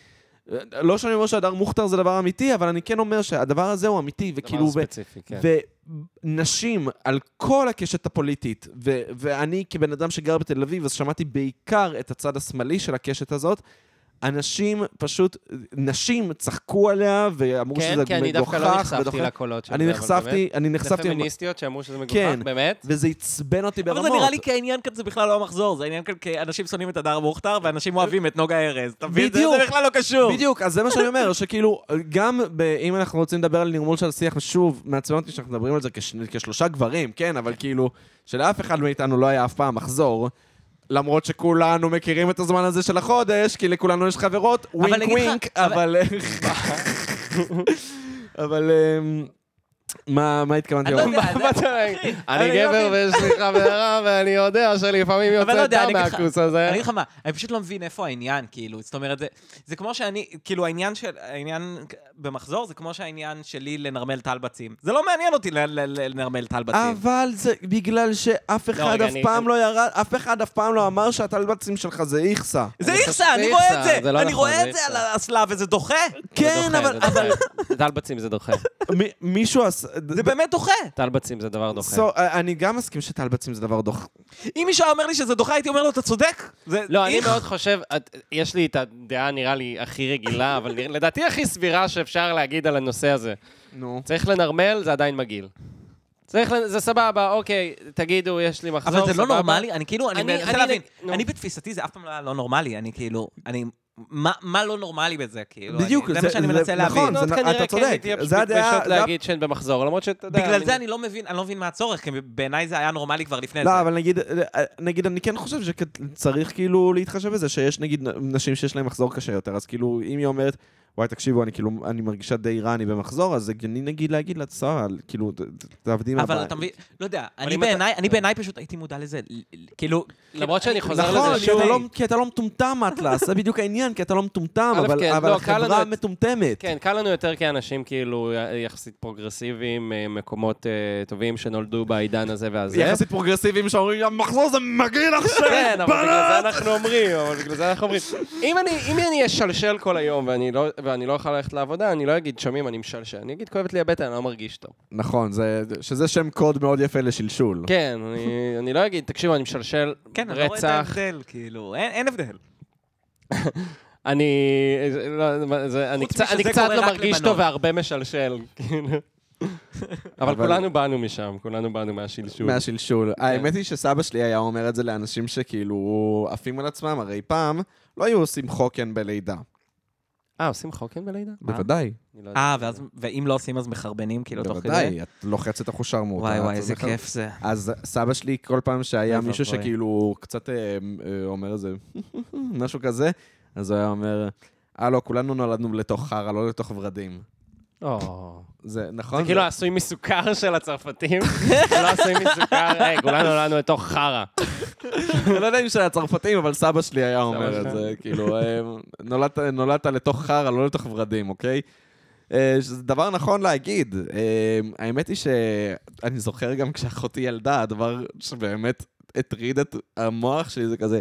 [SPEAKER 1] לא שאני אומר שהדר מוכתר זה דבר אמיתי, אבל אני כן אומר שהדבר הזה הוא אמיתי, וכאילו... ו-
[SPEAKER 2] דבר ספציפי, כן.
[SPEAKER 1] ונשים על כל הקשת הפוליטית, ו- ואני כבן אדם שגר בתל אביב, אז שמעתי בעיקר את הצד השמאלי של הקשת הזאת. אנשים פשוט, נשים צחקו עליה ואמרו
[SPEAKER 2] כן,
[SPEAKER 1] שזה
[SPEAKER 2] כי אני דווקא לא
[SPEAKER 1] מגוחך
[SPEAKER 2] נחשפתי
[SPEAKER 1] ודוחה.
[SPEAKER 2] לקולות של זה.
[SPEAKER 1] אני
[SPEAKER 2] אבל
[SPEAKER 1] נחשפתי, אני
[SPEAKER 2] באמת,
[SPEAKER 1] נחשפתי,
[SPEAKER 2] לפמיניסטיות שאמרו שזה מגוחך,
[SPEAKER 1] כן.
[SPEAKER 2] באמת?
[SPEAKER 1] וזה עצבן אותי ברמות.
[SPEAKER 3] אבל זה נראה לי כי העניין כאן זה בכלל לא המחזור, זה העניין כאן כי אנשים שונאים את הדר מוכתר ואנשים אוהבים את נוגה ארז. אתה מבין? זה-
[SPEAKER 1] בדיוק.
[SPEAKER 3] זה בכלל לא קשור.
[SPEAKER 1] בדיוק, אז זה מה שאני אומר, שכאילו, גם ב- אם אנחנו רוצים לדבר על נרמול של השיח, שוב, מעצבן אותי שאנחנו מדברים על זה כש- כשלושה גברים, כן, אבל כאילו, שלאף אחד מאיתנו לא היה אף פעם מחזור. למרות שכולנו מכירים את הזמן הזה של החודש, כי לכולנו יש חברות,
[SPEAKER 3] אני
[SPEAKER 1] ווינק
[SPEAKER 3] אגיד לך-
[SPEAKER 1] ווינק, אבל... אבל... אמ, מה מה התכוונתי?
[SPEAKER 3] אני לא יודע,
[SPEAKER 1] לומר?
[SPEAKER 2] מה- מה אתה אומר? אני
[SPEAKER 3] אני לא
[SPEAKER 2] גבר
[SPEAKER 3] מבין.
[SPEAKER 2] ויש לי חברה, ואני יודע שלפעמים
[SPEAKER 3] אבל לא
[SPEAKER 2] יוצא
[SPEAKER 3] יודע,
[SPEAKER 2] דם
[SPEAKER 3] אני אגיד לך-
[SPEAKER 2] מהכוס הזה.
[SPEAKER 3] אני אגיד לך מה, אני פשוט לא מבין איפה העניין, כאילו, זאת אומרת, זה, זה כמו שאני, כאילו העניין של, העניין במחזור זה כמו שהעניין שלי לנרמל טלבצים. זה לא מעניין אותי ל- ל- ל- לנרמל טלבצים.
[SPEAKER 1] אבל זה בגלל שאף אחד
[SPEAKER 2] רגע,
[SPEAKER 1] אף
[SPEAKER 2] אני-
[SPEAKER 1] פעם לא ירד, אף אחד אף פעם לא אמר שהטלבצים שלך זה איכסה.
[SPEAKER 3] זה
[SPEAKER 2] אני חושב שזה
[SPEAKER 3] איכסה, אני
[SPEAKER 2] איכסה,
[SPEAKER 3] רואה את
[SPEAKER 2] זה לא
[SPEAKER 3] זה, אני
[SPEAKER 2] נכון, זה
[SPEAKER 3] רואה את זה על
[SPEAKER 2] איכסה.
[SPEAKER 3] האסלה וזה דוחה,
[SPEAKER 1] כן, אבל... אבל-
[SPEAKER 2] טלבצים זה דוחה.
[SPEAKER 1] מ- מישהו עשה...
[SPEAKER 3] זה באמת דוחה.
[SPEAKER 2] טלבצים זה דבר דוחה.
[SPEAKER 1] So, אה, אני גם מסכים שטלבצים זה דבר דוח.
[SPEAKER 3] אם מישהו היה אומר לי שזה דוחה, הייתי אומר לו, אתה צודק. זה
[SPEAKER 2] לא, אני
[SPEAKER 3] איך.
[SPEAKER 2] מאוד חושב, את- יש לי את הדעה נראה לי הכי רגילה, אבל נראה- לדעתי הכי סבירה שאפשר להגיד על הנושא הזה.
[SPEAKER 1] נו.
[SPEAKER 2] צריך לנרמל, זה עדיין מגעיל. צריך, לנ- זה סבבה, אוקיי, תגידו, יש לי מחזור,
[SPEAKER 3] אבל
[SPEAKER 2] סבבה.
[SPEAKER 3] זה לא נורמלי, אני כאילו, אני
[SPEAKER 2] אני-
[SPEAKER 3] מנסה
[SPEAKER 2] אני-
[SPEAKER 3] להבין.
[SPEAKER 2] נו.
[SPEAKER 3] אני בתפיסתי זה אף פעם לא היה לא נורמלי, אני כאילו, אני... מה- מה לא נורמלי בזה, כאילו?
[SPEAKER 1] בדיוק,
[SPEAKER 3] אני- זה לא
[SPEAKER 1] זה-
[SPEAKER 3] מה שאני
[SPEAKER 1] זה-
[SPEAKER 3] מנסה להבין.
[SPEAKER 1] נכון,
[SPEAKER 2] נכון,
[SPEAKER 1] זה-
[SPEAKER 2] כנראה
[SPEAKER 1] אתה
[SPEAKER 2] כן
[SPEAKER 1] צודק.
[SPEAKER 2] הייתי
[SPEAKER 1] זה הדעה-
[SPEAKER 2] מתביישות
[SPEAKER 1] זה ה-
[SPEAKER 2] להגיד שהן במחזור, למרות שאתה יודע...
[SPEAKER 3] בגלל זה אני לא מבין, אני לא מבין מה הצורך, כי בעיניי זה היה נורמלי כבר לפני זה.
[SPEAKER 1] לא, אבל נגיד, אה, נגיד, אני כן חושב שצריך כאילו להתחשב בזה, שיש נגיד נשים שיש להן מחזור קשה יותר, אז כאילו, אם היא אומרת, וואי, תקשיבו, אני כאילו, אני מרגישה די רע, אני במחזור, אז הגיוני נגיד להגיד לה, סבבה, כאילו, ת- ת- תעבדי מהבית.
[SPEAKER 3] אבל אתה מבין, לא יודע, אני
[SPEAKER 2] אם אתה-
[SPEAKER 3] בעיניי, אני בעיניי פשוט הייתי מודע לזה, ל- ל- כאילו...
[SPEAKER 2] למרות שאני חוזר לזה
[SPEAKER 1] נכון, כי
[SPEAKER 2] שוב.
[SPEAKER 1] אתה לא- כי אתה לא מטומטם, אטלס, זה בדיוק העניין, כי אתה לא מטומטם,
[SPEAKER 2] א',
[SPEAKER 1] אבל
[SPEAKER 2] כן,
[SPEAKER 1] אבל
[SPEAKER 2] לא, קל לנו
[SPEAKER 1] החברה
[SPEAKER 2] את-
[SPEAKER 1] מטומטמת.
[SPEAKER 2] כן, קל לנו יותר כאנשים כאילו י- יחסית פרוגרסיביים, אה, מקומות אה, טובים שנולדו בעידן הזה והזה.
[SPEAKER 1] יחסית פרוגרסיביים שאומרים, המחזור זה מגעיל עכשיו,
[SPEAKER 2] כן, אבל בגלל
[SPEAKER 1] בלאט!"
[SPEAKER 2] זה אנחנו אומרים, אבל בגלל זה אנחנו אומרים. אם אני, אם אני אשלשל כל היום ואני לא, ואני לא אוכל ללכת לעבודה, אני לא אגיד, שומעים, אני משלשל. אני אגיד, כואבת לי הבטן, אני לא מרגיש טוב.
[SPEAKER 1] נכון, זה- שזה שם קוד מאוד יפה
[SPEAKER 5] לא.
[SPEAKER 1] לשלשול.
[SPEAKER 2] כן, אני, אני לא אגיד, תקשיבו, אני משלשל
[SPEAKER 3] כן, אני לא רואה את
[SPEAKER 2] רצח.
[SPEAKER 3] ההבדל, כאילו, אין אין הבדל.
[SPEAKER 2] אני, לא, מה זה, אני
[SPEAKER 3] חוץ
[SPEAKER 2] קצת,
[SPEAKER 3] משזה
[SPEAKER 2] אני קצת
[SPEAKER 3] קורה
[SPEAKER 2] לא
[SPEAKER 3] רק
[SPEAKER 2] מרגיש
[SPEAKER 3] לבנות.
[SPEAKER 2] טוב והרבה משלשל, כאילו. אבל
[SPEAKER 1] אבל-
[SPEAKER 2] כולנו באנו משם, כולנו באנו מהשלשול.
[SPEAKER 1] כן, מהשלשול.
[SPEAKER 5] כן.
[SPEAKER 1] האמת היא שסבא שלי היה אומר את זה לאנשים שכאילו עפים על עצמם, הרי פעם לא היו עושים חוקן בלידה.
[SPEAKER 2] אה, עושים חוקן בלידה?
[SPEAKER 1] בוודאי,
[SPEAKER 2] אני לא יודע.
[SPEAKER 3] אה, ואז- ואם לא עושים אז מחרבנים, כאילו, תוך כדי?
[SPEAKER 1] בוודאי. את לוחצת אחושר מוטה.
[SPEAKER 3] וואי
[SPEAKER 1] את
[SPEAKER 3] וואי, איזה
[SPEAKER 1] זוכרת?
[SPEAKER 3] כיף זה.
[SPEAKER 1] אז סבא שלי, כל פעם שהיה
[SPEAKER 3] אוי
[SPEAKER 1] מישהו
[SPEAKER 3] ואבוי.
[SPEAKER 1] שכאילו קצת אה, אה, אומר איזה משהו כזה, אז הוא היה אומר, הלו, כולנו נולדנו לתוך חרא, לא לתוך ורדים.
[SPEAKER 2] או.
[SPEAKER 5] זה נכון?
[SPEAKER 2] זה כאילו עשוי מסוכר של הצרפתים, לא עשוי מסוכר, היי, כולנו נולדנו לתוך חרא.
[SPEAKER 5] אני לא יודע אם של הצרפתים, אבל סבא שלי היה אומר
[SPEAKER 2] שלך.
[SPEAKER 5] את זה, כאילו, אה, נולדת, נולדת לתוך חרא, לא לתוך ורדים, אוקיי? אה, שזה דבר נכון להגיד. אה, האמת היא שאני זוכר גם כשאחותי ילדה, הדבר שבאמת הטריד את המוח שלי זה כזה,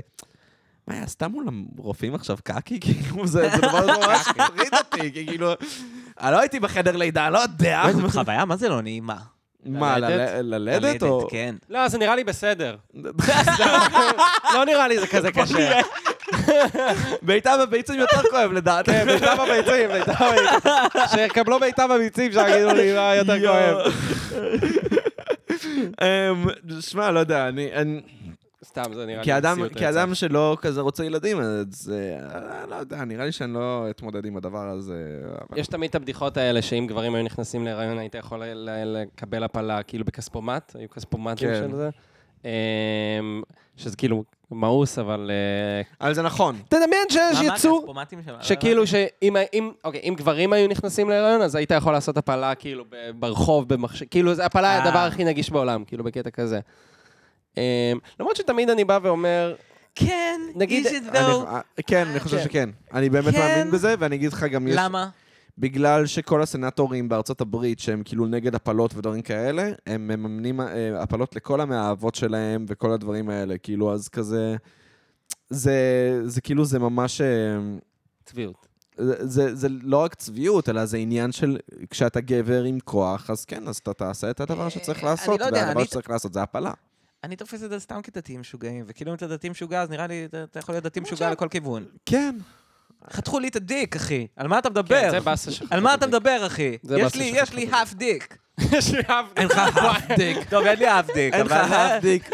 [SPEAKER 5] מה, היא עשתה מול הרופאים עכשיו קקי? כאילו, זה זה דבר שממש הטריד אותי, כי כאילו, אני לא הייתי בחדר לידה, לא יודע.
[SPEAKER 3] אוי, זאת אה, חוויה, מה זה לא נעימה?
[SPEAKER 5] מה,
[SPEAKER 2] ללדת?
[SPEAKER 5] לל- ללדת או...
[SPEAKER 3] כן.
[SPEAKER 2] לא, זה נראה לי בסדר. לא נראה לי זה כזה קשה.
[SPEAKER 5] בעיטה בביצים יותר כואב לדעתי. כן, בעיטה בביצים, בעיטה בביצים.
[SPEAKER 2] שיקבלו בעיטה בביצים, שיגידו לי מה יותר כואב.
[SPEAKER 5] אמ, שמע, לא יודע, אני... אני-
[SPEAKER 2] סתם, זה נראה לי
[SPEAKER 5] כאדם-
[SPEAKER 2] מציאות
[SPEAKER 5] כאדם שלא כזה רוצה ילדים, אז אה, לא יודע, נראה לי שאני לא אתמודד עם הדבר הזה. אבל-
[SPEAKER 2] יש תמיד את הבדיחות האלה, שאם גברים היו נכנסים להיריון, היית יכול ל- ל- לקבל הפלה, כאילו בכספומט, היו כספומטים
[SPEAKER 5] כן.
[SPEAKER 2] של זה. אמ, שזה כאילו מאוס, אבל... אה,
[SPEAKER 5] אבל זה נכון.
[SPEAKER 2] תדמיין שיש
[SPEAKER 3] מה, מה
[SPEAKER 2] יצור
[SPEAKER 3] הכספומטים שלה?
[SPEAKER 2] שכאילו שאם ה- אם- אוקיי, אם גברים היו נכנסים להיריון, אז היית יכול לעשות הפלה כאילו ב- ברחוב, במחשב, כאילו זה- הפלה היא
[SPEAKER 3] אה.
[SPEAKER 2] הדבר הכי נגיש בעולם, כאילו בקטע כזה. אמ, למרות שתמיד אני בא ואומר,
[SPEAKER 3] כן,
[SPEAKER 2] נגיד-
[SPEAKER 3] you should
[SPEAKER 5] אני-
[SPEAKER 3] know.
[SPEAKER 5] אה, כן, אני חושב
[SPEAKER 3] כן.
[SPEAKER 5] שכן. אני באמת
[SPEAKER 3] כן.
[SPEAKER 5] מאמין בזה, ואני אגיד לך גם יש...
[SPEAKER 3] למה?
[SPEAKER 5] בגלל שכל הסנטורים בארצות הברית, שהם כאילו נגד הפלות ודברים כאלה, הם מממנים אה, הפלות לכל המאהבות שלהם וכל הדברים האלה, כאילו, אז כזה... זה, זה כאילו, זה ממש... אה,
[SPEAKER 2] צביעות.
[SPEAKER 5] זה, זה, זה לא רק צביעות, אלא זה עניין של כשאתה גבר עם כוח, אז כן, אז אתה תעשה את הדבר שצריך
[SPEAKER 3] אה,
[SPEAKER 5] לעשות,
[SPEAKER 3] אני לא יודע,
[SPEAKER 5] והדבר
[SPEAKER 3] אני-
[SPEAKER 5] שצריך לעשות זה הפלה.
[SPEAKER 3] אני תופס את זה סתם כדתיים משוגעים, וכאילו אם אתה דתי משוגע, אז נראה לי אתה- אתה יכול להיות דתי משוגע לכל כיוון.
[SPEAKER 5] כן.
[SPEAKER 3] חתכו לי את הדיק, אחי. על מה אתה
[SPEAKER 2] כן,
[SPEAKER 3] מדבר?
[SPEAKER 2] זה באסה שלך.
[SPEAKER 3] על מה אתה מדבר, אחי?
[SPEAKER 2] זה
[SPEAKER 3] יש
[SPEAKER 2] באסה
[SPEAKER 3] לי,
[SPEAKER 2] שלך,
[SPEAKER 3] יש לי half דיק.
[SPEAKER 2] שאהבתי.
[SPEAKER 3] אין לך half דיק. טוב, אין לי half דיק,
[SPEAKER 5] אין לך
[SPEAKER 3] אבל...
[SPEAKER 5] אף דיק.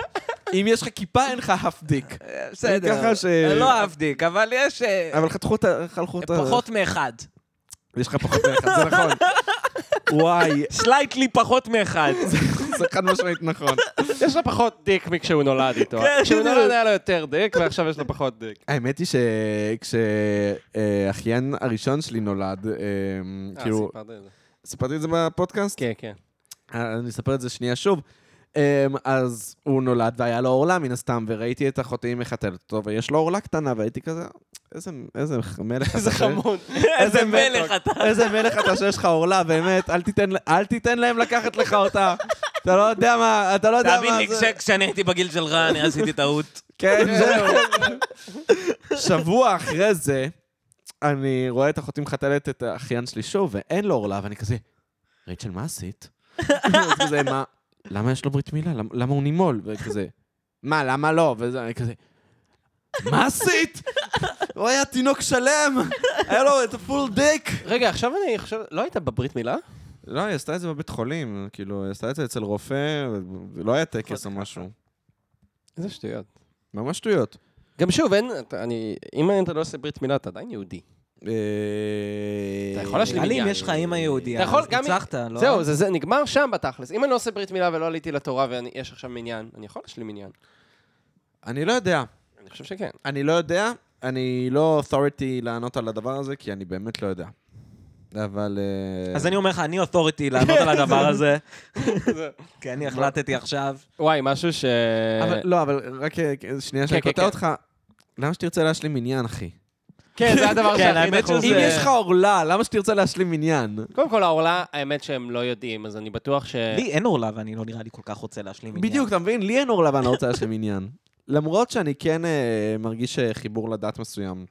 [SPEAKER 5] אם יש לך כיפה, אין לך אף דיק.
[SPEAKER 3] בסדר.
[SPEAKER 5] ככה ש-
[SPEAKER 3] אני לא half דיק, אבל יש... אה,
[SPEAKER 5] אבל חתכו את ה... חלכו את ה...
[SPEAKER 3] פחות מאחד.
[SPEAKER 5] יש לך פחות מאחד, זה נכון. וואי,
[SPEAKER 3] סלייטלי פחות מאחד.
[SPEAKER 5] זה חד משמעית נכון.
[SPEAKER 2] יש לו פחות דיק מכשהוא נולד איתו.
[SPEAKER 3] כן,
[SPEAKER 2] כשהוא
[SPEAKER 3] בדיוק.
[SPEAKER 2] נולד היה לו יותר דיק, ועכשיו יש לו פחות דיק.
[SPEAKER 5] האמת היא שכשאחיין הראשון שלי נולד, אה, כאילו, סיפרתי את זה בפודקאסט?
[SPEAKER 2] כן, כן.
[SPEAKER 5] אה, אני אספר את זה שנייה שוב. אמ, אז הוא נולד והיה לו עורלה מן הסתם, וראיתי את אחותי מחתלת אותו, ויש לו עורלה קטנה, והייתי כזה, איזה, איזה מלך
[SPEAKER 2] איזה
[SPEAKER 5] אתה ש-
[SPEAKER 2] חמוד.
[SPEAKER 3] איזה מלך אתה.
[SPEAKER 5] איזה מלך אתה שיש לך עורלה, באמת, אל תיתן, אל תיתן להם לקחת לך אותה. אתה לא יודע מה, אתה לא יודע מה
[SPEAKER 3] תאמין לי, כש- כשאני הייתי בגיל של רע, אני עשיתי טעות.
[SPEAKER 5] כן, זהו. שבוע אחרי זה, אני רואה את אחותי מחתלת את האחיין שלי שוב, ואין לו עורלה, ואני כזה, רייצ'ל, מה עשית? אז כזה, מה, למה יש לו ברית מילה? למ- למה הוא נימול? וכזה, מה, למה לא? וזה, אני כזה, מה עשית? הוא היה תינוק שלם, היה לו את הפול דיק.
[SPEAKER 2] רגע, עכשיו אני חושב, לא היית בברית מילה?
[SPEAKER 5] לא, היא עשתה את זה בבית חולים, כאילו, היא עשתה את זה אצל רופא, ולא היה טקס או משהו.
[SPEAKER 2] איזה שטויות.
[SPEAKER 5] ממש שטויות.
[SPEAKER 2] גם שוב, אין, אתה- אני, אם אתה לא עושה ברית מילה, אתה עדיין יהודי.
[SPEAKER 5] אה,
[SPEAKER 2] אתה יכול להשלים
[SPEAKER 3] נראה לי אם
[SPEAKER 2] עניין.
[SPEAKER 3] יש לך אימא יהודייה,
[SPEAKER 2] אתה יכול
[SPEAKER 3] אז
[SPEAKER 2] גם אם-
[SPEAKER 3] הצלחת, לא?
[SPEAKER 2] זהו, זה- זה נגמר שם בתכלס. אם אני לא עושה ברית מילה ולא עליתי לתורה ויש עכשיו מניין, אני יכול להשלים מניין.
[SPEAKER 5] אני לא יודע.
[SPEAKER 2] אני חושב שכן.
[SPEAKER 5] אני לא יודע, אני לא authority לענות על הדבר הזה, כי אני באמת לא יודע. אבל... אה,
[SPEAKER 3] אז אני אומר לך, אני אוטוריטי לענות על הדבר הזה. כי אני החלטתי עכשיו.
[SPEAKER 2] וואי, משהו ש...
[SPEAKER 5] אבל- לא, אבל רק אה, שנייה שאני
[SPEAKER 2] כן,
[SPEAKER 5] קוטע
[SPEAKER 2] כן.
[SPEAKER 5] אותך. למה שתרצה להשלים מניין, אחי?
[SPEAKER 2] כן, זה הדבר
[SPEAKER 3] כן,
[SPEAKER 2] שהכי
[SPEAKER 3] האמת
[SPEAKER 2] דחוף.
[SPEAKER 3] שזה-
[SPEAKER 5] אם יש לך עורלה, למה שתרצה להשלים מניין?
[SPEAKER 2] קודם כל, העורלה, האמת שהם לא יודעים, אז אני בטוח ש...
[SPEAKER 3] לי אין עורלה ואני לא נראה לי כל כך רוצה להשלים עניין.
[SPEAKER 5] בדיוק, אתה מבין? לי אין עורלה ואני לא רוצה להשלים מניין. למרות שאני כן אה, מרגיש אה, חיבור לדת מסוים.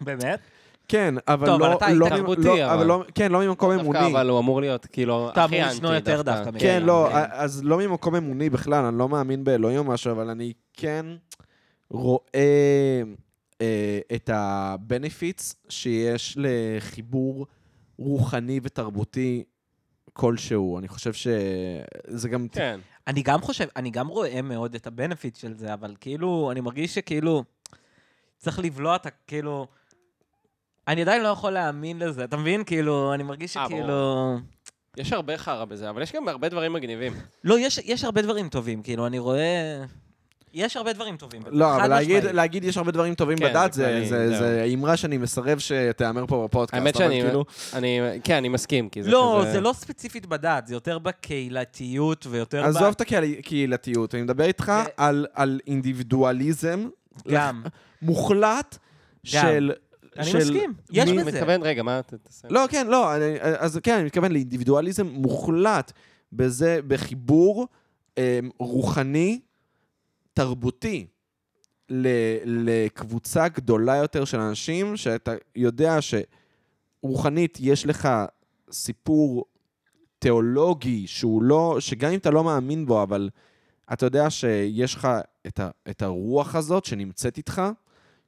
[SPEAKER 3] באמת?
[SPEAKER 5] כן, אבל
[SPEAKER 3] טוב, אבל
[SPEAKER 5] לא...
[SPEAKER 3] אתה
[SPEAKER 5] לא
[SPEAKER 2] היית
[SPEAKER 5] ממ-
[SPEAKER 2] תרבותי,
[SPEAKER 5] לא-
[SPEAKER 2] אבל-
[SPEAKER 5] לא- כן, לא ממקום
[SPEAKER 2] דווקא,
[SPEAKER 5] אמוני.
[SPEAKER 2] אבל הוא אמור להיות, כאילו,
[SPEAKER 3] אתה
[SPEAKER 2] הכי
[SPEAKER 3] אמור לשנוא
[SPEAKER 2] אנטי
[SPEAKER 3] יותר
[SPEAKER 2] דווקא.
[SPEAKER 3] דווקא
[SPEAKER 5] כן,
[SPEAKER 3] כן,
[SPEAKER 5] לא,
[SPEAKER 3] כן.
[SPEAKER 5] אז לא ממקום אמוני בכלל, אני לא מאמין באלוהים או משהו, אבל אני כן רואה אה, את ה-benefits שיש לחיבור רוחני ותרבותי כלשהו. אני חושב שזה גם...
[SPEAKER 2] כן.
[SPEAKER 3] אני גם חושב, אני גם רואה מאוד את הבנפיט של זה, אבל כאילו, אני מרגיש שכאילו, צריך לבלוע את ה... כאילו... אני עדיין לא יכול להאמין לזה, אתה מבין? כאילו, אני מרגיש
[SPEAKER 2] אה, ברור.
[SPEAKER 3] שכאילו...
[SPEAKER 2] יש הרבה חרא בזה, אבל יש גם הרבה דברים מגניבים.
[SPEAKER 3] לא, יש, יש הרבה דברים טובים, כאילו, אני רואה... יש הרבה דברים טובים. בזה,
[SPEAKER 1] לא,
[SPEAKER 3] חד
[SPEAKER 1] אבל להגיד,
[SPEAKER 3] משמעית.
[SPEAKER 1] להגיד יש הרבה דברים טובים
[SPEAKER 2] כן,
[SPEAKER 1] בדת,
[SPEAKER 2] זה
[SPEAKER 1] זה,
[SPEAKER 2] כללי,
[SPEAKER 1] זה,
[SPEAKER 2] זהו.
[SPEAKER 1] זה אמרה שאני מסרב שתיאמר פה בפודקאסט.
[SPEAKER 2] האמת
[SPEAKER 1] אבל
[SPEAKER 2] שאני-
[SPEAKER 1] כאילו,
[SPEAKER 2] אני, כן, אני מסכים, כי זה
[SPEAKER 3] לא,
[SPEAKER 2] כזה...
[SPEAKER 3] זה לא ספציפית בדת, זה יותר בקהילתיות ויותר ב...
[SPEAKER 1] עזוב את הקהיל- הקהילתיות, אני מדבר איתך
[SPEAKER 3] זה-
[SPEAKER 1] על, על אינדיבידואליזם
[SPEAKER 3] גם.
[SPEAKER 1] מוחלט של...
[SPEAKER 3] אני
[SPEAKER 1] של
[SPEAKER 3] מסכים, יש
[SPEAKER 2] אני
[SPEAKER 3] בזה.
[SPEAKER 2] מתכוון, רגע, מה אתה תעשה?
[SPEAKER 1] לא, כן, לא, אני, אז כן, אני מתכוון לאינדיבידואליזם מוחלט בזה, בחיבור אה, רוחני, תרבותי, ל, לקבוצה גדולה יותר של אנשים, שאתה יודע שרוחנית יש לך סיפור תיאולוגי, שהוא לא, שגם אם אתה לא מאמין בו, אבל אתה יודע שיש לך את, ה, את הרוח הזאת שנמצאת איתך,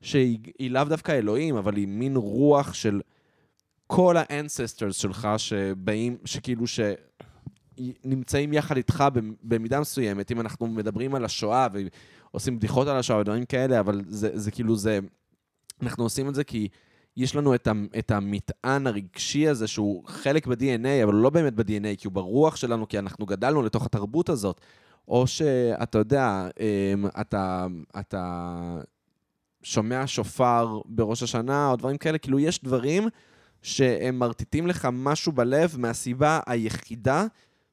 [SPEAKER 1] שהיא היא לאו דווקא אלוהים, אבל היא מין רוח של כל האנססטרס שלך שבאים, שכאילו ש... נמצאים יחד איתך במ- במידה מסוימת, אם אנחנו מדברים על השואה ועושים בדיחות על השואה ודברים כאלה, אבל זה, זה כאילו זה... אנחנו עושים את זה כי יש לנו את, ה, את המטען הרגשי הזה שהוא חלק ב-DNA, אבל הוא לא באמת ב-DNA, כי הוא ברוח שלנו, כי אנחנו גדלנו לתוך התרבות הזאת. או שאתה יודע, אמ, אתה, אתה שומע שופר בראש השנה, או דברים כאלה, כאילו יש דברים שהם מרטיטים לך משהו בלב מהסיבה היחידה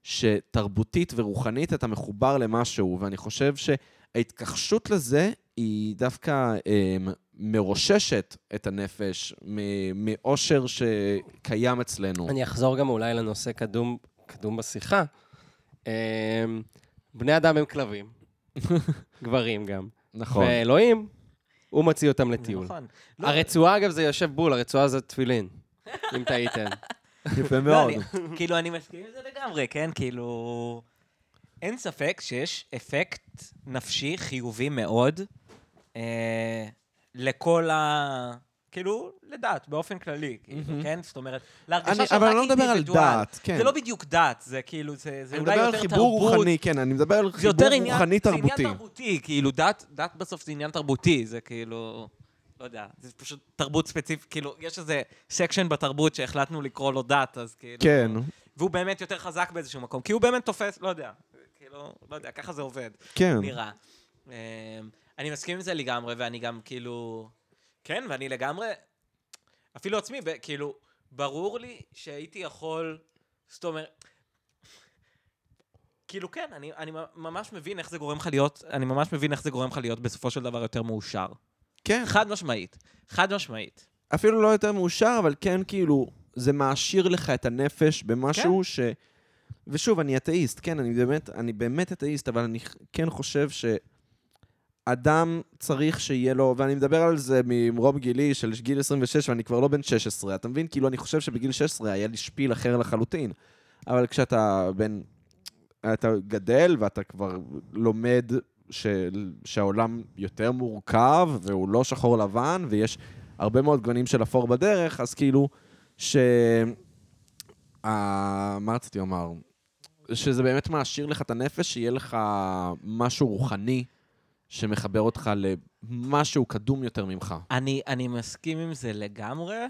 [SPEAKER 1] שתרבותית ורוחנית אתה מחובר למשהו, ואני חושב שההתכחשות לזה היא דווקא אה, מרוששת את הנפש מ- מאושר שקיים אצלנו.
[SPEAKER 2] אני אחזור גם אולי לנושא קדום, קדום בשיחה. אמ, בני אדם הם כלבים, גברים גם.
[SPEAKER 1] נכון.
[SPEAKER 2] ואלוהים, הוא מוציא אותם
[SPEAKER 3] זה
[SPEAKER 2] לטיול.
[SPEAKER 3] נכון. לא,
[SPEAKER 2] הרצועה, אגב, זה יושב בול, הרצועה זה תפילין, אם תהיתם.
[SPEAKER 1] יפה
[SPEAKER 3] לא,
[SPEAKER 1] מאוד.
[SPEAKER 3] אני- כאילו, אני מסכים עם זה לגמרי, כן? כאילו... אין ספק שיש אפקט נפשי חיובי מאוד אה, לכל ה... כאילו, לדת, באופן כללי, כאילו,
[SPEAKER 1] מהמם.
[SPEAKER 3] כן? זאת אומרת,
[SPEAKER 1] אני-
[SPEAKER 3] להרגשה שלך
[SPEAKER 1] אבל אני לא מדבר על
[SPEAKER 3] כאינדיבידואל.
[SPEAKER 1] דת, כן.
[SPEAKER 3] זה לא בדיוק דת, זה כאילו, זה זה
[SPEAKER 1] אני
[SPEAKER 3] אולי
[SPEAKER 1] מדבר על
[SPEAKER 3] יותר
[SPEAKER 1] חיבור
[SPEAKER 3] תרבות.
[SPEAKER 1] רוחני, כן, אני מדבר על
[SPEAKER 3] זה
[SPEAKER 1] חיבור
[SPEAKER 3] יותר עניין,
[SPEAKER 1] רוחני
[SPEAKER 3] זה
[SPEAKER 1] תרבותי.
[SPEAKER 3] עניין תרבותי, כאילו דת, דת בסוף זה עניין תרבותי, זה כאילו, לא יודע, זה פשוט תרבות ספציפית, כאילו, יש איזה סקשן בתרבות שהחלטנו לקרוא לו דת, אז כאילו...
[SPEAKER 1] כן.
[SPEAKER 3] והוא באמת יותר חזק באיזשהו מקום, כי הוא באמת תופס, לא יודע, כאילו, לא יודע, ככה זה עובד,
[SPEAKER 1] כן.
[SPEAKER 3] נראה. אמ, אני מסכים עם זה לגמרי, ואני גם כאילו... כן, ואני לגמרי... אפילו עצמי, ב- כאילו, ברור לי שהייתי יכול... זאת אומרת... כאילו, כן, אני, אני ממש מבין איך זה גורם לך להיות... אני ממש מבין איך זה גורם לך להיות בסופו של דבר יותר מאושר.
[SPEAKER 1] כן.
[SPEAKER 3] חד משמעית. חד משמעית.
[SPEAKER 1] אפילו לא יותר מאושר, אבל כן, כאילו, זה מעשיר לך את הנפש במשהו ש... ושוב, אני אתאיסט, כן, אני באמת, אני באמת אתאיסט, אבל אני כן חושב שאדם צריך שיהיה לו, ואני מדבר על זה ממרום גילי של גיל 26, ואני כבר לא בן 16, אתה מבין? כאילו, אני חושב שבגיל 16 היה לי שפיל אחר לחלוטין. אבל כשאתה בן... אתה גדל ואתה כבר לומד של, שהעולם יותר מורכב, והוא לא שחור לבן, ויש הרבה מאוד גוונים של אפור בדרך, אז כאילו, ש... אה, מה רציתי לומר? שזה באמת מעשיר לך את הנפש, שיהיה לך משהו רוחני שמחבר אותך למשהו קדום יותר ממך.
[SPEAKER 3] אני, אני מסכים עם זה לגמרי,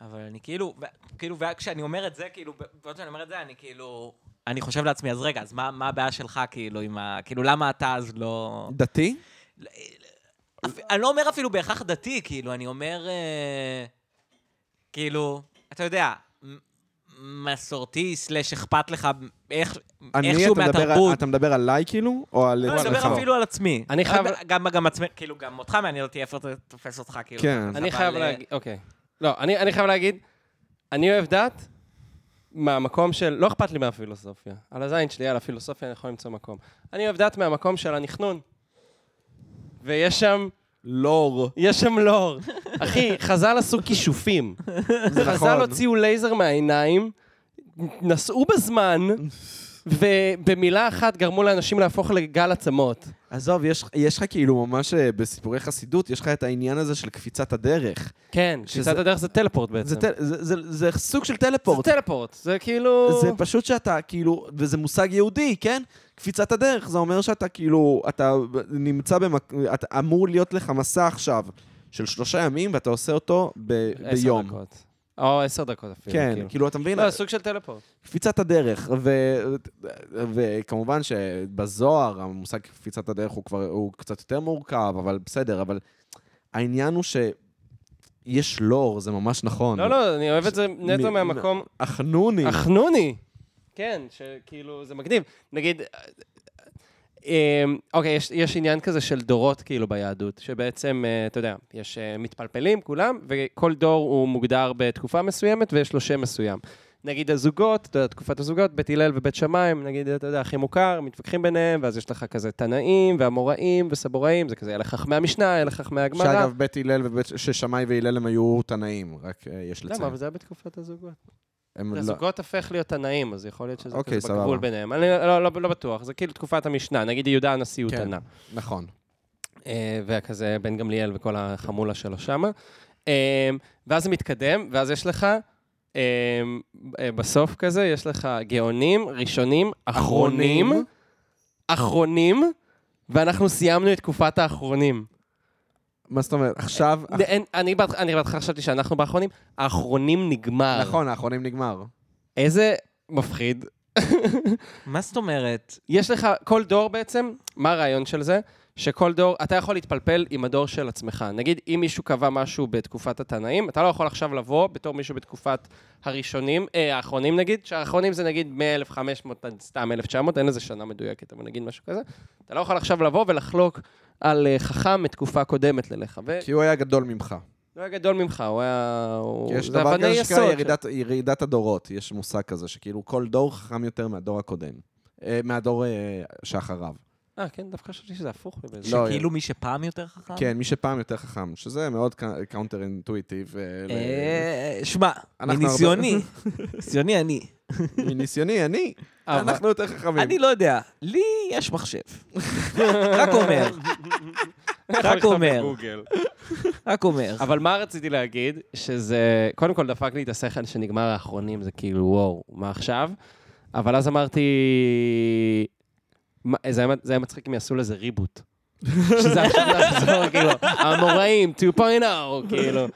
[SPEAKER 3] אבל אני כאילו, ו- כאילו, וכשאני אומר את זה, כאילו, ב- בעוד שאני אומר את זה, אני כאילו... אני חושב לעצמי, אז רגע, אז מה, מה הבעיה שלך, כאילו, עם ה... כאילו, למה אתה אז לא...
[SPEAKER 1] דתי?
[SPEAKER 3] אפ- אני לא אומר אפילו בהכרח דתי, כאילו, אני אומר... אה, כאילו, אתה יודע, מ- מסורתי, סלאש אכפת לך איך,
[SPEAKER 1] אני,
[SPEAKER 3] איכשהו
[SPEAKER 1] אתה מדבר,
[SPEAKER 3] מהתרבות.
[SPEAKER 1] אתה מדבר עליי כאילו, או על
[SPEAKER 3] לא, אני
[SPEAKER 5] נכון,
[SPEAKER 1] עצמך?
[SPEAKER 3] מדבר אפילו על עצמי.
[SPEAKER 2] אני חייב-
[SPEAKER 3] גם, גם עצמי, כאילו, גם אותך מעניין אותי איפה זה תופס אותך, כאילו.
[SPEAKER 1] כן.
[SPEAKER 2] אני
[SPEAKER 3] אבל,
[SPEAKER 2] חייב
[SPEAKER 3] אה,
[SPEAKER 2] להגיד, אוקיי. לא, אני אני חייב להגיד, אני אוהב דת מהמקום של, לא אכפת לי מהפילוסופיה. על הזין שלי, על הפילוסופיה, אני יכול למצוא מקום. אני אוהב דת מהמקום של הנכנון. ויש שם,
[SPEAKER 1] לור.
[SPEAKER 2] יש שם לור. אחי, חז"ל עשו כישופים.
[SPEAKER 1] זה
[SPEAKER 2] חז"ל
[SPEAKER 1] נכון.
[SPEAKER 2] הוציאו לייזר מהעיניים, נסעו בזמן, ובמילה אחת גרמו לאנשים להפוך לגל עצמות.
[SPEAKER 1] עזוב, יש, יש לך כאילו ממש אה, בסיפורי חסידות, יש לך את העניין הזה של קפיצת הדרך.
[SPEAKER 2] כן,
[SPEAKER 1] שזה-
[SPEAKER 2] קפיצת הדרך זה טלפורט בעצם.
[SPEAKER 1] זה, טל, זה, זה, זה סוג של
[SPEAKER 2] זה
[SPEAKER 1] טלפורט.
[SPEAKER 2] טלפורט, זה כאילו...
[SPEAKER 1] זה פשוט שאתה כאילו, וזה מושג יהודי, כן? קפיצת הדרך, זה אומר שאתה כאילו, אתה נמצא במק... אתה אמור להיות לך מסע עכשיו של שלושה ימים, ואתה עשר אותו ב...
[SPEAKER 2] עשר
[SPEAKER 1] ביום.
[SPEAKER 2] דקות. או עשר דקות אפילו.
[SPEAKER 5] כן,
[SPEAKER 2] כאילו.
[SPEAKER 5] כאילו, אתה מבין?
[SPEAKER 2] לא, סוג של טלפורט.
[SPEAKER 5] קפיצת הדרך, ו- וכמובן שבזוהר המושג קפיצת הדרך הוא כבר, הוא קצת יותר מורכב, אבל בסדר, אבל העניין הוא שיש לור, זה ממש נכון.
[SPEAKER 2] לא, לא, אני אוהב את זה
[SPEAKER 5] מ-
[SPEAKER 2] נטו
[SPEAKER 5] מ-
[SPEAKER 2] מהמקום
[SPEAKER 5] החנוני.
[SPEAKER 2] החנוני. כן, שכאילו, זה מגניב. נגיד, אה, אה, אוקיי, יש, יש עניין כזה של דורות כאילו ביהדות, שבעצם, אה, אתה יודע, יש אה, מתפלפלים כולם, וכל דור הוא מוגדר בתקופה מסוימת ויש לו שם מסוים. נגיד הזוגות, אתה יודע, תקופת הזוגות, בית הלל ובית שמיים, נגיד, אתה יודע, הכי מוכר, מתווכחים ביניהם, ואז יש לך כזה תנאים ואמוראים וסבוראים, זה כזה, אלה חכמי המשנה, אלה חכמי הגמרא.
[SPEAKER 5] שאגב, בית הלל ובית, ששמאי והלל הם היו תנאים, רק אה, יש לציין.
[SPEAKER 2] למה? אבל זה היה בתקופת הזוגות.
[SPEAKER 5] הם לא-
[SPEAKER 2] הזוגות הופך להיות תנאים, אז יכול להיות שזה
[SPEAKER 5] אוקיי,
[SPEAKER 2] כזה
[SPEAKER 5] סבבה.
[SPEAKER 2] בגבול ביניהם. אני לא- לא לא בטוח, זה כאילו תקופת המשנה, נגיד יהודה הנשיא הוא
[SPEAKER 5] כן.
[SPEAKER 2] תנא.
[SPEAKER 5] נכון.
[SPEAKER 2] אה, וכזה בן גמליאל וכל החמולה שלו שמה. אה, ואז זה מתקדם, ואז יש לך, אה, אה, בסוף כזה, יש לך גאונים, ראשונים, אחרונים, אחרונים, ואנחנו סיימנו את תקופת האחרונים.
[SPEAKER 5] מה זאת אומרת? עכשיו...
[SPEAKER 2] אין- אני בהתח- אני בהתחלה חשבתי שאנחנו באחרונים, האחרונים נגמר.
[SPEAKER 5] נכון, האחרונים נגמר.
[SPEAKER 2] איזה מפחיד.
[SPEAKER 3] מה זאת אומרת?
[SPEAKER 2] יש לך, כל דור בעצם, מה הרעיון של זה? שכל דור, אתה יכול להתפלפל עם הדור של עצמך. נגיד, אם מישהו קבע משהו בתקופת התנאים, אתה לא יכול עכשיו לבוא בתור מישהו בתקופת הראשונים, אה, האחרונים נגיד, שהאחרונים זה נגיד מ-1500 עד סתם 1900, אין לזה שנה מדויקת, אבל נגיד משהו כזה. אתה לא יכול עכשיו לבוא ולחלוק על אה, חכם מתקופה קודמת ללך.
[SPEAKER 5] כי הוא היה גדול ממך.
[SPEAKER 2] ולא היה גדול ממך, הוא היה... הוא-
[SPEAKER 5] כי יש
[SPEAKER 2] זה
[SPEAKER 5] דבר
[SPEAKER 2] אבני
[SPEAKER 5] כזה
[SPEAKER 2] יסוד
[SPEAKER 5] שנקרא
[SPEAKER 2] של-
[SPEAKER 5] ירידת- ירידת הדורות, יש מושג כזה, שכאילו כל דור חכם יותר מהדור הקודם. אה, מהדור אה, שאחריו.
[SPEAKER 2] אה, כן, דווקא חשבתי שזה הפוך. לי באיזה-
[SPEAKER 5] לא,
[SPEAKER 3] כאילו מי שפעם יותר
[SPEAKER 2] אה.
[SPEAKER 3] חכם?
[SPEAKER 5] כן, מי שפעם יותר חכם, שזה מאוד קאונטר אינטואיטיב.
[SPEAKER 3] אה, שמע,
[SPEAKER 5] אנחנו
[SPEAKER 3] מניסיוני, מניסיוני אני.
[SPEAKER 5] מניסיוני, אני,
[SPEAKER 2] אבל-
[SPEAKER 5] אנחנו יותר חכמים.
[SPEAKER 3] אני לא יודע, לי יש מחשב. רק אומר, רק אומר, רק אומר.
[SPEAKER 2] אבל מה רציתי להגיד? שזה, קודם כל דפק לי את השכל שנגמר האחרונים, זה כאילו, וואו, מה עכשיו? אבל אז אמרתי, מה- זה היה- זה היה מצחיק אם יעשו לזה ריבוט. שזה עכשיו לחזור, כאילו, המוראים 2.0, כאילו.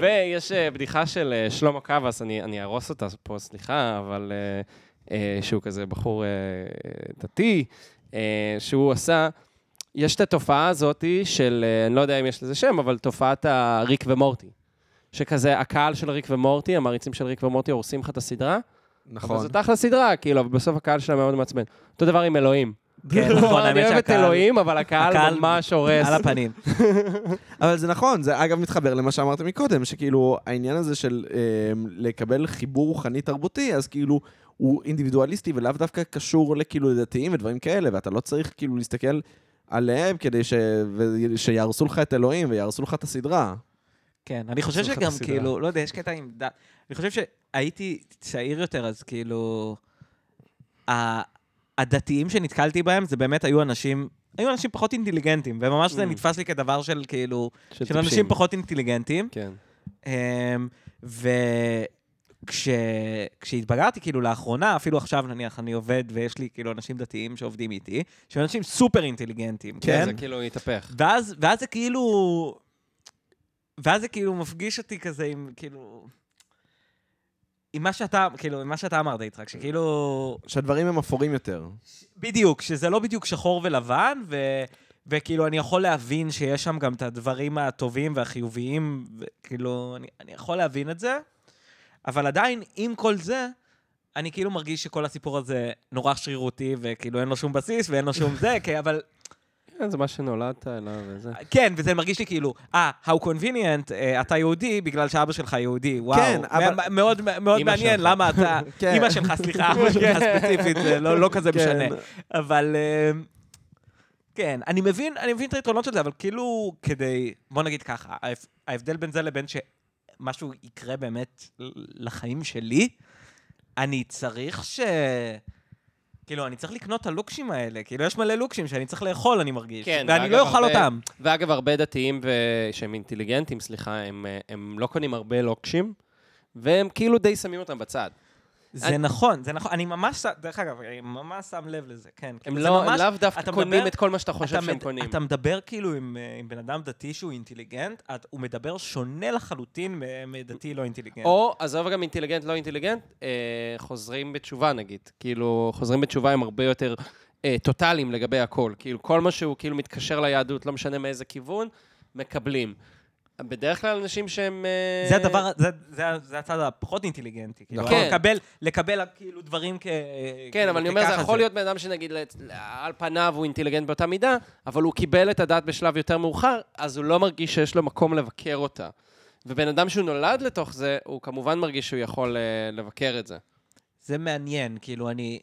[SPEAKER 2] ויש אה, בדיחה של אה, שלמה קבס, אני אני אהרוס אותה פה, סליחה, אבל אה, אה, שהוא כזה בחור אה, דתי, אה, שהוא עשה, יש את התופעה הזאת של, אה, אני לא יודע אם יש לזה שם, אבל תופעת הריק ומורטי. שכזה, הקהל של ריק ומורטי, המעריצים של ריק ומורטי הורסים לך את הסדרה, אבל
[SPEAKER 5] נכון.
[SPEAKER 2] זאת אחלה סדרה, כאילו, אבל בסוף הקהל שלה מאוד מעצבן. אותו דבר עם אלוהים.
[SPEAKER 3] כן, נכון,
[SPEAKER 2] אני
[SPEAKER 3] האמת
[SPEAKER 2] אוהב את
[SPEAKER 3] שהקהל-
[SPEAKER 2] אלוהים, אבל הקהל
[SPEAKER 3] הקהל
[SPEAKER 2] ממש הורס.
[SPEAKER 3] על הפנים.
[SPEAKER 5] אבל זה נכון, זה אגב מתחבר למה שאמרת מקודם, שכאילו העניין הזה של אה, לקבל חיבור רוחני-תרבותי, אז כאילו הוא אינדיבידואליסטי ולאו דווקא קשור לכאילו לדתיים ודברים כאלה, ואתה לא צריך כאילו להסתכל עליהם כדי ש... ו... שיהרסו לך את אלוהים ויהרסו לך את הסדרה.
[SPEAKER 3] כן, אני חושב
[SPEAKER 2] שמחת
[SPEAKER 3] שגם
[SPEAKER 2] הסדרה.
[SPEAKER 3] כאילו, לא יודע, יש קטע עם דת. אני חושב שהייתי צעיר יותר, אז כאילו... ה- הדתיים שנתקלתי בהם, זה באמת היו אנשים... היו אנשים פחות אינטליגנטים, וממש זה
[SPEAKER 2] Mm.
[SPEAKER 3] נתפס לי כדבר של כאילו...
[SPEAKER 2] של
[SPEAKER 3] של אנשים
[SPEAKER 2] טיפשים.
[SPEAKER 3] פחות אינטליגנטים.
[SPEAKER 2] כן.
[SPEAKER 3] אמ, וכשהתבגרתי, כאילו לאחרונה, אפילו עכשיו נניח אני עובד ויש לי כאילו אנשים דתיים שעובדים איתי, שהם אנשים סופר אינטליגנטים,
[SPEAKER 5] כן,
[SPEAKER 3] כן?
[SPEAKER 2] זה כאילו התהפך.
[SPEAKER 3] ואז, ואז זה כאילו... ואז זה כאילו מפגיש אותי כזה עם כאילו... עם מה שאתה, כאילו, עם מה שאתה אמרת, יצחק, שכאילו...
[SPEAKER 5] שהדברים הם אפורים יותר.
[SPEAKER 3] בדיוק, שזה לא בדיוק שחור ולבן, ו... וכאילו, אני יכול להבין שיש שם גם את הדברים הטובים והחיוביים, וכאילו, אני, אני יכול להבין את זה, אבל עדיין, עם כל זה, אני כאילו מרגיש שכל הסיפור הזה נורא שרירותי, וכאילו אין לו שום בסיס ואין לו שום זה, כי, אבל
[SPEAKER 2] כן, זה מה שנולדת אליו וזה.
[SPEAKER 3] כן, וזה מרגיש לי כאילו, אה, how convenient, אה, אתה יהודי בגלל שאבא שלך יהודי, וואו.
[SPEAKER 5] כן, אבל-
[SPEAKER 3] מא- מאוד, מאוד
[SPEAKER 2] אמא
[SPEAKER 3] מעניין
[SPEAKER 2] שלך.
[SPEAKER 3] למה אתה...
[SPEAKER 5] כן.
[SPEAKER 3] אימא שלך, סליחה, אבא שלך ספציפית, זה לא לא כזה משנה. אבל... אה, כן, אני מבין, אני מבין את היתרונות של זה, אבל כאילו, כדי... בוא נגיד ככה, ההפ- ההבדל בין זה לבין שמשהו יקרה באמת ל- לחיים שלי, אני צריך ש... כאילו, אני צריך לקנות את הלוקשים האלה. כאילו, יש מלא לוקשים שאני צריך לאכול, אני מרגיש.
[SPEAKER 2] כן,
[SPEAKER 3] ואני
[SPEAKER 2] ואגב,
[SPEAKER 3] לא אוכל
[SPEAKER 2] הרבה-
[SPEAKER 3] אותם.
[SPEAKER 2] ואגב, הרבה דתיים ו... שהם אינטליגנטים, סליחה, הם, אה, הם לא קונים הרבה לוקשים, והם כאילו די שמים אותם בצד.
[SPEAKER 3] זה נכון, זה נכון. אני ממש, ש- דרך אגב, אני ממש שם לב לזה, כן.
[SPEAKER 2] הם
[SPEAKER 3] כאילו, זה
[SPEAKER 2] לא-
[SPEAKER 3] ממש-
[SPEAKER 2] הם לאו דווקא
[SPEAKER 3] אתה
[SPEAKER 2] קונים
[SPEAKER 3] מדבר-
[SPEAKER 2] את כל מה שאתה חושב
[SPEAKER 3] אתה
[SPEAKER 2] שהם
[SPEAKER 3] מד-
[SPEAKER 2] קונים.
[SPEAKER 3] אתה מדבר כאילו עם, אה, עם בן אדם דתי שהוא אינטליגנט, את- הוא מדבר שונה לחלוטין מ- מדתי לא אינטליגנט.
[SPEAKER 2] או, עזוב גם אינטליגנט, לא אינטליגנט, אה, חוזרים בתשובה נגיד. כאילו, חוזרים בתשובה הם הרבה יותר אה, טוטאליים לגבי הכל. כאילו, כל מה שהוא כאילו מתקשר ליהדות, לא משנה מאיזה כיוון, מקבלים. בדרך כלל אנשים שהם... אה,
[SPEAKER 3] זה הדבר, זה, זה, ה- זה הצד הפחות אינטליגנטי. כאילו,
[SPEAKER 2] נכון.
[SPEAKER 3] לקבל, לקבל כאילו דברים כ...
[SPEAKER 2] כן,
[SPEAKER 3] כאילו,
[SPEAKER 2] אבל אני אומר, זה
[SPEAKER 3] כככה
[SPEAKER 2] יכול להיות בן אדם שנגיד, לת- על פניו הוא אינטליגנט באותה מידה, אבל הוא קיבל את הדת בשלב יותר מאוחר, אז הוא לא מרגיש שיש לו מקום לבקר אותה. ובן אדם שהוא נולד לתוך זה, הוא כמובן מרגיש שהוא יכול אה, לבקר את זה.
[SPEAKER 3] זה מעניין, כאילו, אני...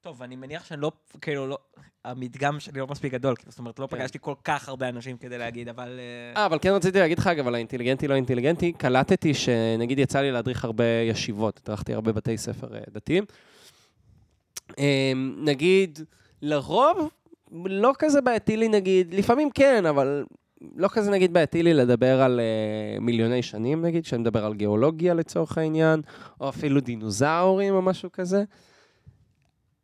[SPEAKER 3] טוב, אני מניח שאני לא, כאילו, לא... המדגם שלי לא מספיק גדול, כאילו, זאת אומרת, לא
[SPEAKER 2] כן.
[SPEAKER 3] פגשתי כל כך הרבה אנשים כדי להגיד, אבל... אה,
[SPEAKER 2] אה, אבל כן רציתי להגיד לך, אגב, על האינטליגנטי לא אינטליגנטי, קלטתי שנגיד יצא לי להדריך הרבה ישיבות, הדרכתי הרבה בתי ספר אה, דתיים. אה, נגיד, לרוב, לא כזה בעייתי לי, נגיד, לפעמים כן, אבל לא כזה נגיד בעייתי לי לדבר על אה, מיליוני שנים, נגיד, שאני מדבר על גיאולוגיה לצורך העניין, או אפילו דינוזאורים או משהו כזה.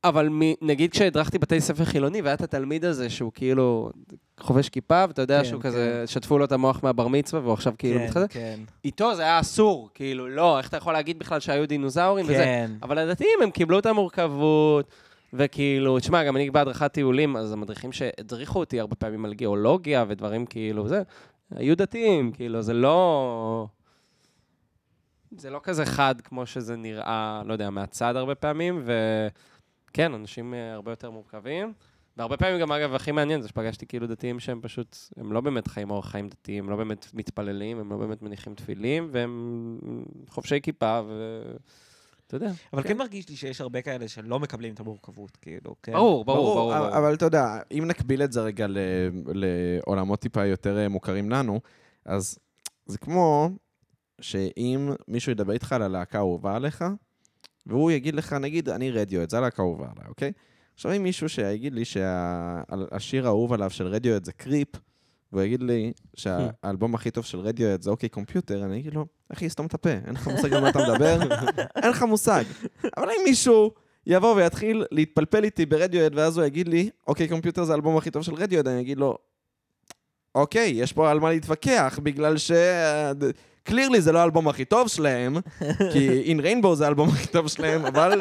[SPEAKER 2] אבל מ, נגיד כשהדרכתי בתי ספר חילוני, והיה את התלמיד הזה שהוא כאילו חובש כיפה, ואתה יודע
[SPEAKER 3] כן,
[SPEAKER 2] שהוא כזה, שטפו לו את המוח מהבר מצווה, והוא עכשיו כאילו
[SPEAKER 3] כן,
[SPEAKER 2] מתחזה.
[SPEAKER 3] כן,
[SPEAKER 2] איתו זה היה אסור, כאילו, לא, איך אתה יכול להגיד בכלל שהיו דינוזאורים וזה?
[SPEAKER 3] כן.
[SPEAKER 2] אבל הדתיים, הם קיבלו את המורכבות, וכאילו, תשמע, גם אני בהדרכת טיולים, אז המדריכים שהדריכו אותי הרבה פעמים על גיאולוגיה ודברים כאילו, זה, היו דתיים, כאילו, זה לא... זה לא כזה חד כמו שזה נראה, לא יודע, מהצד הרבה פעמים, וכן, אנשים אה, הרבה יותר מורכבים. והרבה פעמים גם, אגב, הכי מעניין זה שפגשתי כאילו דתיים שהם פשוט, הם לא באמת חיים אורח חיים דתיים, הם לא באמת מתפללים, הם לא באמת מניחים תפילים, והם חובשי כיפה, ו... אתה יודע.
[SPEAKER 3] אבל כן מרגיש לי שיש הרבה כאלה שלא מקבלים את המורכבות, כאילו, כן.
[SPEAKER 2] ברור, ברור, ברור.
[SPEAKER 5] אבל-
[SPEAKER 2] ברור.
[SPEAKER 5] אבל אתה יודע, אם נקביל את זה רגע ל- לעולמות טיפה יותר אה, מוכרים לנו, אז זה כמו שאם מישהו ידבר איתך על הלהקה האהובה עליך, והוא יגיד לך, נגיד, אני רדיואט, זו הלהקה האהובה עליי, אוקיי? עכשיו, אם מישהו שיגיד לי שהשיר האהוב עליו של רדיואט זה קריפ, והוא יגיד לי שהאלבום הכי טוב של רדיואט זה אוקיי קומפיוטר, אני אגיד לו, אחי, סתום את הפה, אין לך מושג על מה אתה מדבר, אין לך מושג. אבל אם מישהו יבוא ויתחיל להתפלפל איתי ברדיואט, ואז הוא יגיד לי, אוקיי, קומפיוטר זה האלבום הכי טוב של רדיואט, אני אגיד לו, אוקיי, יש פה על מה להתווכח, בגלל ש... קלירלי זה לא האלבום הכי טוב שלהם, כי In Rainbow זה האלבום הכי טוב שלהם, אבל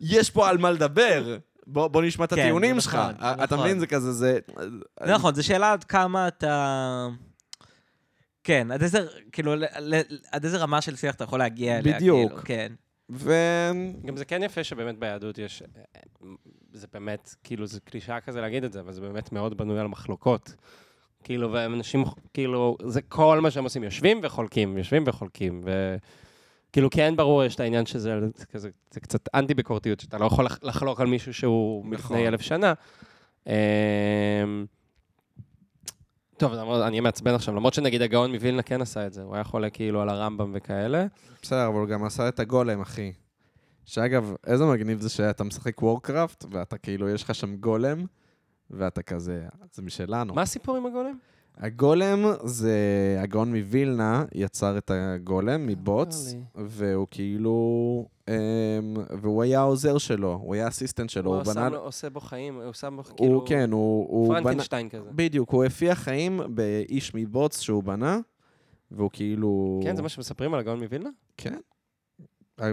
[SPEAKER 5] יש פה על מה לדבר. בוא, בוא נשמע את
[SPEAKER 3] כן,
[SPEAKER 5] הטיעונים
[SPEAKER 3] זה
[SPEAKER 5] שלך.
[SPEAKER 3] נכון, זה
[SPEAKER 5] אתה
[SPEAKER 3] נכון.
[SPEAKER 5] מבין, זה כזה, זה...
[SPEAKER 3] זה נכון, זו שאלה עד כמה אתה... כן, עד איזה, כאילו, ל- ל- עד איזה רמה של שיח אתה יכול להגיע אליה,
[SPEAKER 5] בדיוק.
[SPEAKER 3] כאילו, כן.
[SPEAKER 5] ו...
[SPEAKER 2] גם זה כן יפה שבאמת ביהדות יש, אה, זה באמת, כאילו, זה קלישאה כזה להגיד את זה, אבל זה באמת מאוד בנוי על מחלוקות. כאילו, ואנשים, כאילו, זה כל מה שהם עושים, יושבים וחולקים, יושבים וחולקים, ו... כאילו, כן ברור, יש את העניין שזה זה כזה, זה קצת אנטי-ביקורתיות, שאתה לא יכול לח- לחלוק על מישהו שהוא
[SPEAKER 5] נכון.
[SPEAKER 2] מלפני אלף שנה. אמ, טוב, למרות- אני מעצבן עכשיו, למרות שנגיד הגאון מווילנה כן עשה את זה, הוא היה חולה כאילו על הרמב"ם וכאלה.
[SPEAKER 5] בסדר, אבל הוא גם עשה את הגולם, אחי. שאגב, איזה מגניב זה שאתה משחק וורקראפט, ואתה כאילו, יש לך שם גולם, ואתה כזה, זה משלנו.
[SPEAKER 2] מה הסיפור עם הגולם?
[SPEAKER 5] הגולם זה, הגאון מווילנה יצר את הגולם מבוץ, והוא כאילו, אמ, והוא היה העוזר שלו, הוא היה אסיסטנט שלו,
[SPEAKER 2] כאילו, הוא
[SPEAKER 5] הוא בנה,
[SPEAKER 2] שם לו- עושה בו חיים, הוא שם בו כאילו...
[SPEAKER 5] הוא כן, הוא הוא בנה,
[SPEAKER 2] פרנקנשטיין כזה.
[SPEAKER 5] בדיוק, הוא הפיע חיים באיש מבוץ שהוא בנה, והוא כאילו...
[SPEAKER 2] כן, זה מה שמספרים על הגאון מווילנה?
[SPEAKER 5] כן. אה,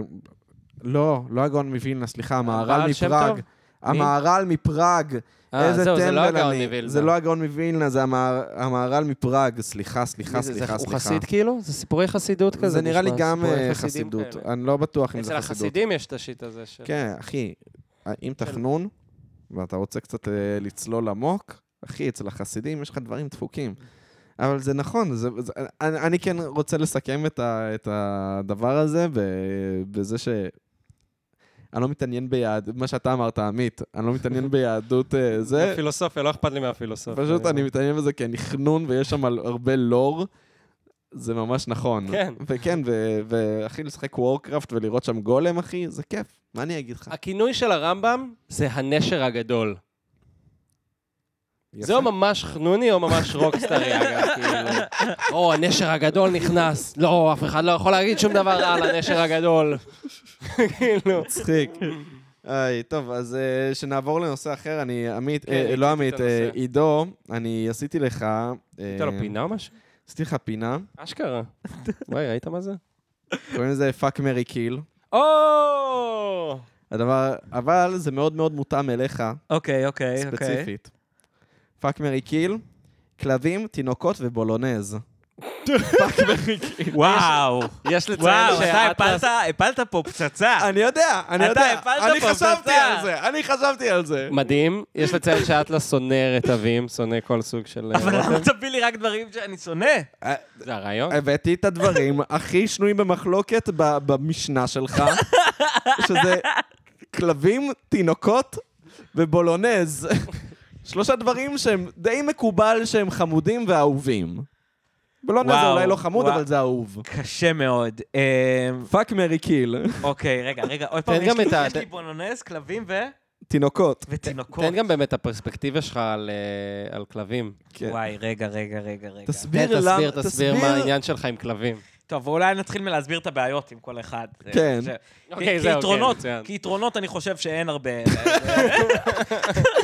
[SPEAKER 5] לא, לא הגאון מווילנה, סליחה, המהר"ל
[SPEAKER 2] הבעל אה, שם
[SPEAKER 5] מפראג.
[SPEAKER 2] טוב?
[SPEAKER 5] המהר"ל מפראג,
[SPEAKER 2] אה,
[SPEAKER 5] איזה
[SPEAKER 2] זהו, זה לא
[SPEAKER 5] טמבל
[SPEAKER 2] הגאון
[SPEAKER 5] אני.
[SPEAKER 2] מווילנה.
[SPEAKER 5] זה לא הגאון מווילנה, זה המהר- המהר"ל מפראג. סליחה, סליחה,
[SPEAKER 2] מי זה, זה-
[SPEAKER 5] סליחה,
[SPEAKER 2] הוא
[SPEAKER 5] סליחה.
[SPEAKER 2] חסיד כאילו? זה סיפורי חסידות כזה.
[SPEAKER 5] זה נראה לי
[SPEAKER 2] נשמע,
[SPEAKER 5] גם
[SPEAKER 2] סיפורי
[SPEAKER 5] אה,
[SPEAKER 2] חסידים כן.
[SPEAKER 5] חסידות.
[SPEAKER 2] כאלה.
[SPEAKER 5] אני לא בטוח אם
[SPEAKER 2] אצל
[SPEAKER 5] זה חסידות.
[SPEAKER 2] החסידים יש את השיט הזה של...
[SPEAKER 5] כן, אחי, אם תחנון, ואתה רוצה קצת אה, לצלול עמוק, אחי, אצל החסידים יש לך דברים דפוקים. אבל זה נכון, זה, זה, אני, אני כן רוצה לסכם את, ה, את הדבר הזה ב- בזה ש... אני לא מתעניין ביהדות, מה שאתה אמרת, עמית, אני לא מתעניין ביהדות אה, זה,
[SPEAKER 2] הפילוסופיה, לא אכפת לי מהפילוסופיה.
[SPEAKER 5] פשוט אני מתעניין בזה כנכנון, ויש שם על- הרבה לור. זה ממש נכון.
[SPEAKER 2] כן.
[SPEAKER 5] וכן, ו- ואחי, לשחק וורקראפט ולראות שם גולם, אחי, זה כיף. מה אני אגיד לך?
[SPEAKER 2] הכינוי של הרמב"ם זה הנשר הגדול.
[SPEAKER 1] יפה.
[SPEAKER 2] זה או ממש חנוני או ממש רוקסטרי, אגב, כאילו. או, הנשר הגדול נכנס. לא, אף אחד לא יכול להגיד שום דבר על הנשר הגדול. כאילו.
[SPEAKER 1] מצחיק. היי, טוב, אז אה, שנעבור לנושא אחר, אני עמית, אה,
[SPEAKER 2] כן,
[SPEAKER 1] לא
[SPEAKER 2] עדכנתי את
[SPEAKER 1] עמית, אה,
[SPEAKER 2] הנושא.
[SPEAKER 1] עידו, אני עשיתי לך... אה,
[SPEAKER 2] היית לו פינה או משהו?
[SPEAKER 1] עשיתי לך פינה,
[SPEAKER 2] אשכרה. וואי, ראית מה זה?
[SPEAKER 1] קוראים לזה פאק מרי קיל.
[SPEAKER 2] או!
[SPEAKER 1] הדבר, אבל זה מאוד מאוד מותאם אליך,
[SPEAKER 3] אוקיי, אוקיי, אוקיי.
[SPEAKER 1] ספציפית. פאק מרי קיל, כלבים, תינוקות ובולונז.
[SPEAKER 3] וואו,
[SPEAKER 2] יש לציין
[SPEAKER 3] וואו, אתה
[SPEAKER 2] שאטלס...
[SPEAKER 3] הפלת, הפלת פה פצצה.
[SPEAKER 1] אני יודע, אני
[SPEAKER 3] אתה
[SPEAKER 1] יודע,
[SPEAKER 3] הפלת
[SPEAKER 1] אני
[SPEAKER 3] פה
[SPEAKER 1] חשבתי
[SPEAKER 3] פצצה.
[SPEAKER 1] על זה, אני חשבתי על זה.
[SPEAKER 2] מדהים, יש לציין שאטלס שונא רטבים, שונא כל סוג של... אה,
[SPEAKER 3] אבל למה
[SPEAKER 2] רותם.
[SPEAKER 3] תביא לי רק דברים שאני שונא?
[SPEAKER 2] זה הרעיון?
[SPEAKER 1] הבאתי את הדברים הכי שנויים במחלוקת ב- במשנה שלך, שזה כלבים, תינוקות ובולונז. שלושה דברים שהם די מקובל שהם חמודים ואהובים. בולונז זה
[SPEAKER 3] וואו,
[SPEAKER 1] אולי לא חמוד,
[SPEAKER 3] וואו.
[SPEAKER 1] אבל זה אהוב.
[SPEAKER 3] קשה מאוד. אמ,
[SPEAKER 1] פאק מרי קיל,
[SPEAKER 3] אוקיי, רגע, רגע, עוד פעם,
[SPEAKER 2] תן
[SPEAKER 3] יש
[SPEAKER 2] גם
[SPEAKER 3] לי-
[SPEAKER 2] את ה-
[SPEAKER 3] יש לי בונונס, כלבים ו-
[SPEAKER 1] תינוקות.
[SPEAKER 3] ותינוקות.
[SPEAKER 2] תן גם באמת את הפרספקטיבה שלך על, אה, על כלבים.
[SPEAKER 1] כן.
[SPEAKER 3] וואי, רגע, רגע, רגע, רגע.
[SPEAKER 1] תסביר
[SPEAKER 2] כן,
[SPEAKER 1] למה,
[SPEAKER 2] תסביר, תסביר מה העניין שלך עם כלבים.
[SPEAKER 3] טוב, אולי נתחיל מלהסביר את הבעיות עם כל אחד. זה-
[SPEAKER 1] כן.
[SPEAKER 3] זה-
[SPEAKER 2] אוקיי,
[SPEAKER 3] כי-
[SPEAKER 2] זהו,
[SPEAKER 3] כי
[SPEAKER 2] כן,
[SPEAKER 3] יתרונות,
[SPEAKER 2] מצוין.
[SPEAKER 3] כי יתרונות אני חושב שאין הרבה.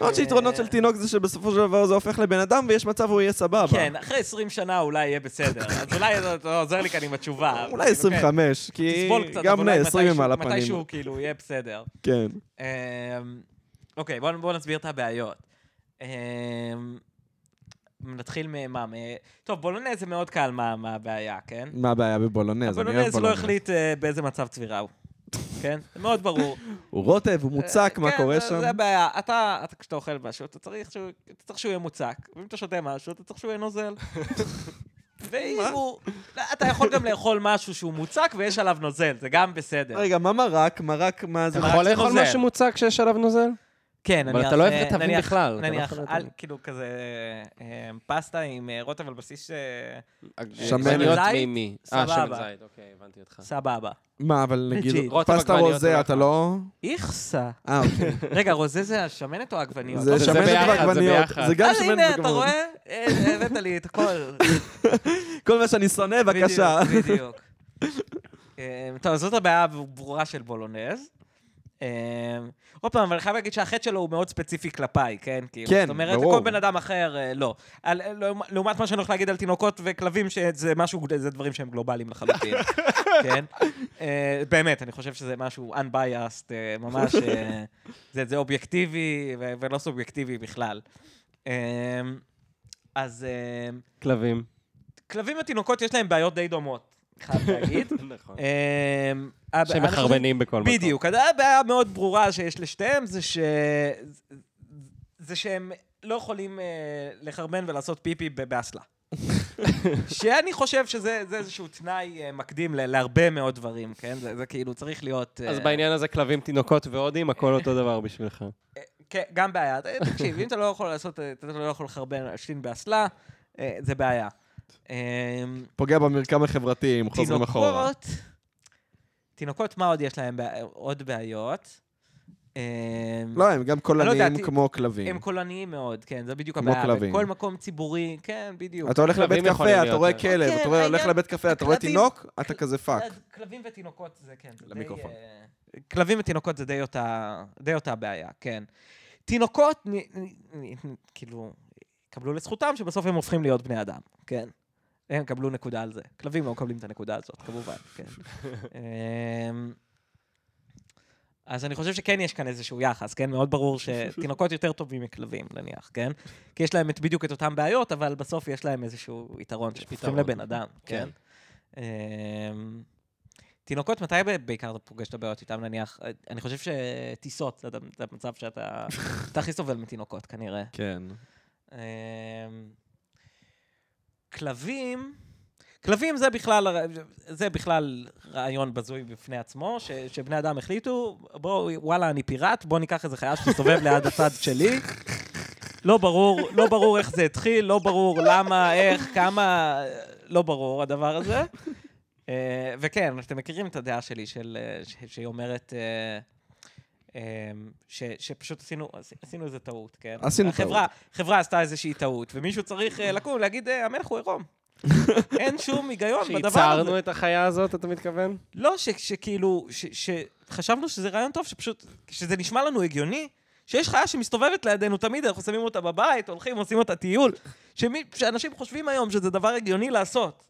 [SPEAKER 1] עוד שיתרונות של תינוק זה שבסופו של דבר זה הופך לבן אדם ויש מצב הוא יהיה סבבה.
[SPEAKER 3] כן, אחרי 20 שנה אולי יהיה בסדר. אז אולי אתה- אתה עוזר לי כאן עם התשובה. אוקיי.
[SPEAKER 1] אולי 25, כי
[SPEAKER 3] תסבול קצת,
[SPEAKER 1] גם
[SPEAKER 3] אבל
[SPEAKER 1] בני
[SPEAKER 3] אולי
[SPEAKER 1] 20 הם
[SPEAKER 3] מתישהו-
[SPEAKER 1] על הפנים.
[SPEAKER 3] מתישהו כאילו יהיה בסדר.
[SPEAKER 1] כן.
[SPEAKER 3] אמ, אוקיי, בואו בוא נסביר את הבעיות. אמ, נתחיל ממה? מ- טוב, בולונז זה מאוד קל מה, מה הבעיה, כן?
[SPEAKER 1] מה הבעיה בבולונז? אני אוהב
[SPEAKER 3] הבולונז לא החליט אה, באיזה מצב צבירה הוא. כן? זה מאוד ברור.
[SPEAKER 1] הוא רוטב, הוא מוצק, מה
[SPEAKER 3] כן,
[SPEAKER 1] קורה
[SPEAKER 3] זה-
[SPEAKER 1] שם?
[SPEAKER 3] זה הבעיה. אתה, אתה- כשאתה אוכל משהו, אתה צריך שהוא, אתה צריך שהוא יהיה מוצק. ואם אתה שותה משהו, אתה צריך שהוא יהיה נוזל. ואם הוא... לא, אתה יכול גם לאכול משהו שהוא מוצק ויש עליו נוזל, זה גם בסדר.
[SPEAKER 1] רגע, מה מרק? מרק, מה זה?
[SPEAKER 2] אתה
[SPEAKER 3] רק
[SPEAKER 2] יכול לאכול
[SPEAKER 3] נוזל.
[SPEAKER 2] משהו מוצק שיש עליו נוזל?
[SPEAKER 3] כן,
[SPEAKER 2] אבל
[SPEAKER 3] נניח...
[SPEAKER 2] אתה לא אוהב
[SPEAKER 3] אה,
[SPEAKER 2] רטבים
[SPEAKER 3] נניח-
[SPEAKER 2] בכלל, אתה לא
[SPEAKER 3] נניח,
[SPEAKER 2] אוכל
[SPEAKER 3] אל-
[SPEAKER 2] רטבים.
[SPEAKER 3] כאילו כזה אה, פסטה עם אה, רוטב על בסיס אה,
[SPEAKER 1] שמנת.
[SPEAKER 2] עגבניות
[SPEAKER 3] זית?
[SPEAKER 2] מימי. אה, שמן
[SPEAKER 3] סבבה.
[SPEAKER 2] זית, אוקיי, הבנתי אותך.
[SPEAKER 3] סבבה.
[SPEAKER 1] מה, אבל נגיד,
[SPEAKER 3] לג'יט.
[SPEAKER 2] רוטב
[SPEAKER 1] פסטה
[SPEAKER 2] עגבניות
[SPEAKER 1] רוזה,
[SPEAKER 2] הוא
[SPEAKER 1] אתה
[SPEAKER 2] לא
[SPEAKER 1] לא...
[SPEAKER 3] איכסה.
[SPEAKER 1] אה, אוקיי.
[SPEAKER 3] רגע, רוזה זה השמנת או העגבניות?
[SPEAKER 1] זה
[SPEAKER 2] זה
[SPEAKER 1] שמנת
[SPEAKER 2] ביחד, זה
[SPEAKER 1] ועגבניות.
[SPEAKER 2] ביחד.
[SPEAKER 1] זה גם
[SPEAKER 3] אז
[SPEAKER 1] שמנת
[SPEAKER 3] הנה, אתה
[SPEAKER 1] ועגבניות.
[SPEAKER 3] רואה? אה, הבאת לי את הכל.
[SPEAKER 1] כל מה שאני שונא, בבקשה.
[SPEAKER 3] בדיוק, בדיוק. אמ, טוב, זאת הבעיה הברורה של בולונז. אמ, עוד פעם, אבל אני חייב להגיד שהחטא שלו הוא מאוד ספציפי כלפיי, כן? כאילו,
[SPEAKER 1] כן,
[SPEAKER 3] זאת אומרת,
[SPEAKER 1] ברור.
[SPEAKER 3] כל בן אדם אחר, אה, לא. על- אה, לעומ- לעומת מה שאני הולך להגיד על תינוקות וכלבים, שזה משהו, זה דברים שהם גלובליים לחלוטין, כן? אה, באמת, אני חושב שזה משהו unbiased, אה, ממש, אה, זה זה אובייקטיבי ו- ולא סובייקטיבי בכלל. אמ, אז... אמ,
[SPEAKER 2] כלבים.
[SPEAKER 3] כלבים ותינוקות יש להם בעיות די דומות, חייב להגיד.
[SPEAKER 2] נכון.
[SPEAKER 3] אמ, הב-
[SPEAKER 2] שהם
[SPEAKER 3] אני חושב-
[SPEAKER 2] מחרבנים בכל מקום.
[SPEAKER 3] בדיוק. אז הבעיה מאוד ברורה שיש לשתיהם זה ש... זה שהם לא יכולים אה, לחרבן ולעשות פיפי ב- באסלה. שאני חושב שזה זה איזשהו תנאי אה, מקדים ל- להרבה מאוד דברים, כן? זה, זה כאילו צריך להיות...
[SPEAKER 2] אז
[SPEAKER 3] אה,
[SPEAKER 2] בעניין הזה כלבים, תינוקות והודים, הכל אותו דבר בשבילך.
[SPEAKER 3] כן, גם בעיה. אה, תקשיב, אם אתה לא יכול לעשות, אה, אתה לא יכול לחרבן להשתין באסלה, אה, זה בעיה. אמ,
[SPEAKER 1] פוגע במרקם החברתי, אם חוזרים אחורה.
[SPEAKER 3] תינוקות, תינוקות, מה עוד יש להם? בע- עוד בעיות. אמ,
[SPEAKER 1] לא, הם גם
[SPEAKER 3] אני לא
[SPEAKER 1] קולניים
[SPEAKER 3] יודע,
[SPEAKER 1] כמו
[SPEAKER 3] הם
[SPEAKER 1] כלבים.
[SPEAKER 3] קולניים מאוד, כן, זה בדיוק
[SPEAKER 1] כמו
[SPEAKER 3] הבעיה.
[SPEAKER 1] כלבים.
[SPEAKER 3] בכל מקום ציבורי, כן, בדיוק.
[SPEAKER 1] אתה הולך
[SPEAKER 2] כלבים
[SPEAKER 1] לבית
[SPEAKER 2] יכולים
[SPEAKER 1] קפה, אתה
[SPEAKER 2] להיות,
[SPEAKER 1] רואה
[SPEAKER 2] אה.
[SPEAKER 1] כלב,
[SPEAKER 3] כן,
[SPEAKER 1] אתה רואה- הולך
[SPEAKER 3] העניין-
[SPEAKER 1] לבית קפה, אתה רואה
[SPEAKER 3] הכלבים-
[SPEAKER 1] תינוק, אתה כזה פאק.
[SPEAKER 3] אז אה, כלבים ותינוקות זה כן, זה די...
[SPEAKER 1] למיקרופון.
[SPEAKER 3] אה, כלבים ותינוקות זה די אותה, די אותה בעיה, כן. תינוקות, נ, נ, נ, כאילו, קבלו לזכותם שבסוף הם הופכים להיות בני אדם, כן. הם קבלו נקודה על זה. כלבים לא מקבלים את הנקודה הזאת, כמובן, כן. אמ, אז אני חושב שכן יש כאן איזשהו יחס, כן? מאוד ברור שתינוקות יותר טובים מכלבים, נניח, כן? כי יש להם את, בדיוק את אותן בעיות, אבל בסוף יש להם איזשהו יתרון, שהם הופכים
[SPEAKER 2] פתרון.
[SPEAKER 3] לבן אדם, כן? אמ, תינוקות, מתי ב- בעיקר אתה פוגש את הבעיות איתם, נניח? אה, אני חושב שטיסות, זה הד- זה המצב שאתה... אתה הכי סובל מתינוקות, כנראה.
[SPEAKER 1] כן.
[SPEAKER 3] אמ, כלבים, כלבים זה בכלל, זה בכלל רעיון בזוי בפני עצמו, ש, שבני אדם החליטו, בואו, וואלה, אני פיראט, בואו ניקח איזה חיה שתסתובב ליד הצד שלי. לא ברור, לא ברור איך זה התחיל, לא ברור למה, איך, כמה, לא ברור הדבר הזה. אה, וכן, אתם מכירים את הדעה שלי של, אה, ש- שהיא אומרת, אה, אמ, ש, שפשוט עשינו, עשינו איזה טעות, כן?
[SPEAKER 1] עשינו
[SPEAKER 3] החברה, חברה עשתה איזושהי טעות, ומישהו צריך אה, לקום ולהגיד, "אה, המלך הוא עירום. אין שום היגיון בדבר הזה.
[SPEAKER 2] שייצרנו את החיה הזאת, אתה מתכוון?
[SPEAKER 3] לא, ש, שכאילו, ש, שחשבנו שזה רעיון טוב, שפשוט, שזה נשמע לנו הגיוני, שיש חיה שמסתובבת לידינו תמיד, אנחנו שמים אותה בבית, הולכים, עושים אותה טיול, שמי, שאנשים חושבים היום שזה דבר הגיוני לעשות.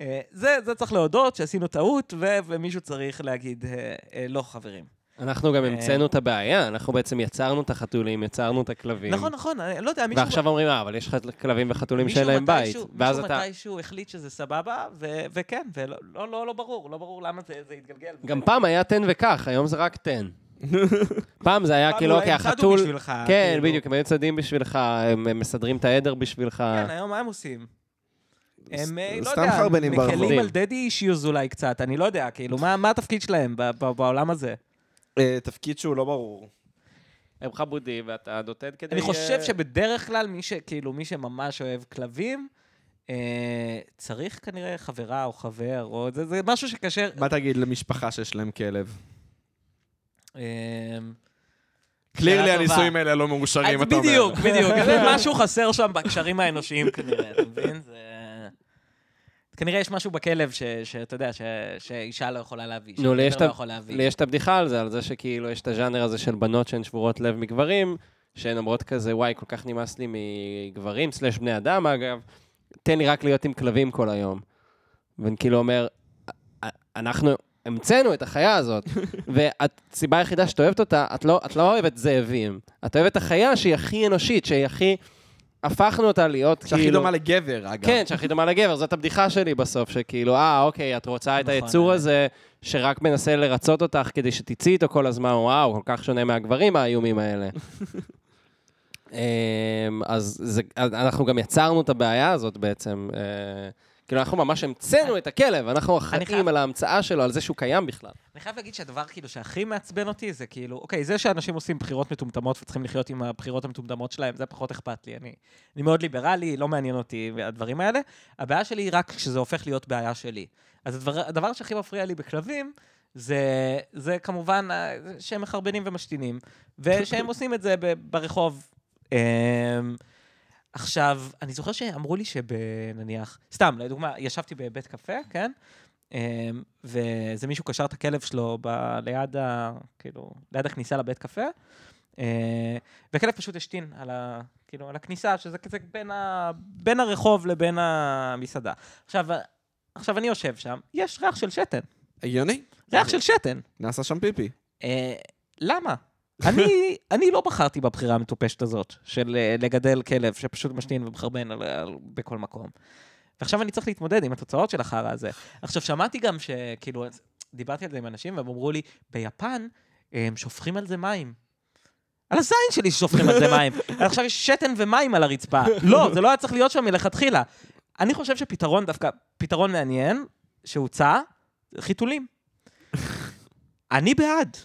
[SPEAKER 3] אה, זה, זה צריך להודות שעשינו טעות, ו, ומישהו צריך להגיד, אה, אה, לא, חברים.
[SPEAKER 2] אנחנו גם
[SPEAKER 3] אה.
[SPEAKER 2] המצאנו את הבעיה, אנחנו בעצם יצרנו את החתולים, יצרנו את הכלבים.
[SPEAKER 3] נכון, נכון, אני לא יודע, מישהו...
[SPEAKER 2] ועכשיו אומרים, אה, אבל יש לך כלבים וחתולים
[SPEAKER 3] מישהו
[SPEAKER 2] שאין להם בית.
[SPEAKER 3] מתישהו-
[SPEAKER 2] ואז
[SPEAKER 3] מישהו
[SPEAKER 2] אתה...
[SPEAKER 3] מתישהו החליט שזה סבבה, ו- וכן, ולא לא, לא, לא ברור, לא ברור למה זה, זה התגלגל.
[SPEAKER 2] גם פעם היה תן וקח, היום זה רק תן. פעם זה היה
[SPEAKER 3] פעם
[SPEAKER 2] כאילו,
[SPEAKER 3] אולי
[SPEAKER 2] אוקיי,
[SPEAKER 3] הם צדו
[SPEAKER 2] החתול...
[SPEAKER 3] בשבילך,
[SPEAKER 2] כן,
[SPEAKER 3] כאילו.
[SPEAKER 2] בדיוק, הם היו צדים בשבילך, הם הם מסדרים את העדר בשבילך.
[SPEAKER 3] כן, היום מה הם עושים? הם, אה, לא
[SPEAKER 1] סתם
[SPEAKER 3] יודע,
[SPEAKER 1] חרבנים ברחוב.
[SPEAKER 3] מקלים על דדי אישיוז אולי קצת, אני לא יודע, כאילו, מה מה התפקיד שלהם ב- ב- בעולם הזה?
[SPEAKER 1] אה, תפקיד שהוא לא ברור.
[SPEAKER 2] הם חמודים, ואתה נותן כדי...
[SPEAKER 3] אני חושב
[SPEAKER 2] אה,
[SPEAKER 3] שבדרך כלל מי ש- כאילו, מי שממש אוהב כלבים, אה, צריך כנראה חברה או חבר, או זה- זה משהו שקשה...
[SPEAKER 1] מה תגיד למשפחה שיש להם כלב?
[SPEAKER 3] אה,
[SPEAKER 1] קלירלי
[SPEAKER 3] שאלה
[SPEAKER 1] הניסויים
[SPEAKER 3] טובה.
[SPEAKER 1] האלה לא מאושרים,
[SPEAKER 3] אז
[SPEAKER 1] אתה אומר.
[SPEAKER 3] בדיוק, בדיוק. זה משהו חסר שם בקשרים האנושיים כנראה, אתה מבין? זה... כנראה יש משהו בכלב ש- שאתה יודע, ש- שאישה לא יכולה להביא,
[SPEAKER 2] נו, לי יש
[SPEAKER 3] שגבר
[SPEAKER 2] את
[SPEAKER 3] לא
[SPEAKER 2] ה-
[SPEAKER 3] יכול להביא.
[SPEAKER 2] לי יש את הבדיחה על זה, על זה שכאילו יש את הז'אנר הזה של בנות שהן שבורות לב מגברים, שהן אומרות כזה, וואי, כל כך נמאס לי מגברים, סלש בני אדם אגב, תן לי רק להיות עם כלבים כל היום. ואני כאילו אומר, "א- א- אנחנו המצאנו את החיה הזאת, והסיבה היחידה שאת אוהבת אותה, את לא, את לא אוהבת זאבים, את אוהבת החיה שהיא הכי אנושית, שהיא הכי... הפכנו אותה להיות כאילו...
[SPEAKER 1] שהכי דומה לגבר, אגב.
[SPEAKER 2] כן, שהכי דומה לגבר, זאת הבדיחה שלי בסוף, שכאילו, אה, אוקיי, את רוצה את
[SPEAKER 3] נכון,
[SPEAKER 2] היצור
[SPEAKER 3] אה.
[SPEAKER 2] הזה שרק מנסה לרצות אותך כדי שתצאי איתו כל הזמן, וואו, כל כך שונה מהגברים האיומים האלה. אמ, אז זה- אז אנחנו גם יצרנו את הבעיה הזאת בעצם. אה, כאילו, אנחנו ממש המצאנו את הכלב, אנחנו אחראים
[SPEAKER 3] חייב-
[SPEAKER 2] על ההמצאה שלו, על זה שהוא קיים בכלל.
[SPEAKER 3] אני חייב להגיד שהדבר כאילו שהכי מעצבן אותי זה כאילו, אוקיי, זה שאנשים עושים בחירות מטומטמות וצריכים לחיות עם הבחירות המטומטמות שלהם, זה פחות אכפת לי. אני, אני מאוד ליברלי, לא מעניין אותי הדברים האלה. הבעיה שלי היא רק כשזה הופך להיות בעיה שלי. אז הדבר, הדבר שהכי מפריע לי בכלבים, זה, זה כמובן אה, שהם מחרבנים ומשתינים, ושהם עושים את זה ב, ברחוב. אמ, עכשיו, אני זוכר שאמרו לי שבנניח, סתם, לדוגמה, ישבתי בבית קפה, כן? אמ, ואיזה מישהו קשר את הכלב שלו ב... ליד, ה... כאילו, ליד הכניסה לבית קפה, אה, והכלב פשוט השתין על, ה... כאילו, על הכניסה, שזה כזה בין, ה... בין הרחוב לבין המסעדה. עכשיו, ה- עכשיו אני יושב שם, יש ריח של שתן,
[SPEAKER 1] הגיוני?
[SPEAKER 3] ריח של שתן.
[SPEAKER 1] נעשה שם פיפי.
[SPEAKER 3] אה, למה? אני, אני לא בחרתי בבחירה המטופשת הזאת של אה, לגדל כלב שפשוט משתין ומחרבן על, על, בכל מקום. ועכשיו אני צריך להתמודד עם התוצאות של החרא הזה. עכשיו, שמעתי גם שכאילו, אז דיברתי על זה עם אנשים, והם אמרו לי, ביפן אה, הם שופכים על זה מים. על הזין שלי ששופכים על זה מים. אז עכשיו יש שתן ומים על הרצפה. לא, זה לא היה צריך להיות שם מלכתחילה. אני חושב שפתרון דווקא, פתרון מעניין, שהוצע, חיתולים. אני בעד.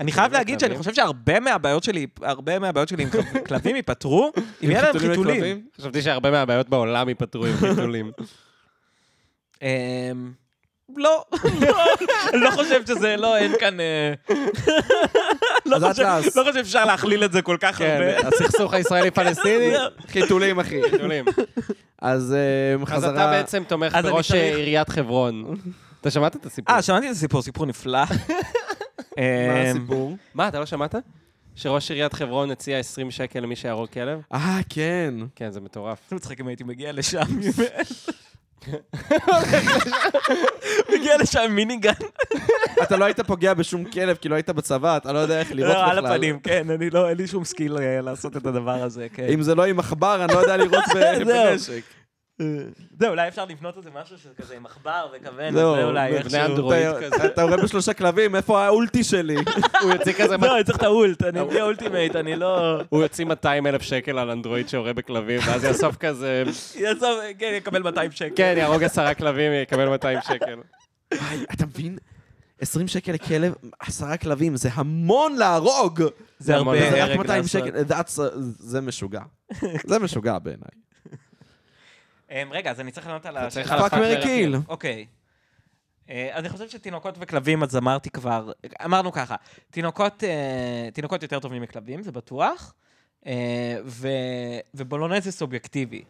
[SPEAKER 3] אני חייב להגיד שאני
[SPEAKER 2] לכלבים?
[SPEAKER 3] חושב שהרבה מהבעיות שלי, הרבה מהבעיות שלי עם כלבים ייפתרו, אם יהיה להם חיתולים.
[SPEAKER 2] חשבתי שהרבה מהבעיות בעולם ייפתרו עם חיתולים.
[SPEAKER 3] אמ, לא, אני לא חושב שזה, לא, אין כאן... אה,
[SPEAKER 1] אז
[SPEAKER 3] לא
[SPEAKER 1] את
[SPEAKER 3] חושב-
[SPEAKER 1] לאס.
[SPEAKER 3] לא חושב שאפשר להכליל את זה כל כך הרבה. לא.
[SPEAKER 2] כן, הסכסוך הישראלי-פלסטיני,
[SPEAKER 1] חיתולים, אחי.
[SPEAKER 2] חיתולים.
[SPEAKER 1] אז אה,
[SPEAKER 2] אז אתה
[SPEAKER 1] חזרה...
[SPEAKER 2] בעצם תומך
[SPEAKER 3] אז אני
[SPEAKER 2] בראש
[SPEAKER 3] צריך-
[SPEAKER 2] עיריית חברון. אתה שמעת את הסיפור?
[SPEAKER 3] אה, שמעתי את הסיפור, סיפור נפלא.
[SPEAKER 1] מה
[SPEAKER 3] אמ,
[SPEAKER 1] הסיפור?
[SPEAKER 2] מה, אתה לא שמעת? שראש עיריית חברון הציע 20 שקל למי שיהרוג כלב?
[SPEAKER 1] אה, כן.
[SPEAKER 2] כן, זה מטורף.
[SPEAKER 3] איזה מצחיק אם הייתי מגיע לשם. מגיע לשם עם מיניגן,
[SPEAKER 1] אתה לא היית פוגע בשום כלב, כי לא היית בצבא, אתה לא יודע איך לירות
[SPEAKER 3] לא,
[SPEAKER 1] בכלל.
[SPEAKER 3] על הפנים, כן, אני לא, אין לי שום סקיל אה, לעשות את הדבר הזה, כן.
[SPEAKER 1] אם זה לא עם עכבר, אני לא יודע לירות ב-
[SPEAKER 3] זהו.
[SPEAKER 1] בנשק.
[SPEAKER 3] זהו, אולי אפשר לבנות איזה משהו שזה כזה עם עכבר וכוון,
[SPEAKER 1] זהו,
[SPEAKER 3] זה אולי
[SPEAKER 1] בני
[SPEAKER 2] בני
[SPEAKER 3] איכשהו.
[SPEAKER 2] אנדרואיד
[SPEAKER 1] אתה-
[SPEAKER 2] כזה.
[SPEAKER 1] אתה יורה בשלושה כלבים, איפה האולטי שלי?
[SPEAKER 2] הוא יוציא כזה...
[SPEAKER 3] לא, אני צריך את האולט, אני אביא אולטימייט, אני לא...
[SPEAKER 2] הוא יוציא 200 אלף שקל על אנדרואיד שהורה בכלבים, ואז יאסוף כזה...
[SPEAKER 3] יעזוב, כן, יקבל 200 שקל.
[SPEAKER 2] כן, יהרוג עשרה כלבים, יקבל 200 שקל.
[SPEAKER 1] וואי, אתה מבין? 20 שקל לכלב, עשרה כלבים, זה המון להרוג!
[SPEAKER 3] זה הרבה
[SPEAKER 2] המון,
[SPEAKER 1] זה
[SPEAKER 3] הרג
[SPEAKER 1] רק 200
[SPEAKER 3] לעשות.
[SPEAKER 1] שקל, אה, that's- זה משוגע. זה משוגע בעיניי.
[SPEAKER 3] אמ, רגע, אז אני צריך לענות על
[SPEAKER 2] אתה
[SPEAKER 3] השאלה.
[SPEAKER 2] צריך על
[SPEAKER 1] פאק
[SPEAKER 2] הפאק
[SPEAKER 1] מרי
[SPEAKER 2] מרי
[SPEAKER 1] קיל.
[SPEAKER 3] אוקיי. אמ, אה, אז אני חושב שתינוקות וכלבים, אז אמרתי כבר, אמרנו ככה, תינוקות, אה, תינוקות יותר טובים מכלבים, זה בטוח, אה, ו- ובולונז זה סובייקטיבי.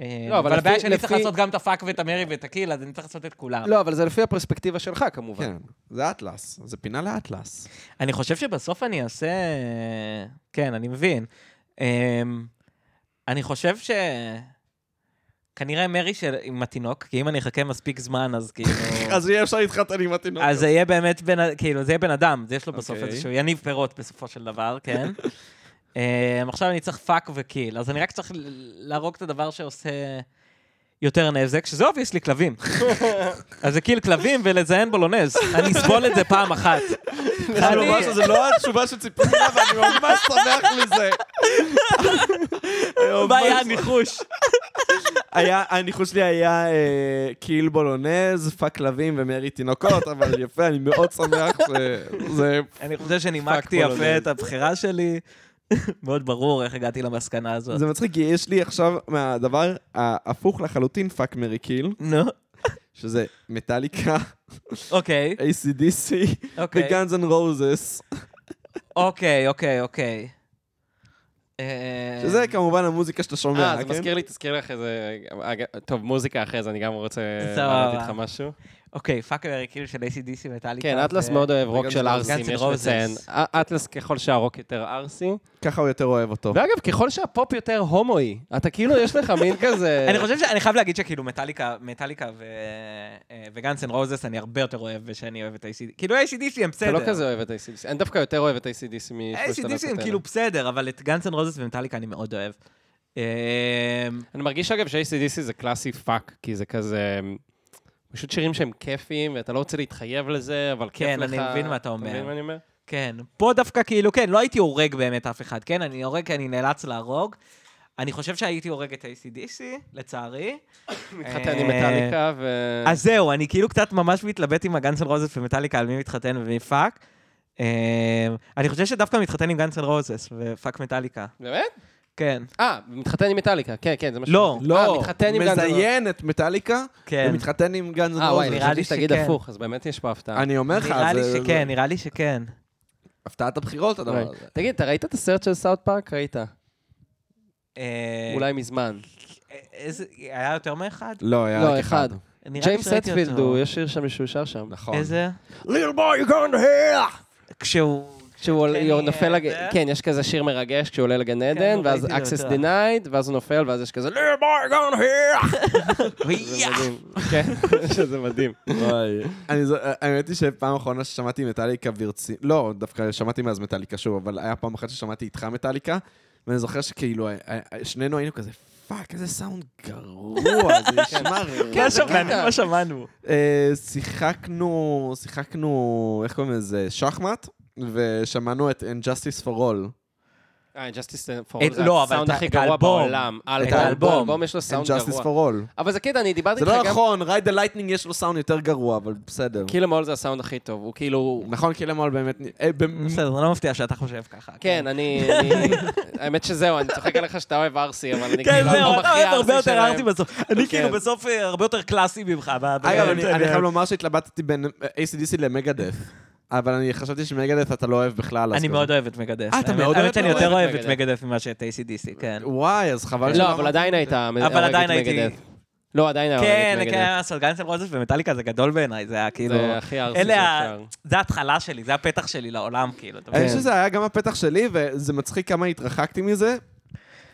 [SPEAKER 3] אה,
[SPEAKER 2] לא, אבל
[SPEAKER 3] אבל הבעיה
[SPEAKER 2] לפי-
[SPEAKER 3] שאני צריך
[SPEAKER 2] לפי-
[SPEAKER 3] לעשות גם את הפאק ואת המרי ואת הקיל, אז אני צריך לעשות את כולם.
[SPEAKER 2] לא, אבל זה לפי הפרספקטיבה שלך, כמובן.
[SPEAKER 5] כן, זה אטלס, זה פינה לאטלס.
[SPEAKER 3] אני חושב שבסוף אני אעשה... כן, אני מבין. אמ, אני חושב ש... כנראה מרי של... עם התינוק, כי אם אני אחכה מספיק זמן, אז כאילו...
[SPEAKER 5] אז יהיה אפשר להתחתן עם התינוק.
[SPEAKER 3] אז זה יהיה באמת בן... א- כאילו, זה יהיה בן אדם, זה יש לו בסוף
[SPEAKER 5] אוקיי.
[SPEAKER 3] איזשהו יניב פירות בסופו של דבר, כן? אמ, עכשיו אני צריך פאק וקיל, אז אני רק צריך ל- להרוג את הדבר שעושה יותר נזק, שזה אובייסלי כלבים. אז זה קיל כלבים ולזיין בולונז. אני אסבול את זה פעם אחת.
[SPEAKER 5] אני ממש, זה לא התשובה שציפיתי לה, ואני ממש שמח מזה.
[SPEAKER 3] מה היה הניחוש?
[SPEAKER 5] היה, הניחוש שלי היה אה, קיל בולונז, פאק כלבים ומרי תינוקות, אבל יפה, אני מאוד שמח שזה...
[SPEAKER 3] אני חושב שנימקתי יפה את הבחירה שלי. מאוד ברור איך הגעתי למסקנה הזאת.
[SPEAKER 5] זה מצחיק, כי יש לי עכשיו מהדבר ההפוך לחלוטין פאק מרי קיל,
[SPEAKER 3] נו,
[SPEAKER 5] שזה מטאליקה,
[SPEAKER 3] אוקיי,
[SPEAKER 5] ACDC
[SPEAKER 3] אוקיי,
[SPEAKER 5] ו-Guns N' Roses,
[SPEAKER 3] אוקיי, אוקיי, אוקיי. אה,
[SPEAKER 5] שזה כמובן המוזיקה שאתה
[SPEAKER 2] אה,
[SPEAKER 5] שומע,
[SPEAKER 2] אז
[SPEAKER 5] כן?
[SPEAKER 2] תזכיר לי, תזכיר לי אחרי זה... אג- טוב, מוזיקה אחרי זה, אני גם רוצה
[SPEAKER 3] סבבה.
[SPEAKER 2] לעלות איתך משהו.
[SPEAKER 3] אוקיי, פאק מריקיר של ACDC מטאליקה.
[SPEAKER 2] כן, אטלס
[SPEAKER 3] ו-
[SPEAKER 2] מאוד אוהב רוק
[SPEAKER 5] וגם
[SPEAKER 2] של
[SPEAKER 5] Guns N'
[SPEAKER 2] ערסים,
[SPEAKER 3] Roses.
[SPEAKER 2] יש לציין. א- אה, אטלס ככל שהרוק יותר ערסי.
[SPEAKER 5] ככה הוא יותר אוהב אותו.
[SPEAKER 2] ואגב, ככל שהפופ יותר הומואי, אתה כאילו, יש לך מין כזה...
[SPEAKER 3] אני חושב ש... אני חייב להגיד שכאילו מטאליקה, מטאליקה ו... אה, וגאנס אנד רוזס אני הרבה יותר אוהב ושאני אוהב את ACDC. כאילו ACDC הם בסדר.
[SPEAKER 2] אתה לא כזה אוהב את ACDC. אני דווקא יותר אוהב את ACDC משלושת
[SPEAKER 3] ACDC
[SPEAKER 2] הלהקות
[SPEAKER 3] הם
[SPEAKER 2] האלה.
[SPEAKER 3] כאילו בסדר, אבל את גאנס אנד רוזס ומטאליקה אני מאוד אוהב. אה,
[SPEAKER 2] אני מרגיש, אגב, ש-ACDC זה קלאסי פאק, כי זה כזה... פשוט שירים שהם כיפיים, ואתה לא רוצה להתחייב לזה, אבל כיף
[SPEAKER 3] כן,
[SPEAKER 2] לך.
[SPEAKER 3] אני מבין מה אתה אומר.
[SPEAKER 2] אתה מבין מה אני אומר?
[SPEAKER 3] כן. פה דווקא כאילו, כן, לא הייתי הורג באמת אף אחד, כן? אני הורג כי אני נאלץ להרוג. אני חושב שהייתי הורג את ACDC, לצערי.
[SPEAKER 2] מתחתן עם
[SPEAKER 3] אה,
[SPEAKER 2] מטאליקה, ו...
[SPEAKER 3] אז זהו, אני כאילו קצת ממש מתלבט עם הגאנס אנד רוזס ומטאליקה על מי מתחתן ומי פאק. אמ, אני חושב שדווקא מתחתן עם גאנס אנד רוזס ופאק מטאליקה.
[SPEAKER 2] באמת?
[SPEAKER 3] כן,
[SPEAKER 2] אה, מתחתן עם מטאליקה, כן, כן, זה מה
[SPEAKER 3] לא,
[SPEAKER 2] שאמרתי. אה,
[SPEAKER 5] לא,
[SPEAKER 2] מתחתן עם גנז.
[SPEAKER 5] מזיין את מטאליקה
[SPEAKER 3] כן.
[SPEAKER 5] ומתחתן עם גאנז אנד
[SPEAKER 2] אה, וואי,
[SPEAKER 5] רוזס.
[SPEAKER 3] נראה
[SPEAKER 2] נראה
[SPEAKER 3] לי
[SPEAKER 2] לי שתגיד
[SPEAKER 3] שכן.
[SPEAKER 2] הפוך, אז באמת יש פה הפתעה.
[SPEAKER 5] אני אומר לך,
[SPEAKER 3] נראה לי
[SPEAKER 5] זה- זה-
[SPEAKER 3] שכן, נראה לי שכן.
[SPEAKER 5] הפתעת הבחירות
[SPEAKER 3] לא
[SPEAKER 5] הדבר
[SPEAKER 2] אולי.
[SPEAKER 5] הזה.
[SPEAKER 2] אוקיי. תגיד, אתה ראית את הסרט של סאוט פארק? ראית.
[SPEAKER 3] אה,
[SPEAKER 2] אולי מזמן.
[SPEAKER 3] איזה- היה יותר מאחד?
[SPEAKER 5] לא, היה
[SPEAKER 2] לא,
[SPEAKER 5] רק אחד.
[SPEAKER 2] אחד.
[SPEAKER 3] נראה לי
[SPEAKER 2] ג'יימס
[SPEAKER 3] שראיתי
[SPEAKER 2] סטפילד,
[SPEAKER 3] אותו.
[SPEAKER 2] הוא, יש שיר שם שהוא שר שם.
[SPEAKER 5] נכון.
[SPEAKER 3] איזה?
[SPEAKER 5] little boy you're going to hell!
[SPEAKER 3] כשהוא...
[SPEAKER 2] כשהוא עול-
[SPEAKER 3] כן,
[SPEAKER 2] הוא
[SPEAKER 3] אה,
[SPEAKER 2] נופל, לג-
[SPEAKER 3] זה?
[SPEAKER 2] כן, יש כזה שיר מרגש כשהוא עולה לגן עדן,
[SPEAKER 3] נו,
[SPEAKER 2] ואז
[SPEAKER 3] ראיתי את זה
[SPEAKER 2] access
[SPEAKER 3] יותר.
[SPEAKER 2] denied, ואז הוא נופל, ואז יש כזה, little boy gone here! זה מדהים. כן, שזה מדהים.
[SPEAKER 5] אני זו- האמת היא שפעם האחרונה ששמעתי מטאליקה ברצינות, לא, דווקא שמעתי מאז מטאליקה שוב, אבל היה פעם אחת ששמעתי איתך מטאליקה, ואני זוכר שכאילו, אה, אה, שנינו היינו כזה, פאק, איזה סאונד גרוע, זה נשמע רע.
[SPEAKER 3] כן,
[SPEAKER 2] זה
[SPEAKER 3] שמענו
[SPEAKER 2] קטע.
[SPEAKER 3] מה שמענו.
[SPEAKER 5] אה, שיחקנו, שיחקנו, איך קוראים לזה, שחמט, ושמענו את Injustice for All.
[SPEAKER 2] אה, Justice for
[SPEAKER 3] אין-
[SPEAKER 2] All זה
[SPEAKER 3] לא, אבל
[SPEAKER 2] הסאונד
[SPEAKER 3] את ה-
[SPEAKER 2] הכי
[SPEAKER 3] את
[SPEAKER 2] גרוע
[SPEAKER 3] האלבום.
[SPEAKER 2] בעולם.
[SPEAKER 5] את
[SPEAKER 3] האלבום.
[SPEAKER 2] האלבום יש לו סאונד
[SPEAKER 5] Injustice for
[SPEAKER 2] גרוע.
[SPEAKER 5] All.
[SPEAKER 2] אבל זה קטע, אני דיברתי
[SPEAKER 5] זה
[SPEAKER 2] איתך
[SPEAKER 5] לא
[SPEAKER 2] גם... כן.
[SPEAKER 5] נכון, Ride the Lightning יש לו סאונד יותר גרוע, אבל בסדר.
[SPEAKER 2] קיל אמול כאילו, זה הסאונד הכי טוב, הוא כאילו...
[SPEAKER 5] נכון, כי למול באמת... אה, במ-
[SPEAKER 3] בסדר, זה לא מפתיע שאתה חושב ככה.
[SPEAKER 2] כן, אני... אני- האמת שזהו, אני צוחק עליך שאתה אוהב ארסי, אבל אני
[SPEAKER 3] כן,
[SPEAKER 2] כאילו...
[SPEAKER 3] זהו,
[SPEAKER 2] האלבום
[SPEAKER 3] אתה
[SPEAKER 2] הכי
[SPEAKER 3] אוהב הרבה יותר
[SPEAKER 2] שלהם.
[SPEAKER 3] ארטי בסוף. אני כאילו
[SPEAKER 2] כן.
[SPEAKER 3] בסוף אה, הרבה יותר קלאסי ממך. ב- ב-
[SPEAKER 5] אגב,
[SPEAKER 3] ב-
[SPEAKER 5] אני אני חייב לומר שהתלבטתי בין ACDC למגדף, אבל אני חשבתי שמגדף אתה לא אוהב בכלל. אז
[SPEAKER 3] אני
[SPEAKER 5] כזה.
[SPEAKER 3] מאוד אוהב את מגדף.
[SPEAKER 5] אה, אתה
[SPEAKER 3] האמת-
[SPEAKER 5] מאוד
[SPEAKER 3] האמת
[SPEAKER 5] אוהב
[SPEAKER 3] שאני
[SPEAKER 5] את
[SPEAKER 3] יותר
[SPEAKER 2] מגדף?
[SPEAKER 3] אוהב את מגדף ממה שאת ACDC, כן.
[SPEAKER 5] וואי, אז חבל
[SPEAKER 2] לא, אבל עדיין הייתה...
[SPEAKER 3] אבל עדיין
[SPEAKER 2] הורגת
[SPEAKER 3] הייתי...
[SPEAKER 2] מגדף. לא, עדיין ההורגת
[SPEAKER 3] כן,
[SPEAKER 2] מגדף.
[SPEAKER 3] כן, אז גאנס אנד רוזס ומטאליקה זה גדול בעיניי, זה היה כאילו...
[SPEAKER 2] זה הכי ארסי
[SPEAKER 3] אלה ה-
[SPEAKER 2] שאפשר.
[SPEAKER 3] זה ההתחלה שלי, זה הפתח שלי לעולם, כאילו.
[SPEAKER 2] כן.
[SPEAKER 3] אתה
[SPEAKER 5] אני
[SPEAKER 3] מבין?
[SPEAKER 5] חושב שזה היה גם הפתח שלי, וזה מצחיק כמה התרחקתי מזה.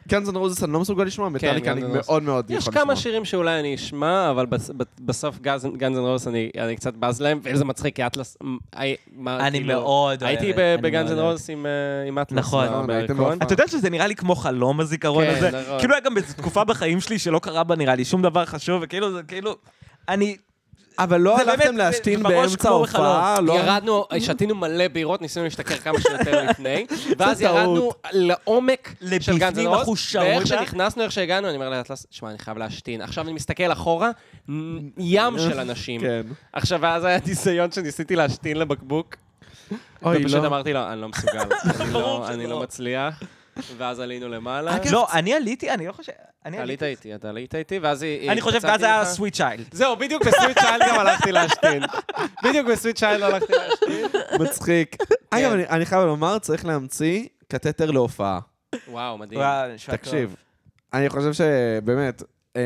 [SPEAKER 5] קאנז אנד רוזס אני לא מסוגל לשמוע, מטאליקה
[SPEAKER 2] כן, Guns N'
[SPEAKER 5] אני
[SPEAKER 2] Roses.
[SPEAKER 5] מאוד מאוד יכול
[SPEAKER 2] יש
[SPEAKER 5] לשמוע.
[SPEAKER 2] כמה שירים שאולי אני אשמע, אבל בס- ב- בסוף גאנז אנד רוס אני אני קצת בז להם, וזה מצחיק, כי אטלס... מ- הי- מה,
[SPEAKER 3] אני
[SPEAKER 2] כאילו-
[SPEAKER 3] מאוד אוהב.
[SPEAKER 2] הייתי
[SPEAKER 3] אני
[SPEAKER 2] בגאנז
[SPEAKER 3] מאוד
[SPEAKER 2] אנד
[SPEAKER 3] אוהב.
[SPEAKER 2] רוס עם אה, עם אטלס.
[SPEAKER 3] נכון.
[SPEAKER 2] ב-
[SPEAKER 5] נכון, הייתם
[SPEAKER 2] בהרכון.
[SPEAKER 5] בהופעה.
[SPEAKER 3] אתה יודע שזה נראה לי כמו חלום, הזיכרון
[SPEAKER 2] כן,
[SPEAKER 3] הזה?
[SPEAKER 2] נכון.
[SPEAKER 3] כאילו היה גם באיזו תקופה בחיים שלי שלא קרה בה, נראה לי, שום דבר חשוב, וכאילו, זה כאילו... אני...
[SPEAKER 5] אבל לא
[SPEAKER 3] זה
[SPEAKER 5] הלכתם
[SPEAKER 3] באמת,
[SPEAKER 5] להשתין
[SPEAKER 3] בראש
[SPEAKER 5] באמצע
[SPEAKER 3] כמו בחלום.
[SPEAKER 5] ההופעה, לא...
[SPEAKER 2] ירדנו, שתינו מלא בירות, ניסינו להשתכר כמה שיותר לפני, ואז
[SPEAKER 5] זה טעות.
[SPEAKER 2] ירדנו לעומק של
[SPEAKER 3] לבפנים,
[SPEAKER 2] גן זנרות,
[SPEAKER 3] אחוש
[SPEAKER 2] ואיך
[SPEAKER 3] שרודה.
[SPEAKER 2] שנכנסנו, איך שהגענו, אני אומר לאטלס, שמע, אני חייב להשתין. עכשיו אני מסתכל אחורה, נ- ים של אנשים.
[SPEAKER 5] כן.
[SPEAKER 2] עכשיו, אז היה ניסיון שניסיתי להשתין לבקבוק,
[SPEAKER 5] אוי,
[SPEAKER 2] ופשוט
[SPEAKER 5] לא.
[SPEAKER 2] אמרתי לו, אני לא מסוגל, אני לא-
[SPEAKER 3] ברור
[SPEAKER 2] אני
[SPEAKER 3] שלא.
[SPEAKER 2] לא מצליח. ואז עלינו למעלה.
[SPEAKER 3] לא, אני עליתי, אני לא חושב... אני עליתי.
[SPEAKER 2] עלית איתי, אתה עלית איתי, ואז היא...
[SPEAKER 3] אני חושב שאז
[SPEAKER 2] הצעתי
[SPEAKER 3] היה
[SPEAKER 2] לך-
[SPEAKER 3] סוויט צ'יילד.
[SPEAKER 2] זהו, בדיוק בסוויט שיילד גם הלכתי להשתין. בדיוק בסוויט שיילד הלכתי להשתין.
[SPEAKER 5] מצחיק.
[SPEAKER 2] כן.
[SPEAKER 5] אגב, אני- אני חייב לומר, צריך להמציא קטטר להופעה.
[SPEAKER 2] וואו, מדהים.
[SPEAKER 3] אה,
[SPEAKER 5] תקשיב, אני חושב שבאמת, אה,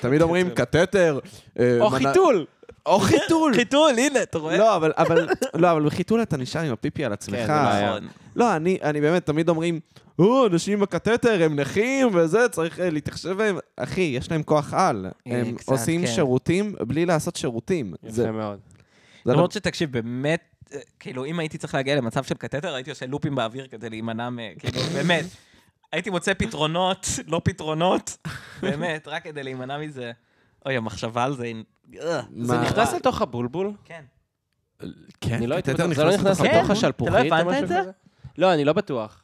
[SPEAKER 5] תמיד אומרים קטטר. אה,
[SPEAKER 2] או
[SPEAKER 5] מנה-
[SPEAKER 2] חיתול. אה?
[SPEAKER 5] או חיתול.
[SPEAKER 3] לא- חיתול, הנה, אתה רואה?
[SPEAKER 5] לא, אבל, אבל, לא, אבל בחיתול אתה נשאר עם הפיפי על עצמך.
[SPEAKER 2] כן, זה בעיה.
[SPEAKER 3] נכון.
[SPEAKER 5] לא, אני, אני באמת, תמיד אומרים, או, אנשים עם הקטטר, הם נכים וזה, צריך אה, להתחשב בהם. אחי, יש להם כוח על.
[SPEAKER 3] אה,
[SPEAKER 5] הם
[SPEAKER 3] קצת,
[SPEAKER 5] עושים
[SPEAKER 3] כן.
[SPEAKER 5] שירותים בלי לעשות שירותים. זה-
[SPEAKER 2] יפה מאוד.
[SPEAKER 5] זה לא-
[SPEAKER 3] למרות שתקשיב, באמת, אה, כאילו, אם הייתי צריך להגיע למצב של קטטר, הייתי עושה לופים באוויר כדי להימנע מ... כאילו, באמת. הייתי מוצא פתרונות, לא פתרונות, באמת, רק כדי להימנע מזה. אוי, המחשבה על זה היא... אה,
[SPEAKER 5] מה-
[SPEAKER 2] זה נכנס לתוך הבולבול?
[SPEAKER 3] כן.
[SPEAKER 5] כן,
[SPEAKER 2] אני לא הייתי
[SPEAKER 5] קטטר
[SPEAKER 2] בטוח, זה לא נכנס
[SPEAKER 5] לתוך
[SPEAKER 2] לתוך
[SPEAKER 5] הבטון?
[SPEAKER 2] השלפוחית
[SPEAKER 3] אתה לא
[SPEAKER 2] או
[SPEAKER 3] הבנת
[SPEAKER 2] משהו
[SPEAKER 3] את זה?
[SPEAKER 2] כזה? לא, אני לא בטוח.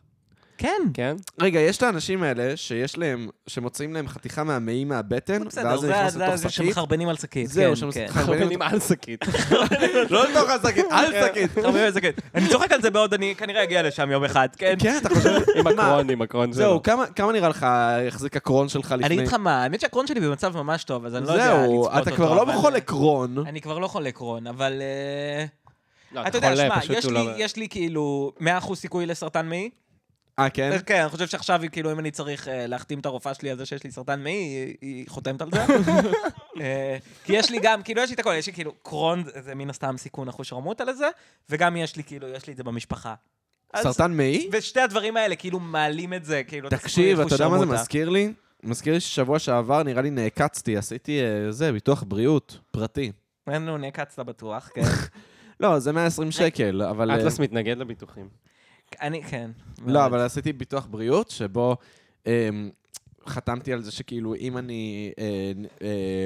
[SPEAKER 3] כן.
[SPEAKER 2] כן?
[SPEAKER 5] רגע, יש את האנשים האלה שיש להם, שמוציאים להם חתיכה מהמעי מהבטן,
[SPEAKER 3] בסדר,
[SPEAKER 5] כן. ואז זה
[SPEAKER 3] זה
[SPEAKER 5] נכנס
[SPEAKER 3] זה-
[SPEAKER 5] לתוך
[SPEAKER 3] זה
[SPEAKER 5] שקית?
[SPEAKER 3] שמחרבנים על שקית.
[SPEAKER 5] זהו,
[SPEAKER 3] כן, כן.
[SPEAKER 5] שמחרבנים אותו-
[SPEAKER 2] על שקית.
[SPEAKER 5] לא לתוך השקית, על שקית.
[SPEAKER 3] מחרבנים על שקית. אני צוחק על זה בעוד, אני כנראה אגיע לשם יום אחד, כן?
[SPEAKER 5] כן, אתה חושב...
[SPEAKER 2] עם
[SPEAKER 5] מה?
[SPEAKER 2] הקרון, עם הקרון שלו.
[SPEAKER 5] זהו, כמה כמה נראה לך החזיק הקרון שלך לפני?
[SPEAKER 3] אני אגיד לך מה, האמת שהקרון שלי במצב ממש טוב, אז אני לא יודע לצפות אותו.
[SPEAKER 5] זהו, אתה כבר לא
[SPEAKER 3] אבל-
[SPEAKER 5] בכל עקרון.
[SPEAKER 3] אני כבר לא חולה קרון, אבל... אה,
[SPEAKER 2] לא,
[SPEAKER 3] אתה יודע,
[SPEAKER 2] חולה,
[SPEAKER 3] שמע,
[SPEAKER 2] פשוט
[SPEAKER 3] יש
[SPEAKER 2] הוא
[SPEAKER 3] לי-
[SPEAKER 2] לא-
[SPEAKER 3] יש לי כאילו 100% סיכוי לסרטן מעי.
[SPEAKER 5] אה, כן?
[SPEAKER 3] כן, אני חושב שעכשיו, כאילו, אם אני צריך אה, להחתים את הרופאה שלי על זה שיש לי סרטן מעי, היא- היא חותמת על זה. אה, כי יש לי גם, כאילו, יש לי את הכל, יש לי כאילו קרון, זה מן הסתם סיכון אחושרמוטה לזה, וגם יש לי, כאילו, יש לי את זה במשפחה. אז-
[SPEAKER 5] סרטן מעי?
[SPEAKER 3] ושתי הדברים האלה, כאילו, מעלים את זה, כאילו, את הסיכוי
[SPEAKER 5] תקשיב, אתה יודע מה זה
[SPEAKER 3] לאחושרמוטה.
[SPEAKER 5] מזכיר לי? מזכיר לי ששבוע שעבר נראה לי נעקצתי, עשיתי אה, זה, ביטוח בריאות, פרטי.
[SPEAKER 3] אין, נו, נעקצת בטוח, כן.
[SPEAKER 5] לא, זה 120 שקל, אבל... אה,
[SPEAKER 2] לא- אטלס מתנגד לביטוחים.
[SPEAKER 3] אני, כן.
[SPEAKER 5] לא, אבל עשיתי ביטוח בריאות, שבו אמ, חתמתי על זה שכאילו, אם אני אה,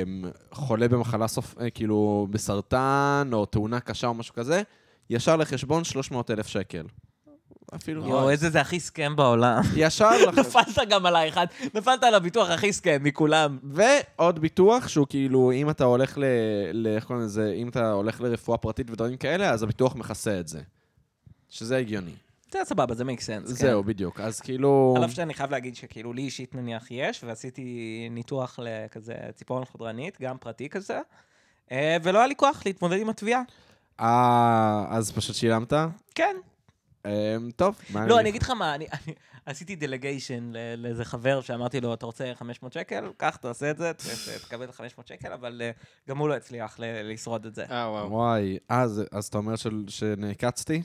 [SPEAKER 5] אמ, חולה במחלה סוף, אה, כאילו, בסרטן, או תאונה קשה או משהו כזה, ישר לחשבון 300,000 שקל. אפילו...
[SPEAKER 3] יואו, איזה זה הכי סכם בעולם.
[SPEAKER 5] ישר לחשבון.
[SPEAKER 3] נפלת גם עליי אחד, נפלת על הביטוח הכי סכם מכולם.
[SPEAKER 5] ועוד ביטוח שהוא כאילו, אם אתה הולך ל... ל- איך קוראים לזה? אם אתה הולך לרפואה פרטית ודברים כאלה, אז הביטוח מכסה את זה. שזה הגיוני.
[SPEAKER 3] זה סבבה, זה make sense. כן.
[SPEAKER 5] זהו, בדיוק. אז כאילו...
[SPEAKER 3] על אף שאני חייב להגיד שכאילו לי אישית נניח יש, ועשיתי ניתוח לכזה ציפורן חודרנית, גם פרטי כזה, אה, ולא היה לי כוח להתמודד עם התביעה.
[SPEAKER 5] אה, אז פשוט שילמת?
[SPEAKER 3] כן.
[SPEAKER 5] אמ, טוב. מה
[SPEAKER 3] לא, אני אגיד לך מה, אני אני- עשיתי דלגיישן לאיזה חבר שאמרתי לו, אתה רוצה 500 שקל? קח, תעשה את זה, ת- ת- תקבל את 500 שקל, אבל אה, גם הוא לא הצליח ל- לשרוד את זה.
[SPEAKER 2] אה, וואו.
[SPEAKER 5] וואי, אז, אז אתה אומר של, שנעקצתי?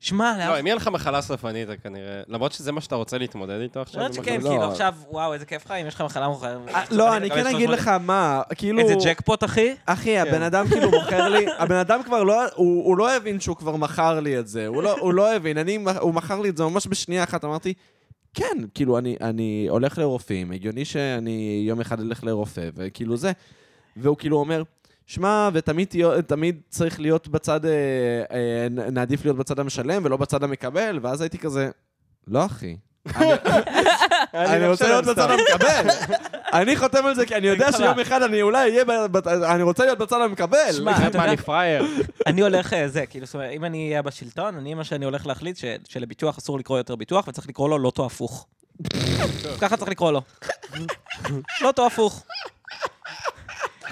[SPEAKER 3] שמע,
[SPEAKER 2] לא,
[SPEAKER 3] להבדיל
[SPEAKER 2] אם יהיה לך מחלה סופנית, אתה כנראה... למרות שזה מה שאתה רוצה להתמודד איתו עכשיו.
[SPEAKER 3] למרות
[SPEAKER 2] עם
[SPEAKER 3] שכן,
[SPEAKER 5] לא.
[SPEAKER 3] כאילו עכשיו, וואו, איזה כיף לך, אם יש לך מחלה מוכרת.
[SPEAKER 5] לא, אני כן אגיד לך מה, כאילו...
[SPEAKER 3] איזה ג'קפוט, אחי?
[SPEAKER 5] אחי, הבן אדם כאילו מוכר לי, הבן אדם כבר לא, הוא הוא לא הבין שהוא כבר מכר לי את זה, הוא לא- הוא לא הבין, אני, הוא מכר לי את זה ממש בשנייה אחת, אמרתי, כן, כאילו, אני- אני הולך לרופאים, הגיוני שאני יום אחד אלך לרופא, וכאילו זה, והוא כאילו אומר, שמע, ותמיד תהיה- תמיד צריך להיות בצד, אה, אה, נ- נעדיף להיות בצד המשלם ולא בצד המקבל, ואז הייתי כזה, לא אחי. אני- אני רוצה להיות בצד המקבל. אני חותם על זה כי אני יודע
[SPEAKER 3] אגיד לך מה.
[SPEAKER 5] שיום אחד אני אולי אהיה, ב- ב- אני רוצה להיות בצד המקבל.
[SPEAKER 3] שמע,
[SPEAKER 2] מה,
[SPEAKER 3] אתה
[SPEAKER 2] מה,
[SPEAKER 3] יודע-
[SPEAKER 2] אני פראייר?
[SPEAKER 3] אני הולך, אה, זה, כאילו, זאת אומרת, אם אני אהיה בשלטון, אני, מה שאני הולך להחליט, ש- שלביטוח אסור לקרוא יותר ביטוח, וצריך לקרוא לו לוטו הפוך. ככה צריך לקרוא לו. לוטו הפוך.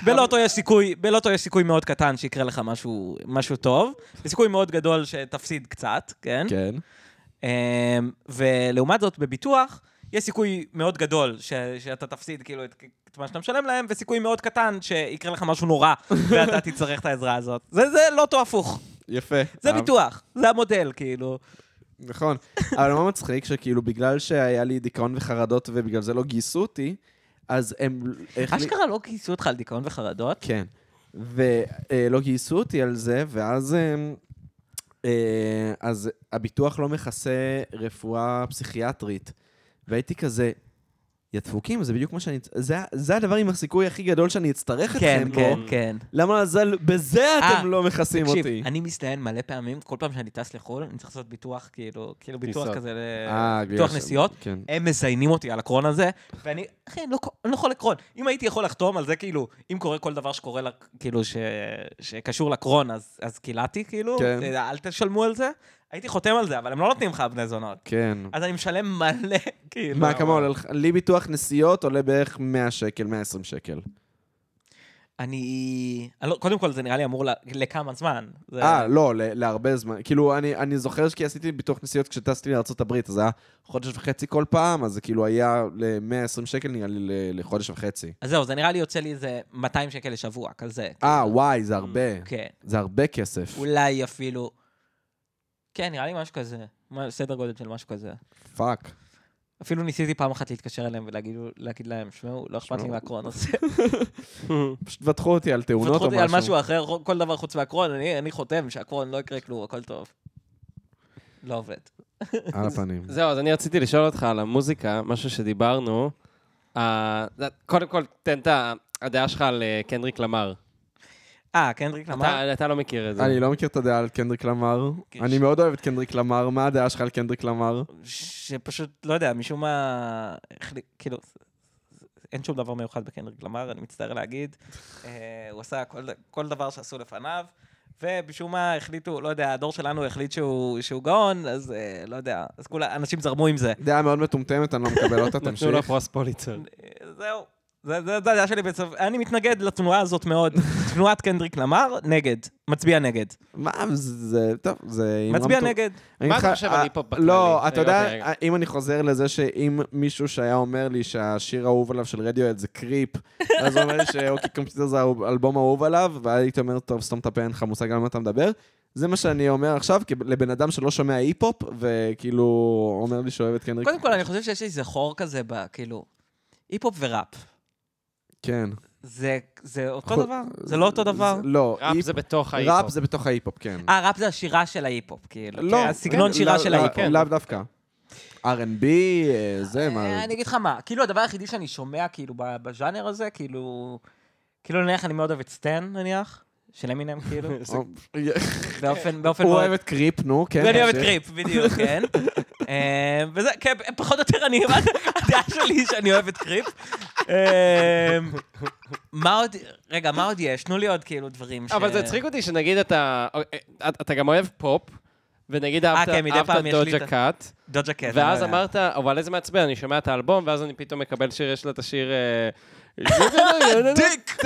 [SPEAKER 3] בלוטו יש סיכוי, בלוטו יש סיכוי מאוד קטן שיקרה לך משהו, משהו טוב, וסיכוי מאוד גדול שתפסיד קצת, כן?
[SPEAKER 5] כן.
[SPEAKER 3] אמ, ולעומת זאת, בביטוח, יש סיכוי מאוד גדול ש- שאתה תפסיד כאילו את, את מה שאתה משלם להם, וסיכוי מאוד קטן שיקרה לך משהו נורא, ואתה תצטרך את העזרה הזאת. זה, זה לוטו הפוך.
[SPEAKER 5] יפה.
[SPEAKER 3] זה
[SPEAKER 5] אהב-
[SPEAKER 3] ביטוח, זה המודל, כאילו.
[SPEAKER 5] נכון. אבל מה מצחיק שכאילו בגלל שהיה לי דיכאון וחרדות ובגלל זה לא גייסו אותי, אז הם... החלי-
[SPEAKER 3] אשכרה לא כיסו אותך על דיכאון וחרדות?
[SPEAKER 5] כן. ולא גייסו אותי על זה, ואז אמ, אה, אז הביטוח לא מכסה רפואה פסיכיאטרית. והייתי כזה, יא דפוקים, זה בדיוק מה שאני... זה, זה הדבר עם הסיכוי הכי גדול שאני אצטרך
[SPEAKER 3] כן,
[SPEAKER 5] אתכם בו.
[SPEAKER 3] כן, כן.
[SPEAKER 5] למה על זה, בזה
[SPEAKER 3] אה,
[SPEAKER 5] אתם לא מכסים
[SPEAKER 3] תקשיב,
[SPEAKER 5] אותי?
[SPEAKER 3] אני מזדיין מלא פעמים, כל פעם שאני טס לחו"ל, אני צריך לעשות ביטוח, כאילו, כאילו ביטוח
[SPEAKER 2] טיסות.
[SPEAKER 3] כזה, ל-
[SPEAKER 5] אה, בגלל
[SPEAKER 3] ביטוח
[SPEAKER 5] ש-
[SPEAKER 3] נסיעות.
[SPEAKER 5] כן.
[SPEAKER 3] הם מזיינים אותי על הקרון הזה, ואני, אחי, אני לא, אני לא חולה קרון. אם הייתי יכול לחתום על זה, כאילו, אם קורה כל דבר שקורה, לה, כאילו, ש, שקשור לקרון, אז, אז קילעתי, כאילו,
[SPEAKER 5] כן.
[SPEAKER 3] אל תשלמו על זה. הייתי חותם על זה, אבל הם לא נותנים לך בני זונות.
[SPEAKER 5] כן.
[SPEAKER 3] אז אני משלם מלא, כאילו.
[SPEAKER 5] מה, כמה עולה לך? לי ביטוח נסיעות עולה בערך 100 שקל, 120 שקל.
[SPEAKER 3] אני... אני לא- קודם כל, זה נראה לי אמור ל- לכמה זמן. זה-
[SPEAKER 5] אה, לא, ל- להרבה זמן. כאילו, אני, אני זוכר כי עשיתי ביטוח נסיעות כשטסתי לארה"ב, אז זה היה חודש וחצי כל פעם, אז זה כאילו היה ל-120 שקל נראה לי ל- לחודש וחצי.
[SPEAKER 3] אז זהו, זה נראה לי יוצא לי איזה 200 שקל לשבוע, כזה.
[SPEAKER 5] אה, וואי, זה הרבה.
[SPEAKER 3] כן.
[SPEAKER 5] זה הרבה כסף.
[SPEAKER 3] אולי אפילו... כן, נראה לי משהו כזה. מה- סדר גודל של משהו כזה.
[SPEAKER 5] פאק.
[SPEAKER 3] אפילו ניסיתי פעם אחת להתקשר אליהם ולהגיד להגיד להם, שמעו, לא אכפת לי
[SPEAKER 5] שמעו,
[SPEAKER 3] מהקרון הזה.
[SPEAKER 5] פשוט בטחו אותי על תאונות
[SPEAKER 3] פתחו
[SPEAKER 5] או
[SPEAKER 3] אותי על
[SPEAKER 5] לא משהו.
[SPEAKER 3] משהו אחר, כל דבר חוץ מהקרון, אני אני חותם שהקרון לא יקרה כלום, הכל טוב. לא עובד.
[SPEAKER 5] על הפנים.
[SPEAKER 2] זהו, אז אני רציתי לשאול אותך על המוזיקה, משהו שדיברנו. אה, זה- קודם כל, תן את ה- הדעה שלך על אה, קנדריק למר.
[SPEAKER 3] אה, קנדריק למר?
[SPEAKER 2] אתה- אתה לא מכיר את זה.
[SPEAKER 5] אני לא מכיר את הדעה על קנדריק למר.
[SPEAKER 3] כן,
[SPEAKER 5] אני
[SPEAKER 3] ש-
[SPEAKER 5] מאוד אוהב את קנדריק למר. מה הדעה שלך על קנדריק למר?
[SPEAKER 3] שפשוט, לא יודע, משום מה, החליט- כאילו, אין שום דבר מיוחד בקנדריק למר, אני מצטער להגיד. אה, הוא עשה כל, כל דבר שעשו לפניו, ומשום מה החליטו, לא יודע, הדור שלנו החליט שהוא, שהוא גאון, אז אה, לא יודע, אז כולה, אנשים זרמו עם זה.
[SPEAKER 5] דעה מאוד מטומטמת, אני לא מקבל אותה,
[SPEAKER 2] נתנו לו
[SPEAKER 5] תמשיך.
[SPEAKER 2] פרס פוליצר.
[SPEAKER 3] אה, זהו. זה זה- זה הדעה שלי בעצם, אני מתנגד לתנועה הזאת מאוד. תנועת קנדריק למר, נגד. מצביע נגד.
[SPEAKER 5] מה, זה- זה, טוב, זה... אמרה
[SPEAKER 3] מצביע
[SPEAKER 5] מטומ-
[SPEAKER 3] נגד.
[SPEAKER 5] אני
[SPEAKER 2] מה
[SPEAKER 5] אגיד
[SPEAKER 2] אתה
[SPEAKER 5] לך,
[SPEAKER 2] חושב
[SPEAKER 5] אה,
[SPEAKER 2] על היפ-הופ בכללי?
[SPEAKER 5] לא,
[SPEAKER 2] רגע,
[SPEAKER 5] אתה יודע,
[SPEAKER 2] רגע, רגע.
[SPEAKER 5] אם אני חוזר לזה שאם מישהו שהיה אומר לי שהשיר האהוב עליו של רדיואט זה קריפ, אז הוא אומר לי שאוקי קומפיוטר זה האלבום האהוב עליו, והייתי אומר, טוב, סתום את הפה, אין לך מושג על מה אתה מדבר. זה מה שאני אומר עכשיו, כי לבן אדם שלא שומע היפ-הופ, וכאילו אומר לי שאוהב את קנריק.
[SPEAKER 3] קודם כל, אני חושב שיש איזה חור כזה, ב- כאילו, היפ-הופ וראפ.
[SPEAKER 5] כן.
[SPEAKER 3] זה, זה אותו
[SPEAKER 5] חו-
[SPEAKER 3] דבר? זה לא אותו דבר?
[SPEAKER 5] זה- לא,
[SPEAKER 2] ראפ
[SPEAKER 5] היפ-
[SPEAKER 2] זה בתוך
[SPEAKER 5] ראפ
[SPEAKER 2] ההיפ-הופ.
[SPEAKER 5] זה בתוך ההיפ-הופ, כן.
[SPEAKER 3] אה, ראפ זה השירה של ההיפ-הופ, כאילו.
[SPEAKER 5] לא.
[SPEAKER 3] כן, הסגנון שירה
[SPEAKER 5] לא-
[SPEAKER 3] של
[SPEAKER 5] לא-
[SPEAKER 3] ההיפ-הופ.
[SPEAKER 2] כן.
[SPEAKER 5] לאו דווקא. R&B, אה, זה, מה...
[SPEAKER 3] אה, אני אגיד לך מה, כאילו הדבר היחידי שאני שומע, כאילו, ב- בז'אנר הזה, כאילו... כאילו, נניח, אני מאוד אוהב את סטן, נניח, של אמינם, כאילו.
[SPEAKER 5] אה,
[SPEAKER 3] באופן, באופן...
[SPEAKER 5] אוקיי. הוא
[SPEAKER 3] מאוד-
[SPEAKER 5] אוהב את קריפ, נו, כן.
[SPEAKER 3] ואני אוהב את
[SPEAKER 5] תמשיך.
[SPEAKER 3] קריפ, בדיוק, כן. אה, וזה, כן, פחות או יותר אני, הדעה שלי היא שאני אוהב את קריפ. אה, מה עוד, רגע, מה עוד יש? תנו לי עוד כאילו דברים ש...
[SPEAKER 2] אבל זה הצחיק אותי שנגיד אתה... אתה- אתה גם אוהב פופ, ונגיד אהבת
[SPEAKER 3] כן, מדי
[SPEAKER 2] אהבת
[SPEAKER 3] פעם יש לי את
[SPEAKER 2] דוג'ה
[SPEAKER 3] ה- כן,
[SPEAKER 2] קאט,
[SPEAKER 3] דוג'ה קט.
[SPEAKER 2] ואז אמרת, אבל איזה מעצבן, אני שומע את האלבום, ואז אני פתאום מקבל שיר, יש לה את השיר... אה,
[SPEAKER 3] דיק!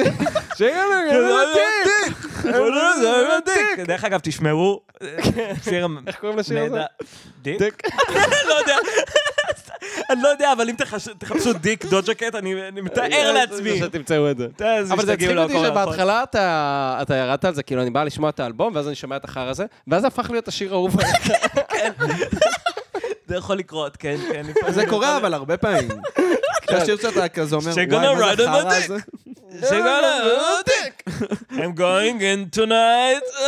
[SPEAKER 2] שיר-
[SPEAKER 3] דיק! דרך אגב, תשמעו, שיר
[SPEAKER 2] איך קוראים לשיר הזה?
[SPEAKER 3] נהדר. דיק? לא יודע. אני לא יודע, אבל אם תחש- תחפשו דיק דוג'ה קט, אני אני לא מתאר לעצמי.
[SPEAKER 2] שתמצאו את זה. אבל זה הצחיק אותי שבהתחלה אתה, אתה ירדת על זה, כאילו אני בא לשמוע את האלבום, ואז אני שומע את החרא הזה, ואז זה הפך להיות השיר האהוב עליי.
[SPEAKER 3] זה יכול לקרות, כן, כן.
[SPEAKER 5] זה קורה אבל הרבה פעמים. כשהשיר שאתה כזה אומר,
[SPEAKER 3] She
[SPEAKER 5] וואי,
[SPEAKER 3] gonna
[SPEAKER 5] מה
[SPEAKER 3] ride on
[SPEAKER 5] זה
[SPEAKER 3] my
[SPEAKER 5] החרא הזה?
[SPEAKER 3] לא, שגולה, דיק. אוקיי. I'm going in tonight.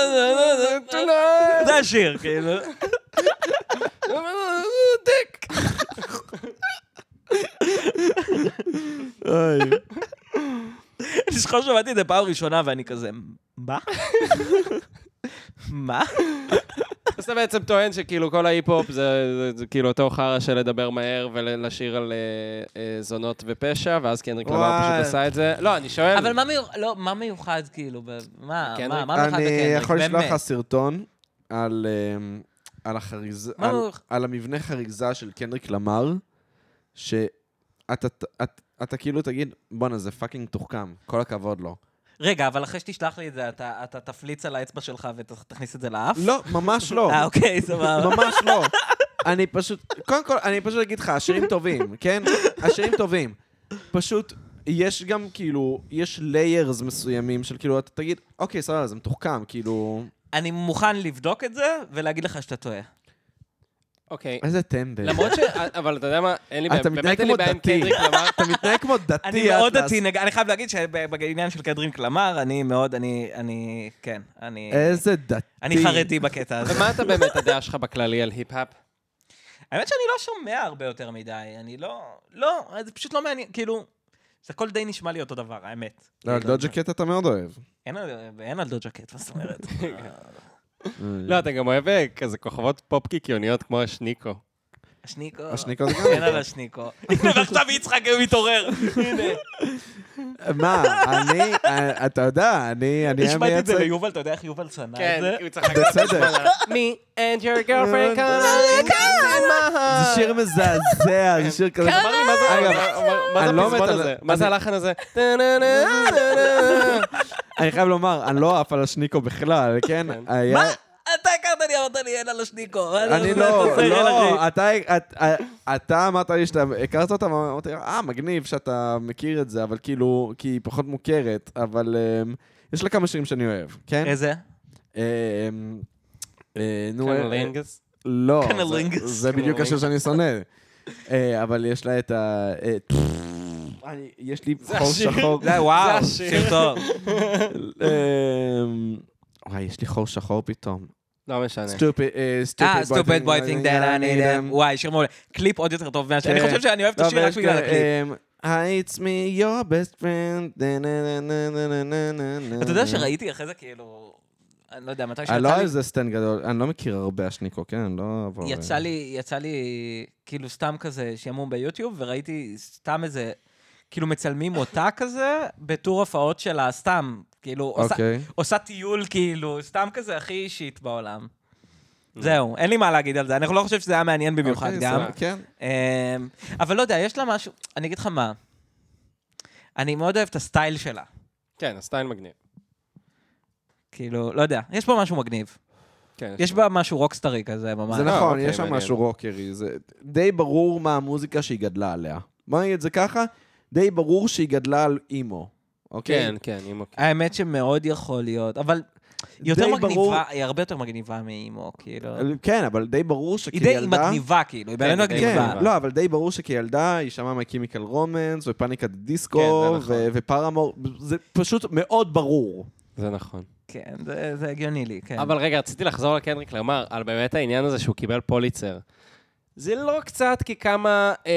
[SPEAKER 3] זה השיר, כאילו.
[SPEAKER 2] דיק.
[SPEAKER 3] אני זוכר שמעתי את זה פעם ראשונה, ואני כזה, מה? מה?
[SPEAKER 2] אז אתה בעצם טוען שכאילו כל ההיפ-הופ זה זה- זה כאילו אותו חרא של לדבר מהר ולשיר על אה, אה, זונות ופשע, ואז קנדריק למר
[SPEAKER 5] וואי.
[SPEAKER 2] פשוט עשה את זה. לא, אני שואל.
[SPEAKER 3] אבל מה מיוחד, לא, מה מיוחד, כאילו, ב- מה, מה,
[SPEAKER 2] בקנדריק?
[SPEAKER 3] מה מיוחד
[SPEAKER 5] אני
[SPEAKER 3] בקנדריק,
[SPEAKER 5] יכול לשלוח לך
[SPEAKER 3] כן, באמת?
[SPEAKER 5] סרטון על אמ, על החריז...
[SPEAKER 3] מה
[SPEAKER 5] על-
[SPEAKER 3] הוא-
[SPEAKER 5] על המבנה חריזה של קנדריק למר, שאתה אתה כאילו תגיד, בואנה, זה פאקינג תוחכם, כל הכבוד לו.
[SPEAKER 3] רגע, אבל אחרי שתשלח לי את זה, אתה אתה תפליץ על האצבע שלך ותכניס את זה לאף?
[SPEAKER 5] לא, ממש לא.
[SPEAKER 3] אה, אוקיי, סבבה.
[SPEAKER 5] ממש לא. אני פשוט, קודם כל, אני פשוט אגיד לך, השירים טובים, כן? השירים טובים. פשוט, יש גם כאילו, יש ליירס מסוימים של כאילו, אתה תגיד, אוקיי, סבבה, זה מתוחכם, כאילו...
[SPEAKER 3] אני מוכן לבדוק את זה ולהגיד לך שאתה טועה.
[SPEAKER 2] אוקיי.
[SPEAKER 5] איזה טמבל.
[SPEAKER 2] למרות ש... אבל אתה יודע מה, אין לי בעיה,
[SPEAKER 5] אתה מתנהג
[SPEAKER 2] באמת אין לי
[SPEAKER 5] כמו
[SPEAKER 2] בעיה עם
[SPEAKER 5] דתי.
[SPEAKER 2] קנדריק למר.
[SPEAKER 5] אתה מתנהג כמו דתי.
[SPEAKER 3] אני מאוד
[SPEAKER 5] אטלס.
[SPEAKER 3] דתי, נג- אני חייב להגיד שבעניין של קדרין קלמר, אני מאוד, אני, אני, כן, אני,
[SPEAKER 5] איזה דתי.
[SPEAKER 3] אני חרדי בקטע הזה.
[SPEAKER 2] ומה אתה באמת הדעה שלך בכללי על היפ-הופ?
[SPEAKER 3] האמת שאני לא שומע הרבה יותר מדי, אני לא, לא, זה פשוט לא מעניין, כאילו, זה הכל די נשמע לי אותו דבר, האמת. כאילו,
[SPEAKER 5] לא, על דודג'ה קט אתה מאוד אוהב.
[SPEAKER 3] אין על- אין על דוג'ה קט, מה זאת אומרת?
[SPEAKER 2] לא, אתה גם אוהב אה, כזה כוכבות פופ קיקיוניות כמו השניקו.
[SPEAKER 3] השניקו.
[SPEAKER 1] השניקו זה גם-
[SPEAKER 3] אין על השניקו. הנה, ועכשיו יצחק מתעורר. הנה.
[SPEAKER 1] מה, אני, אה, אתה יודע, אני אני
[SPEAKER 3] השמעתי את זה
[SPEAKER 1] המייצג...
[SPEAKER 3] ליובל, אתה יודע איך יובל שנא את
[SPEAKER 2] כן,
[SPEAKER 3] זה?
[SPEAKER 2] הוא צחק.
[SPEAKER 1] בצדק. אה, כן.
[SPEAKER 2] Me and your girlfriend come on.
[SPEAKER 1] זה שיר מזעזע, זה שיר
[SPEAKER 3] כן.
[SPEAKER 1] כזה...
[SPEAKER 2] אמר לי, מה זה-
[SPEAKER 1] אגב,
[SPEAKER 2] מה- מה זה
[SPEAKER 1] אני לא
[SPEAKER 2] הפזמון
[SPEAKER 1] מת על-
[SPEAKER 2] הזה? מה זה
[SPEAKER 1] אני-
[SPEAKER 2] הלחן הזה? כן, טה-נה-נה-נה-נה.
[SPEAKER 1] אני חייב לומר, אני לא עף על השניקו בכלל, כן? היה-
[SPEAKER 3] מה? אתה הכרת לי, אמרת לי, אין על השניקו.
[SPEAKER 1] אני
[SPEAKER 3] זה
[SPEAKER 1] לא,
[SPEAKER 3] חוזר אליי.
[SPEAKER 1] לא, אתה- את- אה, אתה אמרת לי שאתה הכרת אותה, ואמרתי, אה, מגניב שאתה מכיר את זה, אבל כאילו, כי היא פחות מוכרת, אבל אמ, יש לה כמה שירים שאני אוהב, כן?
[SPEAKER 3] איזה?
[SPEAKER 1] אמ, אה, נו, אה,
[SPEAKER 2] קנלינגס.
[SPEAKER 1] לא,
[SPEAKER 3] קנלינגס.
[SPEAKER 1] זה- זה בדיוק
[SPEAKER 2] קנלינגס.
[SPEAKER 1] השיר שאני שונא. אה, אבל יש לה את ה... אה, אני- יש לי חור
[SPEAKER 2] השיר.
[SPEAKER 1] שחור.
[SPEAKER 3] זה, וואו,
[SPEAKER 2] השיר.
[SPEAKER 3] שיר טוב.
[SPEAKER 1] אמ, וואי, יש לי חור שחור פתאום.
[SPEAKER 2] לא משנה.
[SPEAKER 1] Stupid, אה,
[SPEAKER 3] אה,
[SPEAKER 1] stupid boy
[SPEAKER 3] stupid boy think that I need them.
[SPEAKER 1] them.
[SPEAKER 3] וואי, שיר מעולה. קליפ עוד יותר טוב מהשיר. אני
[SPEAKER 1] כן. אה,
[SPEAKER 3] חושב שאני אוהב את השיר רק בגלל הקליפ.
[SPEAKER 1] אמ, It's me, your best friend. נה, נה, נה, נה, נה, נה, נה, נה.
[SPEAKER 3] אתה יודע שראיתי אחרי זה כאילו... אני לא יודע, מתי
[SPEAKER 1] אני אה. לא
[SPEAKER 3] שיצא לי...
[SPEAKER 1] איזה סטנד גדול, אני לא מכיר הרבה השניקו, כן? אני לא... אבל-
[SPEAKER 3] יצא לי, יצא לי כאילו סתם כזה שעמום ביוטיוב, וראיתי סתם איזה... כאילו מצלמים אותה כזה, בטור הופעות שלה, סתם. כאילו, עושה-
[SPEAKER 1] אוקיי.
[SPEAKER 3] עושה טיול כאילו, סתם כזה הכי אישית בעולם. זהו, אין לי מה להגיד על זה, אני לא חושב שזה היה מעניין במיוחד
[SPEAKER 1] אוקיי,
[SPEAKER 3] גם.
[SPEAKER 1] סבבה, כן.
[SPEAKER 3] אמ, אבל לא יודע, יש לה משהו, אני אגיד לך מה, אני מאוד אוהב את הסטייל שלה.
[SPEAKER 2] כן, הסטיין מגניב.
[SPEAKER 3] כאילו, לא יודע, יש בה משהו מגניב.
[SPEAKER 2] כן,
[SPEAKER 3] יש בה משהו רוקסטרי כזה, ממש.
[SPEAKER 1] זה
[SPEAKER 5] לא-
[SPEAKER 1] נכון,
[SPEAKER 2] אוקיי,
[SPEAKER 1] יש שם
[SPEAKER 2] מעניין.
[SPEAKER 1] משהו רוקרי. זה די ברור מה המוזיקה שהיא גדלה עליה. בוא נגיד את זה ככה, די ברור שהיא גדלה על אימו. אוקיי?
[SPEAKER 2] כן, כן, אימו.
[SPEAKER 3] האמת שמאוד יכול להיות, אבל היא יותר
[SPEAKER 1] די ברור-
[SPEAKER 3] מגניבה, היא הרבה יותר מגניבה מאימו, כאילו.
[SPEAKER 1] כן, אבל די ברור
[SPEAKER 3] היא די
[SPEAKER 1] שכילדה...
[SPEAKER 3] היא מגניבה, כאילו, היא
[SPEAKER 2] כן,
[SPEAKER 3] באמת
[SPEAKER 2] היא די
[SPEAKER 3] מגניבה.
[SPEAKER 1] כן,
[SPEAKER 2] מגניבה.
[SPEAKER 1] לא, אבל די ברור שכילדה היא שמעה מקימיקל רומנס ופאניקת דיסקו
[SPEAKER 2] כן, זה נכון.
[SPEAKER 1] ו- ופארמור, זה פשוט מאוד ברור.
[SPEAKER 2] זה נכון.
[SPEAKER 3] כן, זה- זה הגיוני לי, כן.
[SPEAKER 2] אבל רגע, רציתי לחזור לקנדריק למר, על באמת העניין הזה שהוא קיבל פוליצר. זה לא קצת כי כמה... אה,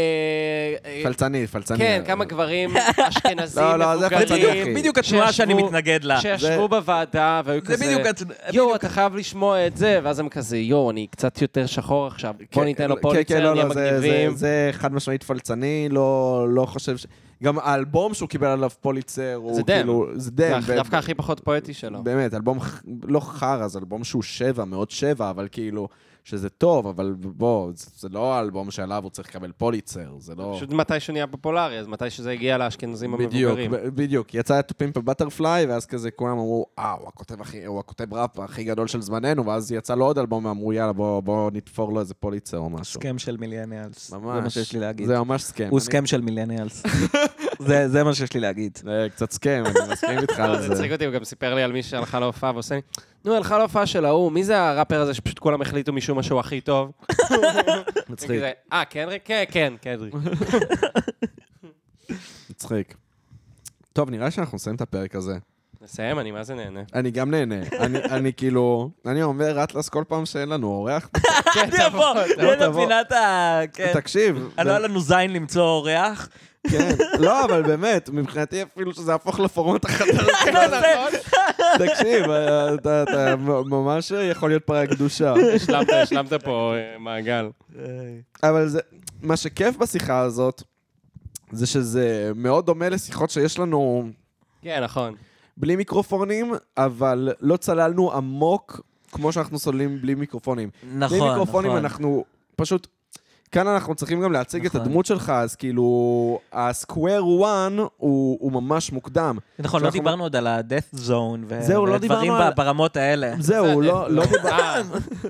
[SPEAKER 2] אה,
[SPEAKER 1] פלצני, פלצני.
[SPEAKER 2] כן, כמה גברים אשכנזים,
[SPEAKER 1] לא, לא, זה
[SPEAKER 2] מבוגרים,
[SPEAKER 1] פלצני, אחי.
[SPEAKER 3] בדיוק- בדיוק התנועה שאני
[SPEAKER 2] שישבו-
[SPEAKER 3] מתנגד לה.
[SPEAKER 2] שישבו בוועדה והיו
[SPEAKER 3] זה
[SPEAKER 2] כזה...
[SPEAKER 3] בדיוק... הצ-
[SPEAKER 2] יואו, אתה חייב לשמוע את זה, ואז הם כזה, יואו, אני קצת יותר שחור עכשיו, בוא ניתן לו
[SPEAKER 1] כן, כן,
[SPEAKER 2] פוליצר,
[SPEAKER 1] לא,
[SPEAKER 2] נהיה
[SPEAKER 1] לא, זה- זה-
[SPEAKER 2] מגניבים.
[SPEAKER 1] זה חד משמעית פלצני, לא לא חושב ש... גם האלבום שהוא קיבל עליו פוליצר, הוא
[SPEAKER 2] דם.
[SPEAKER 1] כאילו... זה דם.
[SPEAKER 2] זה דווקא הכי פחות פואטי שלו.
[SPEAKER 1] באמת, אלבום ח- לא חרא, זה אלבום שהוא שבע, מאוד שבע, אבל כאילו, שזה טוב, אבל בוא, זה זה לא האלבום שעליו הוא צריך לקבל פוליצר, זה לא...
[SPEAKER 2] פשוט מתי שהוא נהיה פופולרי, אז מתי שזה הגיע לאשכנזים
[SPEAKER 1] בדיוק,
[SPEAKER 2] המבוגרים.
[SPEAKER 1] ב- בדיוק. יצא התופים בבטרפליי, ואז כזה כולם אמרו, אה, הוא הכותב הכי, הוא הכותב ראפ הכי גדול של זמננו, ואז יצא לו עוד אלבום, ואמרו, יאללה, בוא, בוא נתפור לו איזה פוליצר או משהו.
[SPEAKER 3] סכם של מיליאניאלס.
[SPEAKER 1] ממש.
[SPEAKER 3] זה מה שיש לי להגיד.
[SPEAKER 1] זה ממש סכם.
[SPEAKER 3] הוא
[SPEAKER 1] אני-
[SPEAKER 3] סכם של מיליאניאלס. זה- זה מה שיש לי להגיד.
[SPEAKER 1] זה קצת סכם, אני מסכים איתך
[SPEAKER 2] לא,
[SPEAKER 1] על
[SPEAKER 2] זה
[SPEAKER 1] זה.
[SPEAKER 2] הצחיק אותי, הוא גם סיפר לי על מי שהלכה להופעה ועושה לי, נו, הלכה להופעה של ההוא, מי זה הראפר הזה שפשוט כולם החליטו משום מה שהוא הכי טוב?
[SPEAKER 1] מצחיק,
[SPEAKER 2] כזה, אה, קנדריק? כן, כן, קנדריק.
[SPEAKER 1] מצחיק. טוב, נראה שאנחנו נסיים את הפרק הזה.
[SPEAKER 2] נסיים, אני מה זה נהנה.
[SPEAKER 5] אה,
[SPEAKER 1] אני גם נהנה. אני, אני כאילו, אני אומר אטלס כל פעם שאין לנו אורח.
[SPEAKER 2] כן,
[SPEAKER 3] תבוא, תבוא,
[SPEAKER 1] תבוא.
[SPEAKER 3] פינת ה... כן.
[SPEAKER 1] תקשיב.
[SPEAKER 3] לא היה
[SPEAKER 1] ב-
[SPEAKER 3] לנו זין למצוא אורח.
[SPEAKER 1] כן. לא, אבל באמת, מבחינתי אפילו שזה יהפוך לפורמט החדש. תקשיב, אה, אתה אתה ממש יכול להיות פרה קדושה.
[SPEAKER 2] השלמת, השלמת פה אה, מעגל.
[SPEAKER 1] אבל זה, מה שכיף בשיחה הזאת, זה שזה מאוד דומה לשיחות שיש לנו
[SPEAKER 2] כן, נכון.
[SPEAKER 1] בלי מיקרופונים, אבל לא צללנו עמוק כמו שאנחנו צוללים בלי מיקרופונים.
[SPEAKER 3] נכון,
[SPEAKER 1] בלי מיקרופונים
[SPEAKER 3] נכון.
[SPEAKER 1] אנחנו פשוט... כאן אנחנו צריכים גם להציג את
[SPEAKER 3] נכון.
[SPEAKER 1] הדמות שלך, אז כאילו, ה-square one הוא, הוא ממש מוקדם.
[SPEAKER 3] נכון, לא
[SPEAKER 1] שאנחנו-
[SPEAKER 3] דיברנו עוד על ה-death zone, ו-
[SPEAKER 1] זהו, לא
[SPEAKER 3] ודברים
[SPEAKER 1] דיברנו על-
[SPEAKER 3] ב- ברמות האלה.
[SPEAKER 1] זהו, לא, לא דיבר...
[SPEAKER 2] אה,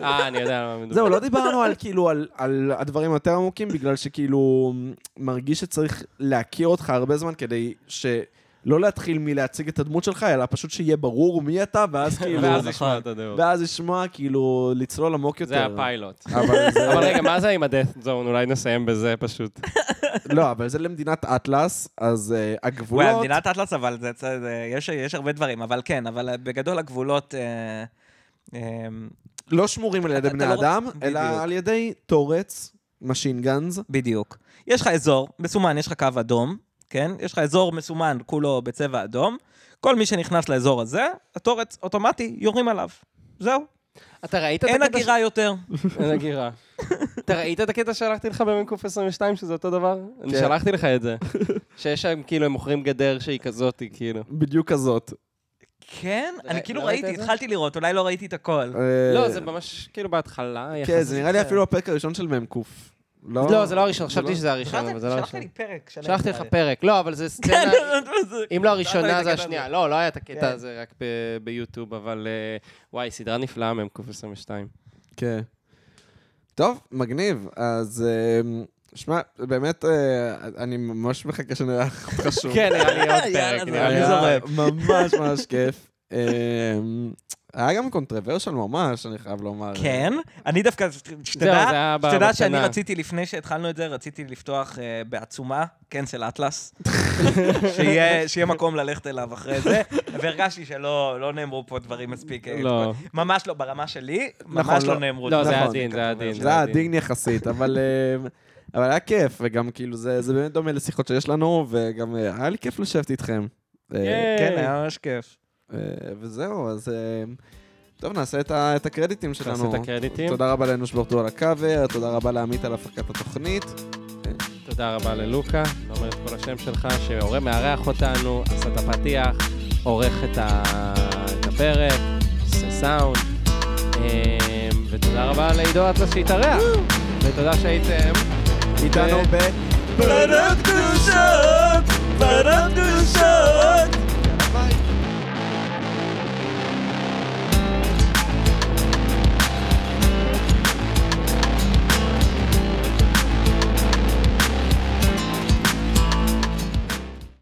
[SPEAKER 2] אה, אני יודע על מה מדובר.
[SPEAKER 1] זהו, לא דיברנו על כאילו, על, על הדברים היותר עמוקים, בגלל שכאילו, מרגיש שצריך להכיר אותך הרבה זמן כדי ש... לא להתחיל מלהציג את הדמות שלך, אלא פשוט שיהיה ברור מי אתה, ואז כאילו...
[SPEAKER 2] ואז נשמע את הדעות.
[SPEAKER 1] ואז לשמוע, כאילו, לצלול עמוק יותר.
[SPEAKER 2] זה הפיילוט.
[SPEAKER 1] אבל זה...
[SPEAKER 2] אבל רגע, מה זה עם ה-death zone? אולי נסיים בזה פשוט.
[SPEAKER 1] לא, אבל זה למדינת אטלס, אז אה, הגבולות...
[SPEAKER 3] וואי, מדינת אטלס, אבל זה- זה- זה- יש- יש הרבה דברים, אבל כן, אבל אה, בגדול הגבולות... אה, אה,
[SPEAKER 1] לא שמורים על ידי
[SPEAKER 3] אתה
[SPEAKER 1] בני
[SPEAKER 3] לא-
[SPEAKER 1] אדם, אלא
[SPEAKER 3] בדיוק.
[SPEAKER 1] על ידי תורץ, משין גאנז.
[SPEAKER 3] בדיוק. יש לך אזור, מסומן, יש לך קו אדום, כן? יש לך אזור מסומן, כולו בצבע אדום. כל מי שנכנס לאזור הזה, התורץ אוטומטי, יורים עליו. זהו.
[SPEAKER 2] אתה ראית את
[SPEAKER 3] אין
[SPEAKER 2] הקטע...
[SPEAKER 3] הגירה יותר.
[SPEAKER 2] ש- אין הגירה. אתה ראית את הקטע ששלחתי לך במ"ק 22, שזה אותו דבר? אני
[SPEAKER 1] כן.
[SPEAKER 2] שלחתי לך את זה. שיש שם, כאילו, הם מוכרים גדר שהיא כזאתי, כאילו.
[SPEAKER 1] בדיוק כזאת.
[SPEAKER 3] כן?
[SPEAKER 2] לא-
[SPEAKER 3] אני כאילו
[SPEAKER 2] לא ראית
[SPEAKER 3] ראיתי,
[SPEAKER 2] את זה?
[SPEAKER 3] התחלתי לראות, אולי לא ראיתי את הכל.
[SPEAKER 2] לא,
[SPEAKER 1] אה,
[SPEAKER 2] זה ממש, כאילו, בהתחלה.
[SPEAKER 1] כן,
[SPEAKER 2] יחסית. אה,
[SPEAKER 1] זה נראה לי אפילו הפרק הראשון של מ"ק.
[SPEAKER 2] לא, זה לא הראשון, חשבתי שזה הראשון, אבל זה לא
[SPEAKER 3] שלחת
[SPEAKER 2] הראשון.
[SPEAKER 3] לי פרק. שלם,
[SPEAKER 2] שלחתי לך
[SPEAKER 3] נראה לי.
[SPEAKER 2] פרק, לא,
[SPEAKER 1] כן,
[SPEAKER 2] אבל זה סצנה,
[SPEAKER 3] זה-
[SPEAKER 2] אם לא
[SPEAKER 3] לא
[SPEAKER 2] הראשונה
[SPEAKER 3] היית
[SPEAKER 2] זה
[SPEAKER 3] הקטע
[SPEAKER 2] השנייה.
[SPEAKER 3] הזה.
[SPEAKER 2] לא, לא היה את הקטע
[SPEAKER 3] כן.
[SPEAKER 2] הזה רק ב- ביוטיוב, אבל אה, וואי, סדרה נפלאה מ"ק 22.
[SPEAKER 1] כן. טוב, מגניב. אז אה, שמע, באמת, אה, אני ממש מחכה שנלך אותך שוב.
[SPEAKER 2] כן, נראה לי עוד
[SPEAKER 3] יאללה,
[SPEAKER 2] פרק,
[SPEAKER 3] זה
[SPEAKER 2] נראה לי
[SPEAKER 3] היה-
[SPEAKER 2] עוד
[SPEAKER 5] לא
[SPEAKER 2] פרק.
[SPEAKER 1] היה ממש ממש כיף. אה, היה גם קונטרוורשל ממש, אני חייב לומר.
[SPEAKER 3] כן, אני דווקא, שתדע,
[SPEAKER 2] זהו, זה היה
[SPEAKER 3] שתדע שאני
[SPEAKER 2] בקטנה.
[SPEAKER 3] רציתי, לפני שהתחלנו את זה, רציתי לפתוח אה, בעצומה, קנסל אטלס, שיהיה שיהיה מקום ללכת אליו אחרי זה, והרגשתי שלא לא נאמרו פה דברים מספיק. אה,
[SPEAKER 2] לא.
[SPEAKER 3] ממש לא, ברמה שלי,
[SPEAKER 1] נכון,
[SPEAKER 3] ממש לא
[SPEAKER 1] לא.
[SPEAKER 3] נאמרו.
[SPEAKER 2] לא, זה היה
[SPEAKER 1] נכון,
[SPEAKER 2] עדין, זה היה עדין.
[SPEAKER 1] זה היה עדין יחסית, אבל... אה, אבל היה כיף, וגם כאילו זה, זה באמת דומה לשיחות שיש לנו, וגם אה, היה לי כיף לשבת איתכם. אה,
[SPEAKER 3] כן, היה ממש כיף.
[SPEAKER 1] אה, וזהו, אז... אה, טוב, נעשה את, ה, את הקרדיטים שלנו.
[SPEAKER 2] נעשה את הקרדיטים.
[SPEAKER 1] תודה רבה לאנוש ברטו על הקאבר, תודה רבה לעמית על הפקת התוכנית.
[SPEAKER 2] תודה רבה ללוקה, לא אומר את כל השם שלך, שהורה מארח אותנו, עשה את הפתיח, עורך את ה- את הפרק, עושה סאונד, אה, ותודה רבה לעידו אטלס שהתארח, ותודה שהייתם
[SPEAKER 1] איתנו ב...
[SPEAKER 3] פרות קדושות, פרות קדושות.